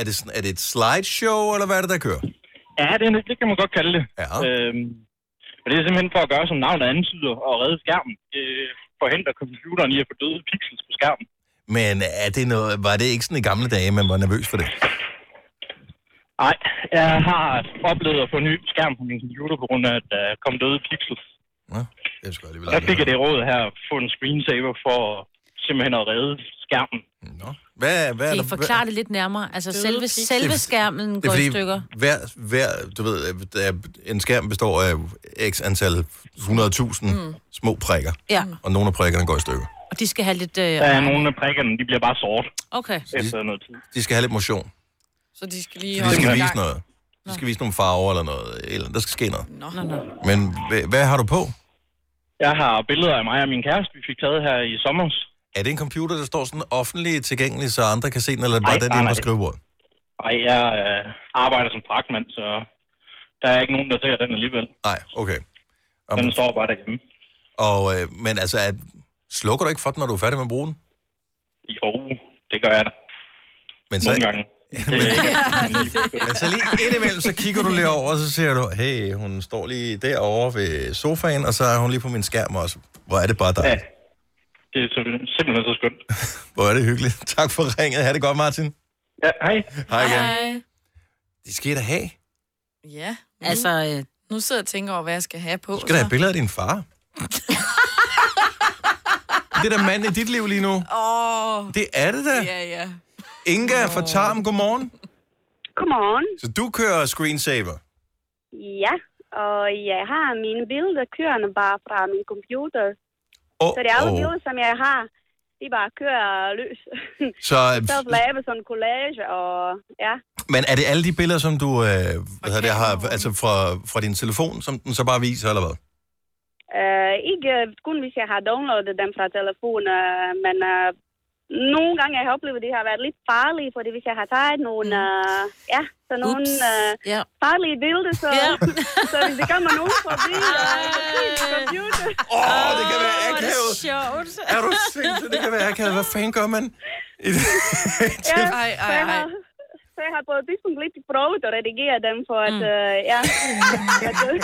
Speaker 1: er, det sådan, er det et slideshow, eller hvad er det, der kører?
Speaker 19: Ja, det, er- det kan man godt kalde det.
Speaker 1: Ja.
Speaker 19: Øhm, og det er simpelthen for at gøre, som navnet antyder, og redde skærmen. Øh, forhindre computeren i at få døde pixels på skærmen.
Speaker 1: Men er det noget, var det ikke sådan i gamle dage, man var nervøs for det?
Speaker 19: Nej, jeg har oplevet at få en ny skærm på min computer, på grund af, at der kom døde pixels.
Speaker 1: Ja, det skal jeg
Speaker 19: Der fik jeg det råd her, at få en screensaver for simpelthen at redde skærmen.
Speaker 1: Hvad, hvad er
Speaker 2: Det
Speaker 1: der,
Speaker 2: forklarer det lidt nærmere. Altså, selve, selve skærmen
Speaker 1: Det er
Speaker 2: går i
Speaker 1: fordi,
Speaker 2: stykker.
Speaker 1: hver, hver, du ved, øh, der er, en skærm består af x antal 100.000 mm. små prikker,
Speaker 2: Ja,
Speaker 3: Mm.
Speaker 1: og nogle af prikkerne går i stykker.
Speaker 2: og de skal have lidt... Øh,
Speaker 19: Der er nogle af prikkerne, de bliver bare sort
Speaker 2: Okay.
Speaker 19: efter noget tid.
Speaker 1: De skal have lidt motion.
Speaker 3: Så de skal lige
Speaker 1: Så de
Speaker 3: holde
Speaker 1: skal
Speaker 3: i
Speaker 1: vise
Speaker 3: gang.
Speaker 1: noget. De skal vise nogle farver eller noget. et Eller, andet. der skal ske noget.
Speaker 3: Nå, nå, nå.
Speaker 1: Men hvad, hvad har du på?
Speaker 19: Jeg har billeder af mig og min kæreste, vi fik taget her i sommer.
Speaker 1: Er det en computer, der står sådan offentligt tilgængelig, så andre kan se den, eller er det bare
Speaker 19: Nej,
Speaker 1: den,
Speaker 19: nej,
Speaker 1: der på
Speaker 19: nej.
Speaker 1: skrivebordet?
Speaker 19: Nej, jeg øh, arbejder som fragtmand, så der er ikke nogen, der ser den alligevel.
Speaker 1: Nej, okay.
Speaker 19: Den står bare derhjemme.
Speaker 1: Og, øh, men altså, er, slukker du ikke for den, når du er færdig med at bruge den?
Speaker 19: Jo, det gør jeg da.
Speaker 1: Men
Speaker 19: så... Nogle gange.
Speaker 1: Men så lige indimellem, så kigger du lige over, og så ser du, hey, hun står lige derovre ved sofaen, og så er hun lige på min skærm også. Hvor er det bare dig. Ja.
Speaker 19: Det er simpelthen- simpelthen så skønt.
Speaker 1: Hvor er det hyggeligt. Tak for ringet. Ha' det godt, Martin.
Speaker 19: Ja, hej.
Speaker 1: Hej igen. Hej.
Speaker 3: Ej.
Speaker 1: Det skal jeg da have.
Speaker 3: Ja. Nu,
Speaker 2: Altså, øh,
Speaker 3: nu sidder jeg og tænker over, hvad jeg skal have på.
Speaker 1: Du skal da have billeder af din far. det er da manden i dit liv lige nu.
Speaker 3: Åh.
Speaker 1: Det er det da.
Speaker 3: Ja, ja.
Speaker 1: Inga fra Tarm, godmorgen.
Speaker 20: Godmorgen.
Speaker 1: Så du kører screensaver.
Speaker 20: Ja, og jeg har mine billeder kørende bare fra min computer.
Speaker 1: Oh,
Speaker 20: så det er alle
Speaker 1: oh.
Speaker 20: billeder, som jeg har, de bare kører løs.
Speaker 1: Så,
Speaker 20: så laver sådan en collage, og ja.
Speaker 1: men er det alle de billeder, som du øh, hvad hedder det, har, altså fra, fra din telefon, som den så bare viser, eller hvad?
Speaker 20: Uh, ikke kun hvis jeg har downloadet dem fra telefonen, uh, men uh, nogle gange jeg har oplevet, at de har været lidt farlige, fordi hvis jeg har taget nogle, uh, ja, så nogle uh,
Speaker 2: ja.
Speaker 20: farlige billeder, så, yeah. så hvis det kommer nogen forbi, uh, computer.
Speaker 1: Åh, oh, det kan være akavet.
Speaker 2: sjovt.
Speaker 1: Er du sindssyg? Det kan være akavet. Hvad fanden gør man?
Speaker 20: Ja,
Speaker 1: Ej,
Speaker 20: så
Speaker 1: ej,
Speaker 20: jeg har- Så jeg har på et tidspunkt lidt prøvet at redigere dem, for at, mm. øh, ja, at, øh,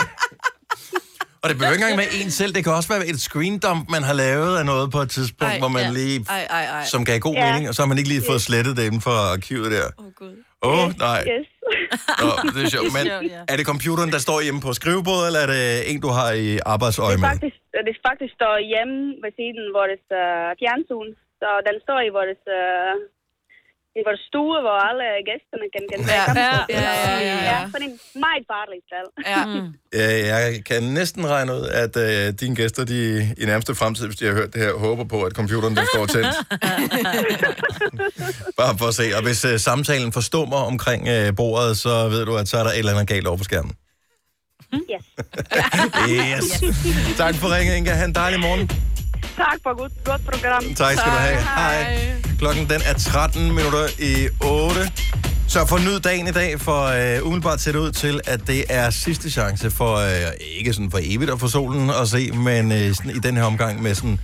Speaker 1: Og det behøver ikke engang være en selv. Det kan også være et screendump, man har lavet af noget på et tidspunkt,
Speaker 3: Ej,
Speaker 1: hvor man
Speaker 3: ja.
Speaker 1: lige...
Speaker 3: Ej, ej, ej.
Speaker 1: Som gav god
Speaker 3: Ja.
Speaker 1: mening, og så har man ikke lige fået slettet det inden for arkivet der. Åh, oh, Gud. Åh, oh, nej.
Speaker 20: Yes.
Speaker 1: Nå, det er sjovt. Men
Speaker 20: Sjovt, ja.
Speaker 1: er det computeren, der står hjemme på skrivebordet, eller er det en, du har i arbejdsøje med?
Speaker 20: Faktisk, det faktisk står hjemme ved siden af vores øh, fjernsyn. Så den står i vores, øh, i vores stue, hvor alle gæsterne kan kan
Speaker 3: Ja,
Speaker 20: komme.
Speaker 3: ja, ja, ja, ja.
Speaker 20: ja. Sådan en meget farlig stald.
Speaker 3: Ja.
Speaker 1: Ja, jeg kan næsten regne ud, at øh, dine gæster de, i nærmeste fremtid, hvis de har hørt det her, håber på, at computeren den står tændt. Bare for at se. Og hvis øh, samtalen forstummer omkring øh, bordet, så ved du, at så er der et eller andet galt over på skærmen.
Speaker 20: Yes.
Speaker 1: Yes. tak for ringen, Inga. Ha' en dejlig morgen.
Speaker 20: Tak for godt, godt program.
Speaker 1: Tak skal du have. Hej. Klokken den er 13 minutter i 8. Så fornyd dagen i dag, for øh, umiddelbart ser det ud til, at det er sidste chance for, øh, ikke sådan for evigt at få solen at se, men øh, sådan i den her omgang med sådan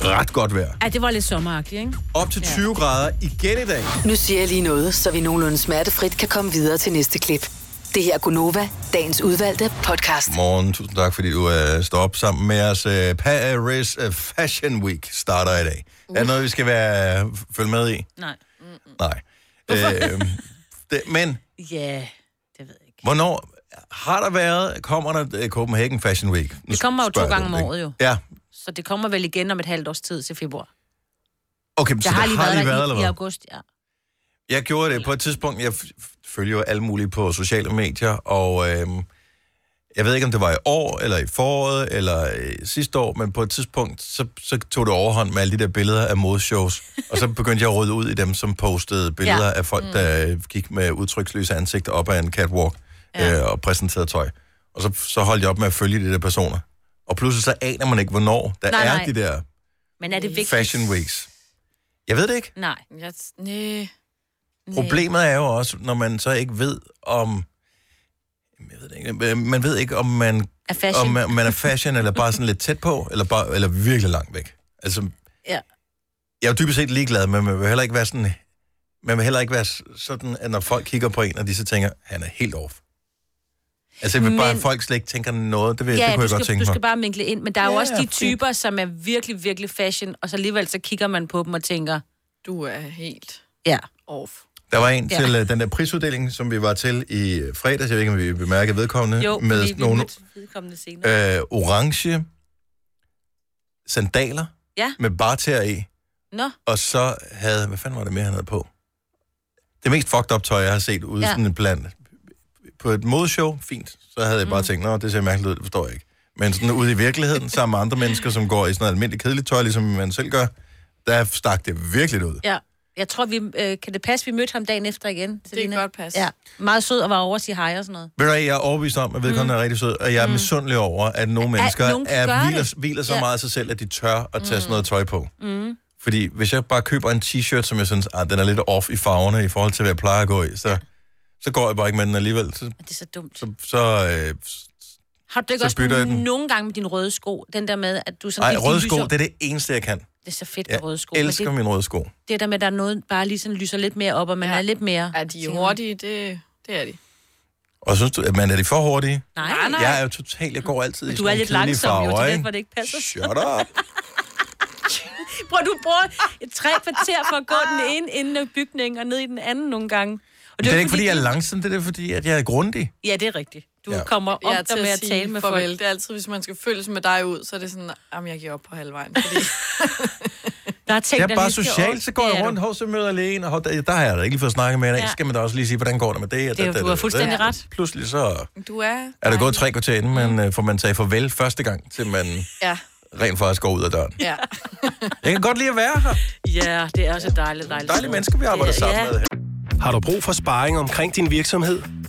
Speaker 1: ret godt vejr.
Speaker 2: Ja, det var lidt sommeragtigt, ikke?
Speaker 1: Op til 20 grader igen i dag.
Speaker 5: Nu siger jeg lige noget, så vi nogenlunde smertefrit kan komme videre til næste klip. Det her er Gunova, dagens udvalgte podcast.
Speaker 1: Morgen, tusind tak, fordi du øh, står op sammen med os. Øh, Paris øh, Fashion Week starter i dag. Er det noget, vi skal være, øh, følge med i?
Speaker 2: Nej.
Speaker 1: Nej. Øh, det, men
Speaker 2: Ja.
Speaker 1: Hvornår har der været, kommer der øh, Copenhagen Fashion Week? Nu
Speaker 2: Det kommer jo to
Speaker 1: spørger jeg
Speaker 2: gange om
Speaker 1: ikke?
Speaker 2: året jo.
Speaker 1: Ja,
Speaker 2: Så det kommer vel igen om et halvt års tid til februar.
Speaker 1: okay, så
Speaker 2: jeg har
Speaker 1: det
Speaker 2: lige
Speaker 1: har
Speaker 2: været,
Speaker 1: lige
Speaker 2: der
Speaker 1: været
Speaker 2: i,
Speaker 1: eller
Speaker 2: i
Speaker 1: hvad?
Speaker 2: august, ja.
Speaker 1: Jeg gjorde det på et tidspunkt, jeg f- f- følger jo alle mulige på sociale medier, og øh, jeg ved ikke, om det var i år, eller i foråret, eller øh, sidste år, men på et tidspunkt, så, så tog det overhånd med alle de der billeder af modeshows, og så begyndte jeg at rydde ud i dem, som postede billeder
Speaker 11: Ja.
Speaker 1: ja. af folk,
Speaker 11: Mm.
Speaker 1: der øh, gik med udtryksløse ansigter op ad en catwalk ja. øh, og præsenterede tøj. Og så, så holdt jeg op med at følge de der personer. Og pludselig så aner man ikke, hvornår der
Speaker 2: Nej,
Speaker 1: er
Speaker 2: nej.
Speaker 1: de der
Speaker 2: Men er det vigtigt?
Speaker 1: fashion weeks. Jeg ved det ikke.
Speaker 2: Nej.
Speaker 3: Jeg, nej.
Speaker 1: Problemet er jo også, når man så ikke ved om... Jeg ved det ikke, øh, man ved ikke, om man
Speaker 2: Er fashion.
Speaker 1: om man, om man er fashion, eller bare sådan lidt tæt på, eller, bare, eller virkelig langt væk. Altså,
Speaker 2: Ja.
Speaker 1: jeg er jo dybest set ligeglad, men man vil heller ikke være sådan... Man vil heller ikke være s- sådan, at når folk kigger på en, og de så tænker, han er helt off. Altså, jeg vil men... bare, at
Speaker 2: Men-
Speaker 1: folk slet ikke tænker noget. Det, vil, det
Speaker 2: ja,
Speaker 1: kunne
Speaker 2: du
Speaker 1: jeg godt
Speaker 2: skal,
Speaker 1: tænke
Speaker 2: du
Speaker 1: mig.
Speaker 2: skal bare minkle ind, men der er jo
Speaker 3: Ja,
Speaker 2: også de
Speaker 3: det-
Speaker 2: typer, som er virkelig, virkelig fashion, og så alligevel så kigger man på dem og tænker,
Speaker 3: Du er helt
Speaker 2: ja.
Speaker 3: off.
Speaker 1: Der var en
Speaker 2: Ja.
Speaker 1: til øh, den der prisuddeling, som vi var til i øh, fredags. Jeg ved ikke, om vi bemærker vedkommende.
Speaker 2: Jo,
Speaker 1: med
Speaker 2: fordi
Speaker 1: sådan
Speaker 2: vi
Speaker 1: nogle
Speaker 2: mødte vedkommende senere.
Speaker 1: øh, orange sandaler
Speaker 2: Ja,
Speaker 1: med barter i,
Speaker 2: nå.
Speaker 1: og så havde, hvad fanden var det mere, han havde på? Det mest fucked up tøj, jeg har set ude
Speaker 2: Ja.
Speaker 1: ja. sådan blandt, på et modeshow, fint, så havde
Speaker 2: Mm.
Speaker 1: jeg bare tænkt, nå, det ser mærkeligt ud, det forstår jeg ikke. Men sådan ude i virkeligheden, sammen med andre mennesker, som går i sådan noget almindeligt kedeligt tøj, ligesom man selv gør, der stak det virkelig ud.
Speaker 2: Ja. Jeg tror, vi, øh, kan det passe, vi mødte ham dagen efter igen? Det
Speaker 3: kan godt passe.
Speaker 2: Ja. Meget sød og var over at sige hej og sådan noget.
Speaker 1: Ved du hvad, jeg er overbevist om, at vedkommende mm. er rigtig sød, og jeg er misundelig over, at nogle mennesker
Speaker 2: nogen kan
Speaker 1: er,
Speaker 2: gøre
Speaker 1: hviler,
Speaker 2: det.
Speaker 1: hviler så
Speaker 2: Ja.
Speaker 1: ja. meget af sig selv, at de tør at tage
Speaker 2: Mm.
Speaker 1: sådan noget tøj på.
Speaker 2: Mm.
Speaker 1: Fordi hvis jeg bare køber en t-shirt, som jeg synes, ah, den er lidt off i farverne i forhold til, hvad jeg plejer at gå i, så, så går jeg bare ikke med den alligevel. Så,
Speaker 2: Det er så dumt.
Speaker 1: så, så øh,
Speaker 2: Har du ikke
Speaker 1: Så
Speaker 2: også
Speaker 1: bytter jeg den.
Speaker 2: nogle gange med din røde sko? Den der med, at du sådan
Speaker 1: ej,
Speaker 2: lige
Speaker 1: røde
Speaker 2: lyser-
Speaker 1: sko, det er det eneste, jeg kan.
Speaker 2: Det er så fedt med
Speaker 1: Jeg
Speaker 2: røde sko. men
Speaker 1: elsker
Speaker 2: det,
Speaker 1: mine røde sko.
Speaker 2: det der med, at der er noget, bare lige sådan lyser lidt mere op, og man ja. er lidt mere...
Speaker 3: Er de hurtige? Det, det er de.
Speaker 1: Og synes du, at man er de for hurtige?
Speaker 2: Nej, nej. nej.
Speaker 1: Jeg er jo totalt, jeg går altid i
Speaker 2: Men
Speaker 1: sådan
Speaker 2: du er
Speaker 1: nogle
Speaker 2: lidt
Speaker 1: kedelige
Speaker 2: langsom,
Speaker 1: farver,
Speaker 2: jo, det er
Speaker 1: ikke?
Speaker 2: derfor, det ikke passer.
Speaker 1: Shut up.
Speaker 2: Bror, du bruger et tre kvarter for at gå
Speaker 3: Ah.
Speaker 2: den ene ende af bygningen og ned i den anden nogle gange. Og
Speaker 1: Det er ikke, fordi jeg er langsom, det er fordi, at jeg er grundig.
Speaker 2: Ja, det er rigtigt. Du
Speaker 1: Ja.
Speaker 2: ja. kommer op
Speaker 3: Jeg er
Speaker 2: der
Speaker 3: til
Speaker 2: med
Speaker 3: at
Speaker 2: at
Speaker 3: sige
Speaker 2: tale med
Speaker 3: farvel.
Speaker 2: folk.
Speaker 3: Det er altid, hvis man skal følges med dig ud, så er det sådan, jamen jeg giver op på halvvejen. Fordi...
Speaker 2: der er
Speaker 1: jeg er bare social, så går jeg rundt, hov, så møder jeg lægen, og hov, der, der har jeg da ikke lige fået snakket med hende,
Speaker 3: Ja.
Speaker 1: ja. skal man da også lige sige, hvordan går det med det? og
Speaker 3: Det er jo-
Speaker 1: da, da,
Speaker 3: du
Speaker 1: da,
Speaker 3: har
Speaker 1: da.
Speaker 3: fuldstændig ret.
Speaker 1: Pludselig så
Speaker 3: Du er...
Speaker 1: er der gået tre kvarter inden, men øh, får man tage farvel første gang, til man
Speaker 3: Ja.
Speaker 1: rent faktisk går ud af døren.
Speaker 3: Ja.
Speaker 1: Jeg kan godt lide at være her.
Speaker 2: Ja, det er også dejligt, dejligt.
Speaker 1: Dejlige mennesker, vi arbejder
Speaker 2: Ja.
Speaker 1: sammen med her.
Speaker 21: Har du brug for sparring omkring din virksomhed?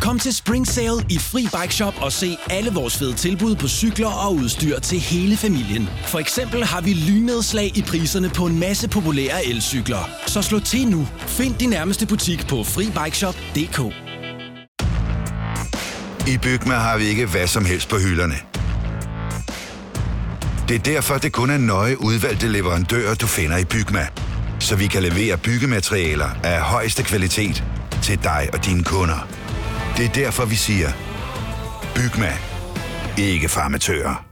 Speaker 22: Kom til Spring Sale i Fri Bike Shop og se alle vores fede tilbud på cykler og udstyr til hele familien. For eksempel har vi lynedslag i priserne på en masse populære elcykler. Så slå til nu. Find din nærmeste butik på FriBikeShop.dk
Speaker 7: I Bygma har vi ikke hvad som helst på hylderne. Det er derfor, det kun er nøje udvalgte leverandører, du finder i Bygma. Så vi kan levere byggematerialer af højeste kvalitet til dig og dine kunder. Det er derfor, vi siger, Bygma. Ikke farmatører.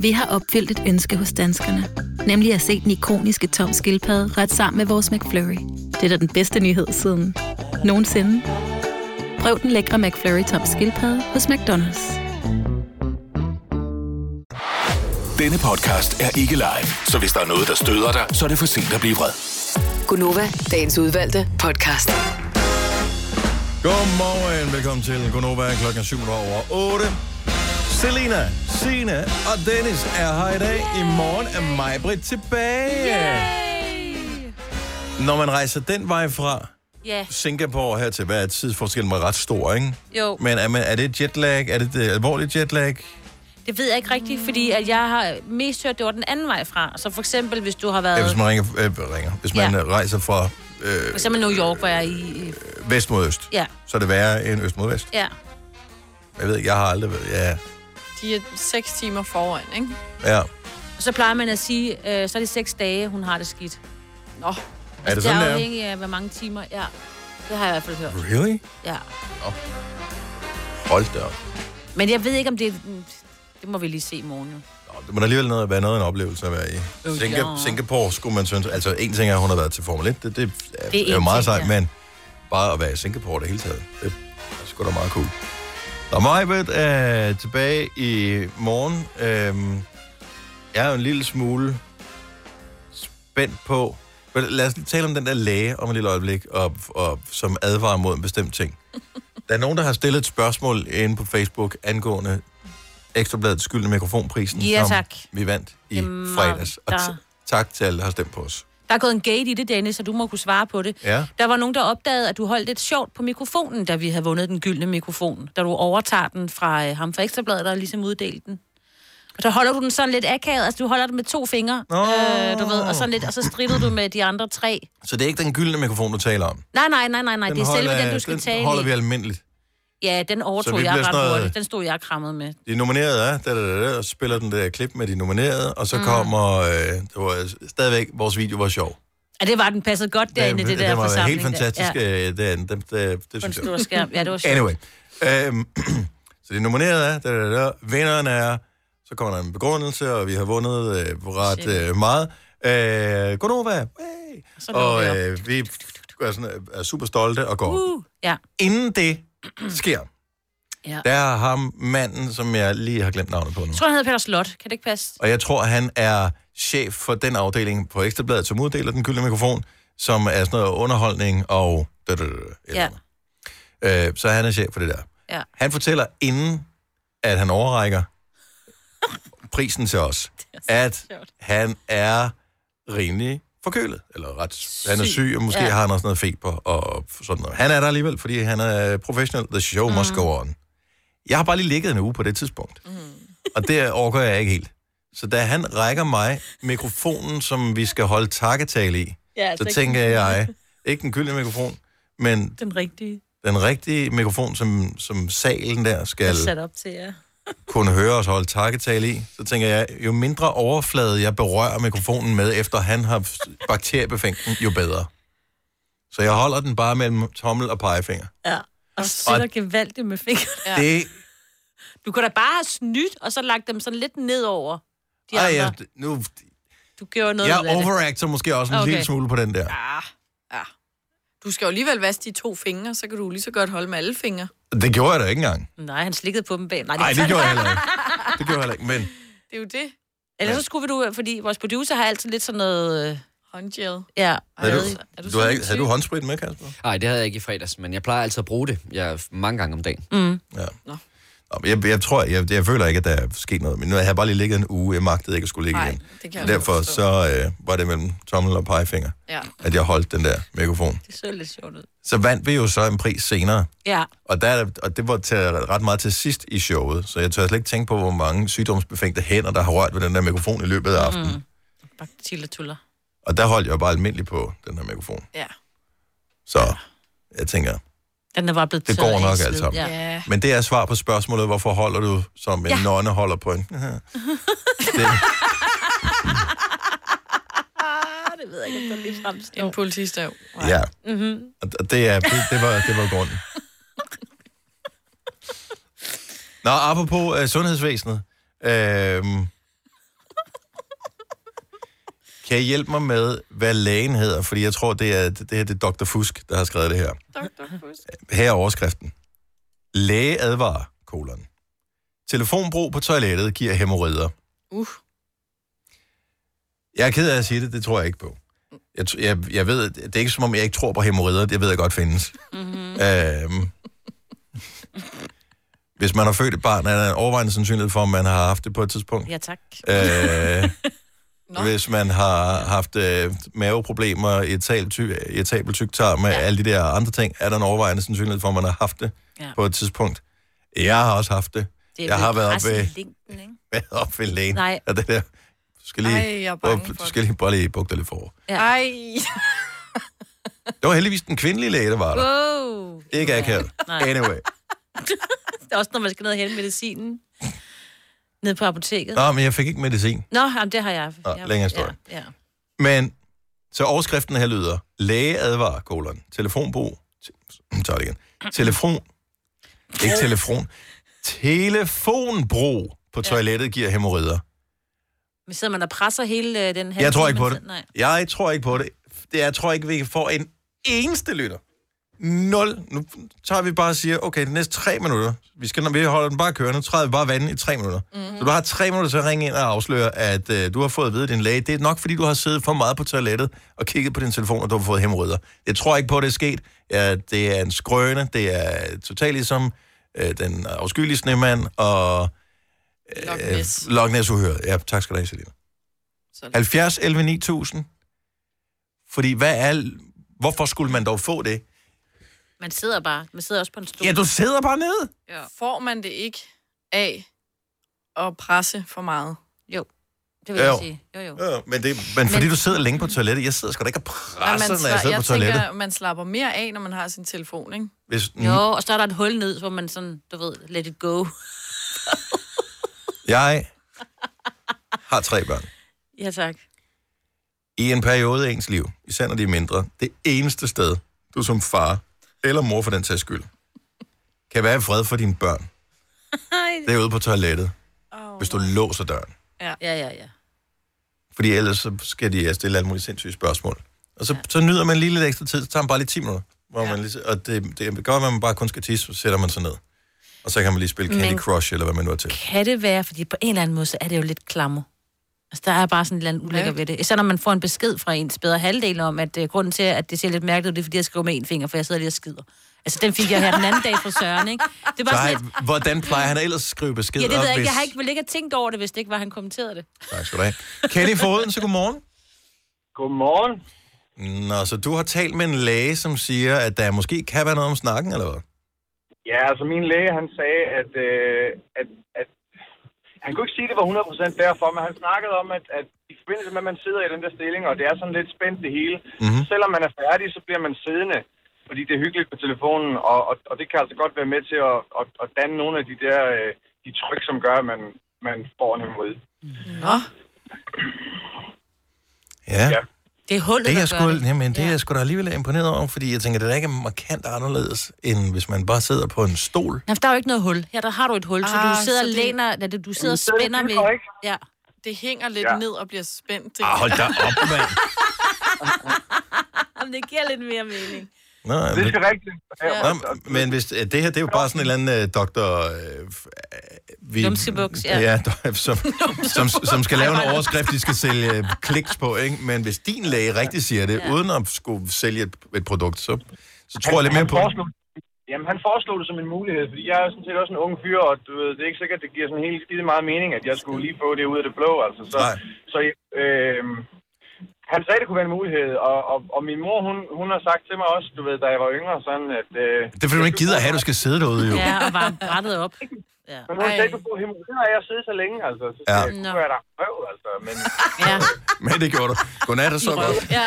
Speaker 10: Vi har opfyldt et ønske hos danskerne. Nemlig at se den ikoniske tom skildpadde ret sammen med vores McFlurry. Det er da den bedste nyhed siden nogensinde. Prøv den lækre McFlurry tom skildpadde hos McDonald's.
Speaker 6: Denne podcast er ikke live, så hvis der er noget, der støder dig, så er det for sent at blive vred.
Speaker 5: Gunova, dagens udvalgte podcast.
Speaker 1: Godmorgen, velkommen til Gonova, klokken er syv minutter over 8. Selina, Sine og Dennis er her i dag. I morgen er Majbrit tilbage. Når man rejser den vej fra
Speaker 2: Ja.
Speaker 1: Singapore her til, hvad er tidsforskellen var ret stor, ikke?
Speaker 2: Jo.
Speaker 1: Men er, man, er det jetlag? Er det, det alvorligt jetlag?
Speaker 2: Det ved jeg ikke rigtigt, fordi at jeg har mest hørt, det var den anden vej fra. Så for eksempel, hvis du har været...
Speaker 1: Ja, hvis man ringer, øh, ringer. Hvis man
Speaker 2: Ja.
Speaker 1: ja. rejser fra
Speaker 2: For
Speaker 1: øh,
Speaker 2: eksempel New York, hvor jeg er i... i-
Speaker 1: vest mod øst,
Speaker 2: Ja,
Speaker 1: så er det værre end øst mod vest.
Speaker 2: ja.
Speaker 1: Jeg ved ikke, jeg har aldrig været... Ja,
Speaker 3: De er seks timer foran, ikke?
Speaker 1: ja.
Speaker 2: Og så plejer man at sige, øh, så er det seks dage, hun har det skidt. Altså,
Speaker 3: Nå. Er
Speaker 1: Er det sådan,
Speaker 2: det
Speaker 1: det
Speaker 2: er?
Speaker 1: er?
Speaker 2: afhængigt af, hvor mange timer. Ja, det har jeg i hvert fald hørt.
Speaker 1: Really?
Speaker 2: Ja.
Speaker 1: Hold da op.
Speaker 2: Men jeg ved ikke, om det... er- Det må vi lige se i morgen. jo.
Speaker 1: Det må da alligevel noget, være noget af en oplevelse at være i.
Speaker 2: Jo,
Speaker 1: Singa-
Speaker 2: Oh, ja.
Speaker 1: Singapore skulle man synes... Altså, en ting er, at hun har været til Formel 1. Det, det, er,
Speaker 2: Det er
Speaker 1: det er jo
Speaker 2: én
Speaker 1: meget
Speaker 2: ting,
Speaker 1: sejt,
Speaker 2: ja.
Speaker 1: men bare at være i Singapore det hele taget, det er sgu da meget cool. Og Majbet er tilbage i morgen. Øhm, jeg er jo en lille smule spændt på... Men lad os lige tale om den der læge om et lille øjeblik, og, og, som advarer mod en bestemt ting. Der er nogen, der har stillet et spørgsmål inde på Facebook angående Ekstrabladets skyldende mikrofonprisen,
Speaker 2: Ja,
Speaker 1: som
Speaker 2: tak.
Speaker 1: vi vandt i
Speaker 2: Det er meget-
Speaker 1: fredags. Og
Speaker 2: der-
Speaker 1: t- tak til alle, der har stemt på os.
Speaker 2: Der er gået en gate i det, Dennis, så du må kunne svare på det.
Speaker 1: Ja.
Speaker 2: Der var nogen, der opdagede, at du holdt lidt sjovt på mikrofonen, da vi havde vundet den gyldne mikrofon. Da du overtager den fra øh, ham fra Ekstrabladet, der ligesom uddelte den. Og der holder du den sådan lidt akavet, altså du holder den med to fingre,
Speaker 1: Nå.
Speaker 2: øh, du ved, og, sådan lidt, og så strider du med de andre tre.
Speaker 1: Så det er ikke den gyldne mikrofon, du taler om.
Speaker 2: Nej, nej, nej, nej, nej, det er selve den, du skal
Speaker 1: den
Speaker 2: tage
Speaker 1: holder
Speaker 2: i.
Speaker 1: vi almindeligt.
Speaker 2: Ja, den
Speaker 1: Så
Speaker 2: overtog
Speaker 1: vi
Speaker 2: jeg
Speaker 1: bliver
Speaker 2: ret
Speaker 1: sådan noget-
Speaker 2: hurtigt. Den stod jeg krammet med.
Speaker 1: De nominerede er, da, da, da, da, og spiller den der klip med de nominerede, og så mm. kommer, øh, det var stadigvæk, vores video var sjov.
Speaker 2: Ja, det var, den passede godt derinde, i det,
Speaker 1: den
Speaker 2: der
Speaker 1: var
Speaker 2: forsamling.
Speaker 1: helt fantastisk.
Speaker 2: Der.
Speaker 1: Ja. Øh, den, den, det, det
Speaker 2: På en
Speaker 1: synes
Speaker 2: stor
Speaker 1: jeg.
Speaker 2: skærm. Ja, det var sjovt.
Speaker 1: Anyway. Øhm, så det nominerede er, da, da, da, vinderen er, så kommer der en begrundelse, og vi har vundet øh, ret øh, meget. Øh, Godnova! Hey!
Speaker 2: Så lukker
Speaker 1: Og
Speaker 2: vi op.
Speaker 1: øh, vi er, sådan, øh, er super stolte og går. Uh.
Speaker 2: Uh, ja.
Speaker 1: Inden det sker,
Speaker 2: ja.
Speaker 1: der er ham manden, som jeg lige har glemt navnet på nu.
Speaker 2: Jeg tror, han hedder Peter Slot. Kan det ikke passe?
Speaker 1: Og jeg tror, han er chef for den afdeling på Ekstrabladet, som uddeler den gyldne mikrofon, som er sådan noget underholdning og... Da, da, da, da.
Speaker 2: Ja.
Speaker 1: Øh, så han er chef for det der.
Speaker 2: ja.
Speaker 1: Han fortæller inden, at han overrækker prisen til os, at han er rimelig forkølet, eller ret, han er syg, og måske
Speaker 8: Ja.
Speaker 1: ja. har han også noget feber og sådan noget. Han er der alligevel, fordi han er professionel. The show mm. must go on. Jeg har bare lige ligget en uge på det tidspunkt, mm. og det overgår jeg ikke helt. Så da han rækker mig mikrofonen, som vi skal holde takketale i,
Speaker 2: Ja,
Speaker 1: ja,
Speaker 2: altså ikke-
Speaker 1: så tænker jeg, ikke den gyldne mikrofon, men
Speaker 2: Den rigtige.
Speaker 1: den rigtige mikrofon, som, som salen der skal
Speaker 2: Sat op til, ja.
Speaker 1: kunne høre os holde takketale i, så tænker jeg, jo mindre overflade jeg berører mikrofonen med, efter han har bakteriebefængt den, jo bedre. Så jeg holder den bare mellem tommel og pegefinger.
Speaker 2: Ja. Og sætter gevaldigt med fingrene.
Speaker 1: Ja. Det,
Speaker 2: Du kunne da bare have snydt, og så lagt dem sådan lidt nedover. De
Speaker 1: ej,
Speaker 2: andre.
Speaker 1: jeg, nu,
Speaker 2: Du gjorde noget
Speaker 1: jeg
Speaker 2: ud af det.
Speaker 1: overacter måske også en
Speaker 3: Okay.
Speaker 1: okay. lille smule på den der.
Speaker 3: Du skal jo alligevel vaske de to fingre, så kan du lige så godt holde med alle fingre.
Speaker 1: Det gjorde jeg da ikke engang.
Speaker 2: Nej, han slikkede på dem bag. Nej,
Speaker 1: Nej, det gjorde jeg heller ikke. Det gjorde jeg heller ikke, men...
Speaker 3: Det er jo det.
Speaker 2: Ellers så skulle vi du, fordi vores producer har altid lidt sådan noget... Øh...
Speaker 3: Håndgel.
Speaker 2: Ja.
Speaker 1: Havde du,
Speaker 2: Er
Speaker 1: du,
Speaker 2: du
Speaker 1: havde,
Speaker 2: sådan
Speaker 1: ikke- havde du håndsprit med, Kasper?
Speaker 14: Nej, det havde jeg ikke i fredags, men jeg plejer altid at bruge det jeg, mange gange om dagen.
Speaker 2: Mm.
Speaker 1: Ja. Nå, men Jeg, jeg tror, jeg, jeg føler ikke, at der er sket noget, men nu har jeg bare lige ligget en uge, jeg magtede ikke at skulle ligge
Speaker 3: Nej,
Speaker 1: igen.
Speaker 3: det kan jeg
Speaker 1: Derfor
Speaker 3: godt forstå.
Speaker 1: så øh, var det mellem tommel og pegefinger,
Speaker 3: Ja.
Speaker 1: at jeg holdt den der mikrofon.
Speaker 2: Det så lidt sjovt ud.
Speaker 1: Så vandt vi jo så en pris senere,
Speaker 2: Ja.
Speaker 1: og, der, er- og det var til, ret meget til sidst i showet, så jeg tør slet ikke tænke på, hvor mange sygdomsbefængte hænder, der har rørt ved den der mikrofon i løbet af aftenen. Mm.
Speaker 2: Baktil og tuller.
Speaker 1: Og der holdt jeg bare almindeligt på den her mikrofon.
Speaker 3: Ja.
Speaker 1: Så jeg tænker,
Speaker 2: Den er bare blevet
Speaker 1: Det
Speaker 2: tørret
Speaker 1: går
Speaker 2: af
Speaker 1: nok
Speaker 2: sved.
Speaker 1: alt sammen.
Speaker 2: Ja.
Speaker 1: Men det er svar på spørgsmålet, hvorfor holder du, som en
Speaker 2: Ja.
Speaker 1: nonne holder på en...
Speaker 3: Ah, det ved jeg ikke, om der lige fremstår. En politistav.
Speaker 1: Ja,
Speaker 3: Mm-hmm.
Speaker 1: og det, er, det, det, var, det var grunden. Nå, apropos øh, sundhedsvæsenet. Øh, kan I hjælpe mig med, hvad lægen hedder? Fordi jeg tror, det er, det, her, det er Dr. Fusk, der har skrevet det her. Her er overskriften. Læge advarer, kolon. Telefonbrug på toilettet giver hemorrider.
Speaker 3: Uh.
Speaker 1: Jeg er ked af at sige det, det tror jeg ikke på. Jeg, t- jeg, jeg ved, det er ikke som om, jeg ikke tror på hemorrider, det ved jeg godt findes.
Speaker 2: Mhm.
Speaker 1: Mm-hmm. Øhm, hvis man har født et barn, er der en overvejende sandsynlighed for, at man har haft det på et tidspunkt.
Speaker 2: Ja, tak.
Speaker 1: Øh, hvis man har haft øh, maveproblemer, irritabel ty- irritabel tyktarm og ja. alle de der andre ting, er der en overvejende sandsynlighed for, at man har haft det
Speaker 2: Ja.
Speaker 1: ja. på et tidspunkt. Jeg har også haft det.
Speaker 2: Det er
Speaker 1: jeg har
Speaker 2: blevet
Speaker 1: været
Speaker 2: presset
Speaker 1: oppe
Speaker 2: i
Speaker 1: ved,
Speaker 2: længden, ikke?
Speaker 1: været oppe ved lægen.
Speaker 2: Nej.
Speaker 1: Og det der, du skal lige,
Speaker 3: Ej, jeg er bange for
Speaker 1: du skal lige, bare lige bukke dig lidt forover.
Speaker 2: Ja.
Speaker 3: Ej.
Speaker 1: Det var heldigvis den kvindelige læge, der var der.
Speaker 2: Wow.
Speaker 1: Ikke akavet.
Speaker 2: Nej.
Speaker 1: Anyway.
Speaker 2: Det er også, når man skal ned og hente medicinen. Ned på apoteket.
Speaker 1: Nå, men jeg fik ikke medicin.
Speaker 2: Nå jamen, det har jeg.
Speaker 1: Nå,
Speaker 2: jeg
Speaker 1: længere historie.
Speaker 2: Ja, ja.
Speaker 1: Men, så overskriften her lyder, læge advarer, kolon, telefonbrug, te- så er det igen, telefon, ikke telefon, telefonbrug på toilettet giver hemorrider.
Speaker 2: Men sidder man og presser hele øh, den her...
Speaker 1: Jeg tror
Speaker 2: tid,
Speaker 1: ikke på
Speaker 2: man
Speaker 1: det.
Speaker 2: sidder- Nej.
Speaker 1: Jeg tror ikke på det. det jeg tror ikke, vi får en eneste lytter. Nul. Nu tager vi bare og siger, okay, de næste tre minutter, vi, skal, når vi holder den bare kørende, træder vi bare vandet i tre minutter.
Speaker 3: Mhm.
Speaker 1: Mm-hmm. Så du har tre minutter til at ringe ind og afsløre, at øh, du har fået at vide af din læge. Det er nok, fordi du har siddet for meget på toilettet og kigget på din telefon, og du har fået hemorrider. Jeg tror ikke på, at det er sket. Ja, det er en skrøne. Det er totalt ligesom øh, den afskyelige snemand og...
Speaker 3: Loch Ness.
Speaker 1: Øh, Loch Ness uhøret. Ja, tak skal du have, Selina. 70 11 9000. Fordi hvad er... Hvorfor skulle man dog få det?
Speaker 2: Man sidder bare. Man sidder også på en stol.
Speaker 1: Ja, du sidder bare nede.
Speaker 3: Ja. Får man det ikke af at presse for meget?
Speaker 2: Jo.
Speaker 3: Det vil jeg
Speaker 1: Jo. Øh,
Speaker 3: sige. Jo, jo.
Speaker 1: Ja, men, det, men fordi du sidder længe på toilettet, jeg sidder sgu da ikke og presser, når jeg
Speaker 3: sla-
Speaker 1: sidder
Speaker 3: jeg
Speaker 1: på toilettet.
Speaker 3: tænker, man slapper mere af, når man har sin telefon, ikke?
Speaker 1: Hvis, mm,
Speaker 2: Jo, og så er der et hul ned, hvor man sådan, du ved, let it go.
Speaker 1: Jeg har tre børn.
Speaker 2: Ja, tak.
Speaker 1: I en periode af ens liv, især når de er mindre, det eneste sted, du som far, eller mor for den sags skyld, kan være i fred for dine børn, det er ude på toilettet, oh, hvis du låser døren.
Speaker 3: Ja.
Speaker 2: ja, ja, ja.
Speaker 1: Fordi ellers så skal de øh, stille alle mulige sindssyge spørgsmål. Og så, ja. så nyder man lige lidt ekstra tid, så tager man bare lige 10 minutter. Hvor ja. man lige, og det, det kan godt være, at man bare kun skal tisse, så sætter man sig ned. Og så kan man lige spille Candy
Speaker 2: Men-
Speaker 1: Men... Crush, eller hvad man nu er til.
Speaker 2: Kan det være, fordi på en eller anden måde, så er det jo lidt klammer. Altså, der er bare sådan et eller andet ulækker ved det. Især når man får en besked fra ens bedre halvdel om, at uh, grunden til, at det ser lidt mærkeligt ud, det er, fordi jeg skriver med en finger, for jeg sidder lige og skider. Altså, den fik jeg her den anden dag fra Søren, ikke? Det var
Speaker 1: Så
Speaker 2: sådan
Speaker 1: har,
Speaker 2: lidt...
Speaker 1: hvordan plejer han ellers at skrive beskeder?
Speaker 2: Ja, det ved jeg
Speaker 1: hvis...
Speaker 2: ikke. Jeg har ikke, ville ikke have tænkt over det, hvis det ikke var, han kommenterede det.
Speaker 1: Tak skal du have. Kenny Foden, så godmorgen.
Speaker 8: Godmorgen.
Speaker 1: Nå, så du har talt med en læge, som siger, at der måske kan være noget om snakken, eller hvad?
Speaker 8: Ja, altså min læge, han sagde, at, øh, at, at han kunne ikke sige, at det var 100% derfor, men han snakkede om, at, at i forbindelse med, at man sidder i den der stilling, og det er sådan lidt spændt det hele,
Speaker 1: Mhm.
Speaker 8: mm-hmm. selvom man er færdig, så bliver man siddende, fordi det er hyggeligt på telefonen, og, og, og det kan altså godt være med til at, at, at danne nogle af de der øh, de tryk, som gør, at man, man får en hemorrhoid.
Speaker 3: Nå.
Speaker 1: Ja. ja.
Speaker 2: Det er hullet,
Speaker 1: det er jeg
Speaker 2: der
Speaker 1: sgu,
Speaker 2: gør det.
Speaker 1: Jamen, det er jeg sgu da alligevel imponeret over, fordi jeg tænker, det er da ikke markant anderledes, end hvis man bare sidder på en stol.
Speaker 2: Nå, for der er jo ikke noget hul. Her der har du et hul, så
Speaker 3: Ah,
Speaker 2: du sidder
Speaker 3: så
Speaker 2: og
Speaker 3: det-
Speaker 2: læner, det... du sidder og
Speaker 3: Men det
Speaker 2: spænder
Speaker 3: er det, det
Speaker 2: ved...
Speaker 3: går
Speaker 2: Ja.
Speaker 3: Det hænger lidt
Speaker 2: Ja.
Speaker 3: ja. ned og bliver spændt.
Speaker 1: Ah, hold da op, mand.
Speaker 2: Jamen, det giver lidt mere mening.
Speaker 1: Nå, det
Speaker 8: er sgu rigtigt.
Speaker 1: Nå, men hvis, øh, det her, det er jo bare sådan en eller anden øh, doktor... Øh, f- øh, vi,
Speaker 2: Lumsebuks, ja.
Speaker 1: ja do- som, som, som skal lave en overskrift, de skal sælge øh, kliks på, ikke? Men hvis din læge rigtig siger det, uden at skulle sælge et, et produkt, så, så tror jeg lidt mere
Speaker 8: han
Speaker 1: på... det.
Speaker 8: foreslog, Jamen, han foreslog det som en mulighed, fordi jeg er sådan set også en ung fyr, og du ved, det er ikke sikkert, det giver sådan helt skide meget mening, at jeg skulle lige få det ud af det blå, altså. Så, så øh, han sagde, det kunne være en mulighed, og, og, og min mor, hun, hun har sagt til mig også, du ved, da jeg var yngre, sådan at... Øh,
Speaker 1: Det er fordi, du ikke gider at have, at du skal sidde derude, jo.
Speaker 2: Ja, og varme brættet op. Ja.
Speaker 8: Men hun sagde, du får hemorrider af at sidde så længe, altså. Så
Speaker 1: Ja.
Speaker 8: ja. jeg kunne være der røv, altså. Men,
Speaker 1: Men det gjorde du. Godnat og så godt.
Speaker 2: Ja.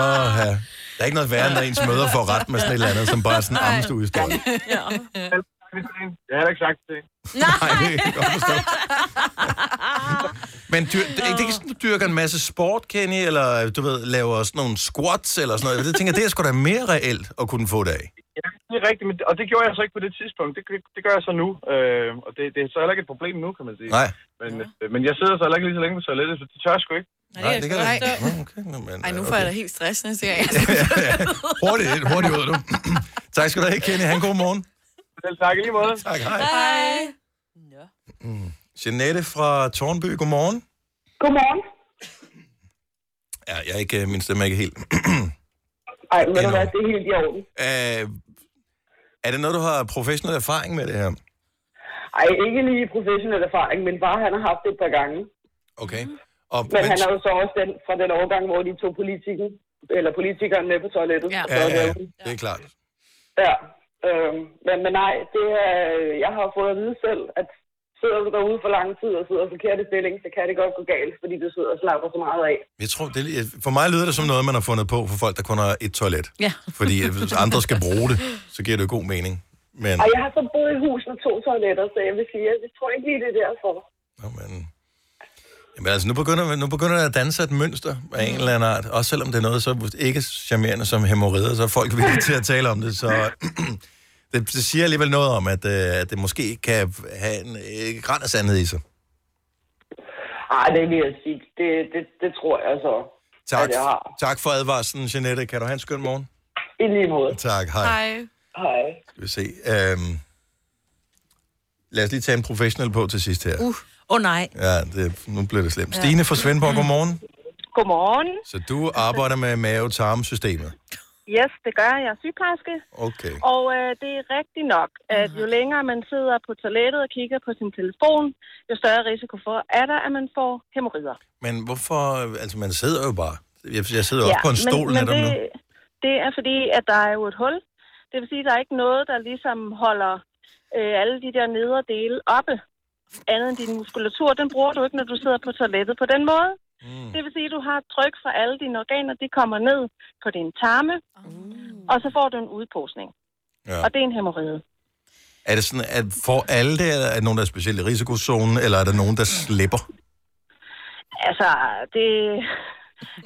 Speaker 1: Åh, ja. Der er ikke noget værre, når ens møder får ret med sådan et eller andet, som bare er sådan en armstuestolt.
Speaker 8: Ja. Jeg har da ikke sagt det.
Speaker 1: Nej, det kan jeg godt forstå. Men dyr, det, det er ikke sådan, du dyrker en masse sport, Kenny, eller du ved, laver sådan nogle squats eller sådan noget. Jeg tænker, det er sgu da mere reelt at kunne få det af.
Speaker 8: Det er rigtigt, men, og det gjorde jeg så ikke på det tidspunkt. Det, det gør jeg så nu, øh, og det, det er så heller ikke et problem nu, kan man sige.
Speaker 1: Nej.
Speaker 8: Men, øh, men jeg sidder så heller ikke lige så længe på toilettet, så det tør jeg sgu ikke.
Speaker 3: Nej, det kan jeg ikke.
Speaker 1: Nå, Okay, nå, men,
Speaker 3: Ej, nu
Speaker 1: øh,
Speaker 3: får jeg da helt stress næste gang. jeg skal-
Speaker 1: Hurtigt ind, hurtigt ud, du. tak skal du have, Kenny. Ha' en god morgen.
Speaker 8: Selv tak i lige måde.
Speaker 1: Tak, hej.
Speaker 3: Hej.
Speaker 1: Jeanette fra Tornby, godmorgen.
Speaker 9: Godmorgen.
Speaker 1: Ja, jeg er ikke, øh, min stemme er ikke helt.
Speaker 9: Ej, men ved du hvad, det er helt i orden.
Speaker 1: Øh, er det noget, du har professionel erfaring med det her?
Speaker 9: Ej, ikke lige professionel erfaring, men bare han har haft det et par gange.
Speaker 1: Okay. Og,
Speaker 9: Men han er jo så også den, fra den overgang, hvor de tog politikken, eller politikeren med på toilettet.
Speaker 1: Ja,
Speaker 9: Så det
Speaker 1: ja,
Speaker 9: er
Speaker 1: ja,
Speaker 9: jo-
Speaker 1: det er klart.
Speaker 9: ja. Øhm, men, men nej, det er, jeg har fået at vide selv, at sidder du derude for lang tid og sidder forkert i stilling, så kan det godt gå galt, fordi du sidder og slapper så meget af.
Speaker 1: Jeg tror, det, er- for mig lyder det som noget, man har fundet på for folk, der kun har et toilet.
Speaker 9: Ja.
Speaker 1: Fordi hvis andre skal bruge det, så giver det jo god mening. Men
Speaker 9: Og jeg har så boet i hus med to toiletter, så jeg vil sige, at jeg tror ikke lige, det er derfor.
Speaker 1: jamen, altså, nu begynder, nu begynder der at danse et mønster af en eller anden art. Også selvom det er noget så ikke charmerende som hemorrider, så er folk villige til at tale om det. Så det, det siger alligevel noget om, at, øh, at det måske kan have en øh, græn af sandhed i sig.
Speaker 9: Ej, det vil jeg sige. Det, det, det tror jeg så.
Speaker 1: Tak,
Speaker 9: At jeg har.
Speaker 1: tak for advarslen, Jeanette. Kan du have en skøn morgen?
Speaker 9: I lige måde.
Speaker 1: Tak, hej.
Speaker 9: Hej.
Speaker 1: Skal vi se. Øhm, lad os lige tage en professionel på til sidst her.
Speaker 2: Uh, åh oh, nej.
Speaker 1: Ja, det, nu bliver det slemt.
Speaker 2: Ja.
Speaker 1: Stine fra Svendborg, godmorgen.
Speaker 23: Godmorgen.
Speaker 1: Så du arbejder med mave-tarmsystemet.
Speaker 23: Yes, det gør jeg. Jeg er sygeplejerske.
Speaker 1: Okay.
Speaker 23: Og øh, det er rigtigt nok, at jo længere man sidder på toilettet og kigger på sin telefon, jo større risiko for er der, at man får hæmorrider.
Speaker 1: Men hvorfor... Altså, man sidder jo bare. Jeg, jeg sidder jo også på en stol
Speaker 23: men, men
Speaker 1: netop
Speaker 23: det,
Speaker 1: nu.
Speaker 23: det er fordi, at der er jo et hul. Det vil sige, at der er ikke noget, der ligesom holder øh, alle de der nedre dele oppe. Andet end din muskulatur, den bruger du ikke, når du sidder på toilettet på den måde. Mm. Det vil sige, at du har et tryk fra alle dine organer, de kommer ned på din tarme, og så får du en udposning.
Speaker 1: Ja.
Speaker 23: Og det er en hæmoride.
Speaker 1: Er det sådan, at for alle det, eller er der nogen, der er specielt i risikozonen, eller er der nogen, der slipper?
Speaker 23: Altså, det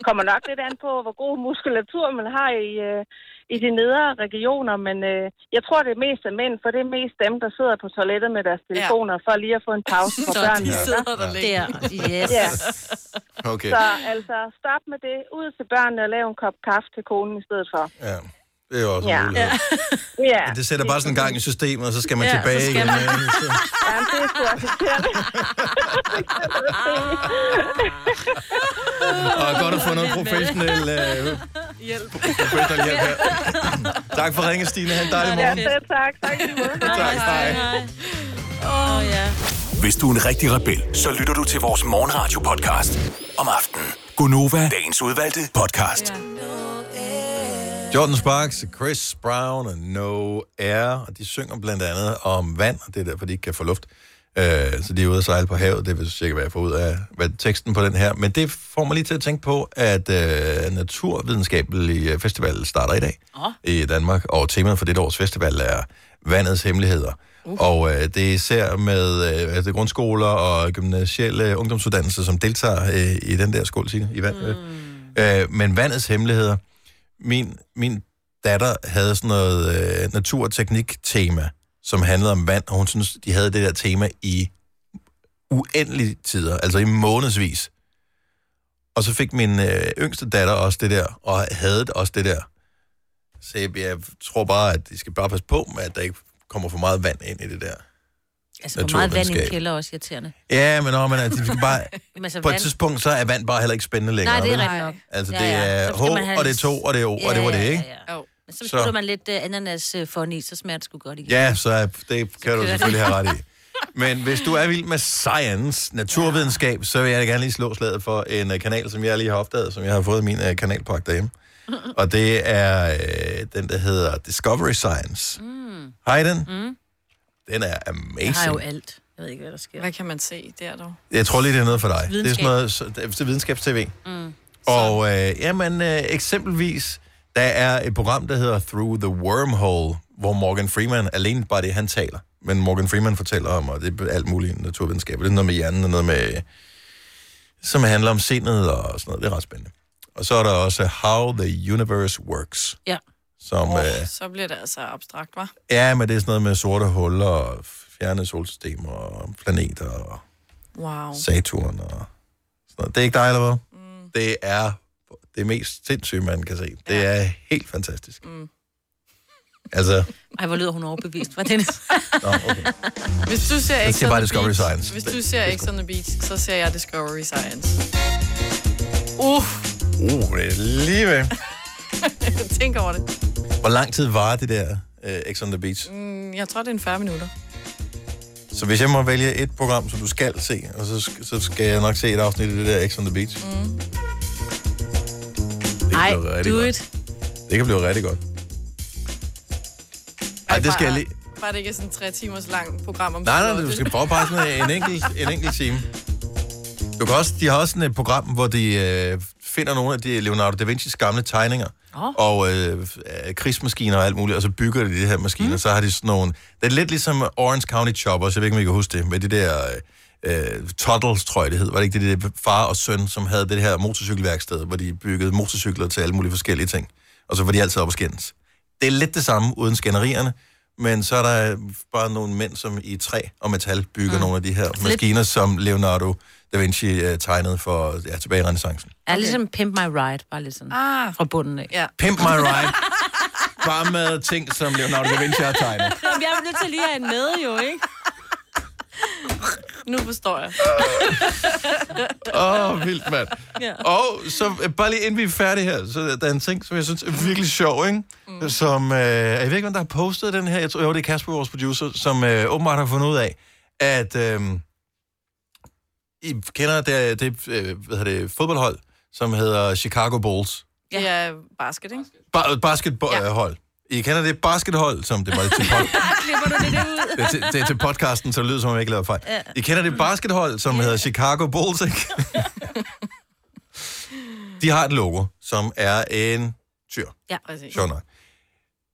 Speaker 23: kommer nok lidt an på, hvor god muskulatur man har i, øh, i de nedre regioner, men øh, jeg tror, det er mest af mænd, for det er mest dem, der sidder på toilettet med deres telefoner, ja. for lige at få en pause fra
Speaker 2: Så
Speaker 23: børnene.
Speaker 2: de sidder der længe. Der, yes.
Speaker 23: Ja.
Speaker 1: Okay.
Speaker 23: Så altså, stop med det. Ud til børnene og lav en kop kaffe til konen i stedet for.
Speaker 1: Ja, det er jo også
Speaker 23: Ja.
Speaker 1: ja.
Speaker 23: ja. ja.
Speaker 1: Det sætter bare sådan en gang i systemet, og så skal man
Speaker 23: Ja, så
Speaker 1: tilbage
Speaker 23: skal
Speaker 1: igen.
Speaker 23: man.
Speaker 1: ikke? Så-
Speaker 23: Ja, det er sgu irriterende.
Speaker 1: Og godt at få noget professionel, øh,
Speaker 23: Hjælp.
Speaker 1: professionel hjælp her. Tak for ringen, Stine. Ha' en dejlig morgen.
Speaker 23: Ja, selv tak. Tak, i lige måde.
Speaker 1: Tak, hej.
Speaker 23: Åh, oh, ja.
Speaker 6: Hvis du er en rigtig rebel, så lytter du til vores morgenradio-podcast om aftenen.
Speaker 1: Gunova.
Speaker 6: Dagens udvalgte podcast.
Speaker 1: Jordan Sparks, Chris Brown og No Air, og de synger blandt andet om vand, og det er derfor, de ikke kan få luft. Øh, så de er ude at sejle på havet, det vil cirka, hvad jeg får ud af hvad teksten på den her. Men det får mig lige til at tænke på, at øh, Naturvidenskabelig Festival starter i dag oh. i Danmark, og temaet for dette års festival er vandets hemmeligheder. Uh. Og øh, det er især med øh, altså grundskoler og gymnasielle ungdomsuddannelser, som deltager øh, i den der skål, Signe, i vand. Mm. Øh, men vandets hemmeligheder, min, min datter havde sådan noget øh, natur- og teknik-tema, som handlede om vand, og hun synes, de havde det der tema i uendelige tider, altså i månedsvis. Og så fik min øh, yngste datter også det der, og havde det også det der. Så jeg, jeg tror bare, at de skal bare passe på med, at der ikke kommer for meget vand ind i det der.
Speaker 2: Altså, hvor meget vand i en
Speaker 1: Naturvidenskab.
Speaker 2: kælder er også irriterende.
Speaker 1: Ja, men, nå, men altså, de skal bare,
Speaker 2: Jamen, altså,
Speaker 1: på et
Speaker 2: vand-
Speaker 1: tidspunkt, så er vand bare heller ikke spændende længere.
Speaker 2: Nej, det er
Speaker 1: vel?
Speaker 2: rigtigt nok.
Speaker 1: Altså,
Speaker 2: Ja,
Speaker 1: det
Speaker 2: ja.
Speaker 1: er
Speaker 2: Så
Speaker 1: H,
Speaker 2: skal man have
Speaker 1: og det er
Speaker 2: lidt-
Speaker 1: to, og det er O, og det var det, ikke?
Speaker 2: Ja, ja. Men så
Speaker 1: Så-
Speaker 2: putter man lidt uh, ananas uh, for i, så smager det sgu godt igen.
Speaker 1: Ja, så er- det kan du
Speaker 2: det.
Speaker 1: selvfølgelig have ret i. Men hvis du er vild med science, naturvidenskab, så vil jeg da gerne lige slå slaget for en øh, kanal, som jeg lige har opdaget, som jeg har fået i min øh, kanalpakke derhjemme. Og det er øh, den, der hedder Discovery Science. Mm. Har I den?
Speaker 3: Mm.
Speaker 1: Den er
Speaker 3: Jeg har jo
Speaker 1: amazing.
Speaker 3: alt. Jeg ved ikke, hvad der sker. Hvad kan man se der dog?
Speaker 1: Jeg tror lige, det er noget for dig. Det er
Speaker 3: Videnskab.
Speaker 1: sådan noget så- det er videnskabstv.
Speaker 3: Mm.
Speaker 1: Og øh, jamen, øh, eksempelvis Der er et program, der hedder Through the Wormhole, hvor Morgan Freeman, alene bare det, han taler. Men Morgan Freeman fortæller om, og det er alt muligt naturvidenskab. Det er noget med hjernen og noget med... Som handler om sindet og sådan noget. Det er ret spændende. Og så er der også How the Universe Works,
Speaker 3: Ja.
Speaker 1: som... Oh. Øh,
Speaker 3: Så bliver det altså abstrakt, var.
Speaker 1: ja, men det er sådan noget med sorte huller og fjerne solsystemer og planeter og
Speaker 3: Wow.
Speaker 1: Saturn og sådan noget. Det er ikke dig, eller hvad? Mm. Det er det mest sindssyge, man kan se. Det ja. er helt fantastisk. Mm. Altså,
Speaker 2: Ej, hvor lyder hun overbevist, var Dennis?
Speaker 1: nå, okay.
Speaker 3: Hvis du ser
Speaker 1: Jeg
Speaker 3: ikke
Speaker 1: siger bare Discovery Science.
Speaker 3: Hvis
Speaker 1: Det-
Speaker 3: du ser ikke on the Beach, så ser jeg Discovery Science. Uh,
Speaker 1: Uh, det er lige ved.
Speaker 3: tænk over det.
Speaker 1: Hvor lang tid var det der uh, X on the Beach?
Speaker 3: Mm, jeg tror, det er en 40 minutter.
Speaker 1: Så hvis jeg må vælge et program, som du skal se, og så, sk- så skal jeg nok se et afsnit af det der X on the Beach. Mm.
Speaker 2: Ej,
Speaker 1: blive rigtig
Speaker 2: do
Speaker 1: godt.
Speaker 2: it.
Speaker 1: Det kan blive rigtig godt. Ej, det skal jeg lige...
Speaker 3: Bare det ikke er sådan en tre timers lang program om
Speaker 1: Nej, nej,
Speaker 3: slottet.
Speaker 1: du skal prøve at passe med en enkelt, en enkelt time. Du kan også, de har også sådan et program, hvor de øh, finder nogle af de Leonardo da Vinci's gamle tegninger.
Speaker 2: Åh.
Speaker 1: Og øh, øh, krigsmaskiner og alt muligt, og så bygger de de her maskiner. Mm. Så har de sådan nogle... Det er lidt ligesom Orange County Choppers, jeg ved ikke, om I kan huske det, med de der... Øh, øh, Toddles, tror jeg det hed, var det ikke det, det der far og søn, som havde det her motorcykelværksted, hvor de byggede motorcykler til alle mulige forskellige ting. Og så var de altid op og skændes. Det er lidt det samme uden skænderierne, men så er der bare nogle mænd, som i træ og metal bygger mm. nogle af de her maskiner, som Leonardo da Vinci øh, tegnede for ja, tilbage i renaissancen.
Speaker 2: Er ligesom Pimp My Ride, bare lidt sådan ah. fra bunden af.
Speaker 3: Ja.
Speaker 1: Pimp My Ride. Bare med ting, som Leonardo da Vinci har tegnet.
Speaker 2: Jamen, jeg er nødt til lige at have en med, jo, ikke?
Speaker 3: Nu forstår jeg.
Speaker 1: Åh, oh, vildt mand.
Speaker 3: Ja.
Speaker 1: Og så øh, bare lige inden vi er færdige her, så der er en ting, som jeg synes er virkelig sjov, ikke? Mm. Som, øh, jeg ved ikke, om der har postet den her, jeg tror, jo, det er Kasper, vores producer, som øh, åbenbart har fundet ud af, at øh, I kender det, det, øh, hvad hedder det fodboldhold, som hedder Chicago Bulls.
Speaker 3: Ja. Det er basket, ikke?
Speaker 1: Ba- basketballhold. Ja. I kender det baskethold, som det var til, pod-
Speaker 3: Klipper du det der ud?
Speaker 1: det, er til, det er til podcasten, så det lyder, som om jeg ikke laver fejl.
Speaker 3: Ja.
Speaker 1: I kender det baskethold, som hedder Chicago Bulls, ikke? De har et logo, som er en tyr.
Speaker 2: Ja,
Speaker 3: præcis.
Speaker 1: Sjovt nok.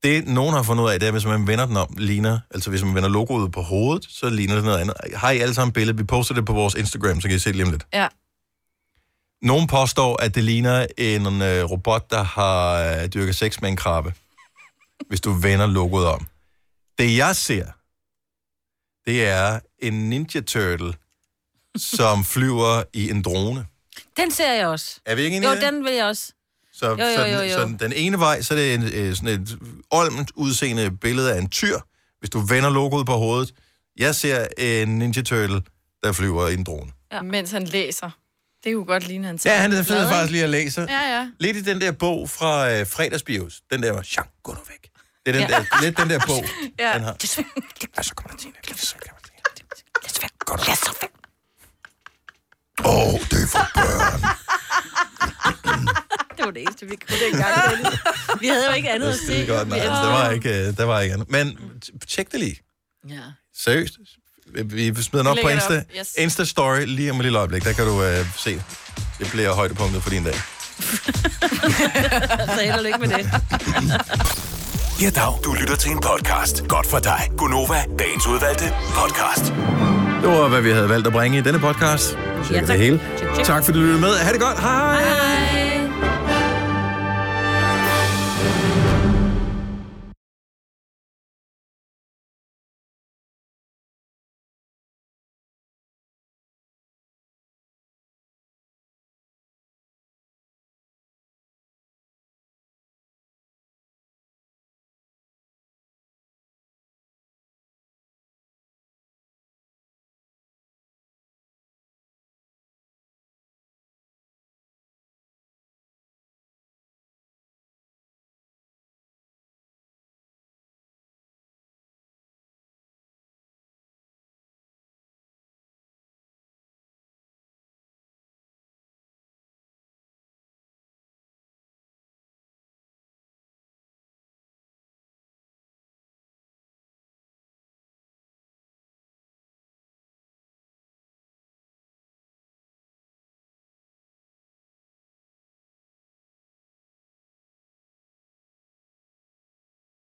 Speaker 1: Det, nogen har fundet ud af, det er, hvis man vender den om, ligner, altså hvis man vender logoet på hovedet, så ligner det noget andet. Har I alle sammen billedet? Vi poster det på vores Instagram, så kan I se det lige om lidt.
Speaker 3: Ja.
Speaker 1: Nogen påstår, at det ligner en øh, robot, der har øh, dyrket sex med en krabbe, hvis du vender logoet om. Det jeg ser, det er en Ninja Turtle, som flyver i en drone.
Speaker 2: Den ser jeg også.
Speaker 1: Er vi ikke enige
Speaker 2: Jo,
Speaker 1: i det?
Speaker 2: den vil jeg også.
Speaker 1: Så,
Speaker 2: Jo, jo,
Speaker 1: så, den,
Speaker 2: jo, jo.
Speaker 1: så den- den ene vej, så er det en, øh, sådan et olmt udseende billede af en tyr, hvis du vender logoet på hovedet. Jeg ser en Ninja Turtle, der flyver i en drone.
Speaker 3: Ja. Mens han læser. Det kunne godt ligne, han
Speaker 1: Ja,
Speaker 3: selv
Speaker 1: han
Speaker 3: er
Speaker 1: er
Speaker 3: glad,
Speaker 1: fed faktisk
Speaker 3: ikke?
Speaker 1: lige at læse.
Speaker 3: Ja, ja.
Speaker 1: Lidt i den der bog fra øh, fredagsbios. Den der, Jean, gå nu væk. Det er den
Speaker 3: Ja.
Speaker 1: der, lidt den der bog,
Speaker 3: Ja.
Speaker 1: han har.
Speaker 3: Ja, så kommer Tina.
Speaker 1: Gå nu væk. Åh, oh, det er for børn.
Speaker 2: Det var det eneste, vi kunne dengang. Dennis. Vi havde jo ikke andet at
Speaker 1: Det er
Speaker 2: se.
Speaker 1: skide godt, nej. Altså, der var ikke, øh, der var ikke andet. Men t- tjek det lige.
Speaker 2: Ja.
Speaker 1: Seriøst. Vi vi smider den op
Speaker 3: Vi
Speaker 1: på
Speaker 3: lægger det
Speaker 1: Insta.
Speaker 3: op, yes.
Speaker 1: Insta-story lige om et lille øjeblik. Der kan du øh, se. Det bliver højdepunktet for din dag.
Speaker 2: Så held og lykke med det.
Speaker 6: Ja, dag. Du lytter til en podcast. Godt for dig. Gunova, dagens udvalgte podcast.
Speaker 1: Det var, hvad vi havde valgt at bringe i denne podcast. Cirka
Speaker 6: Ja,
Speaker 1: ja,
Speaker 6: tak.
Speaker 1: det hele. Tak fordi du lyttede med. Ha' det godt. Hej.
Speaker 2: Hej.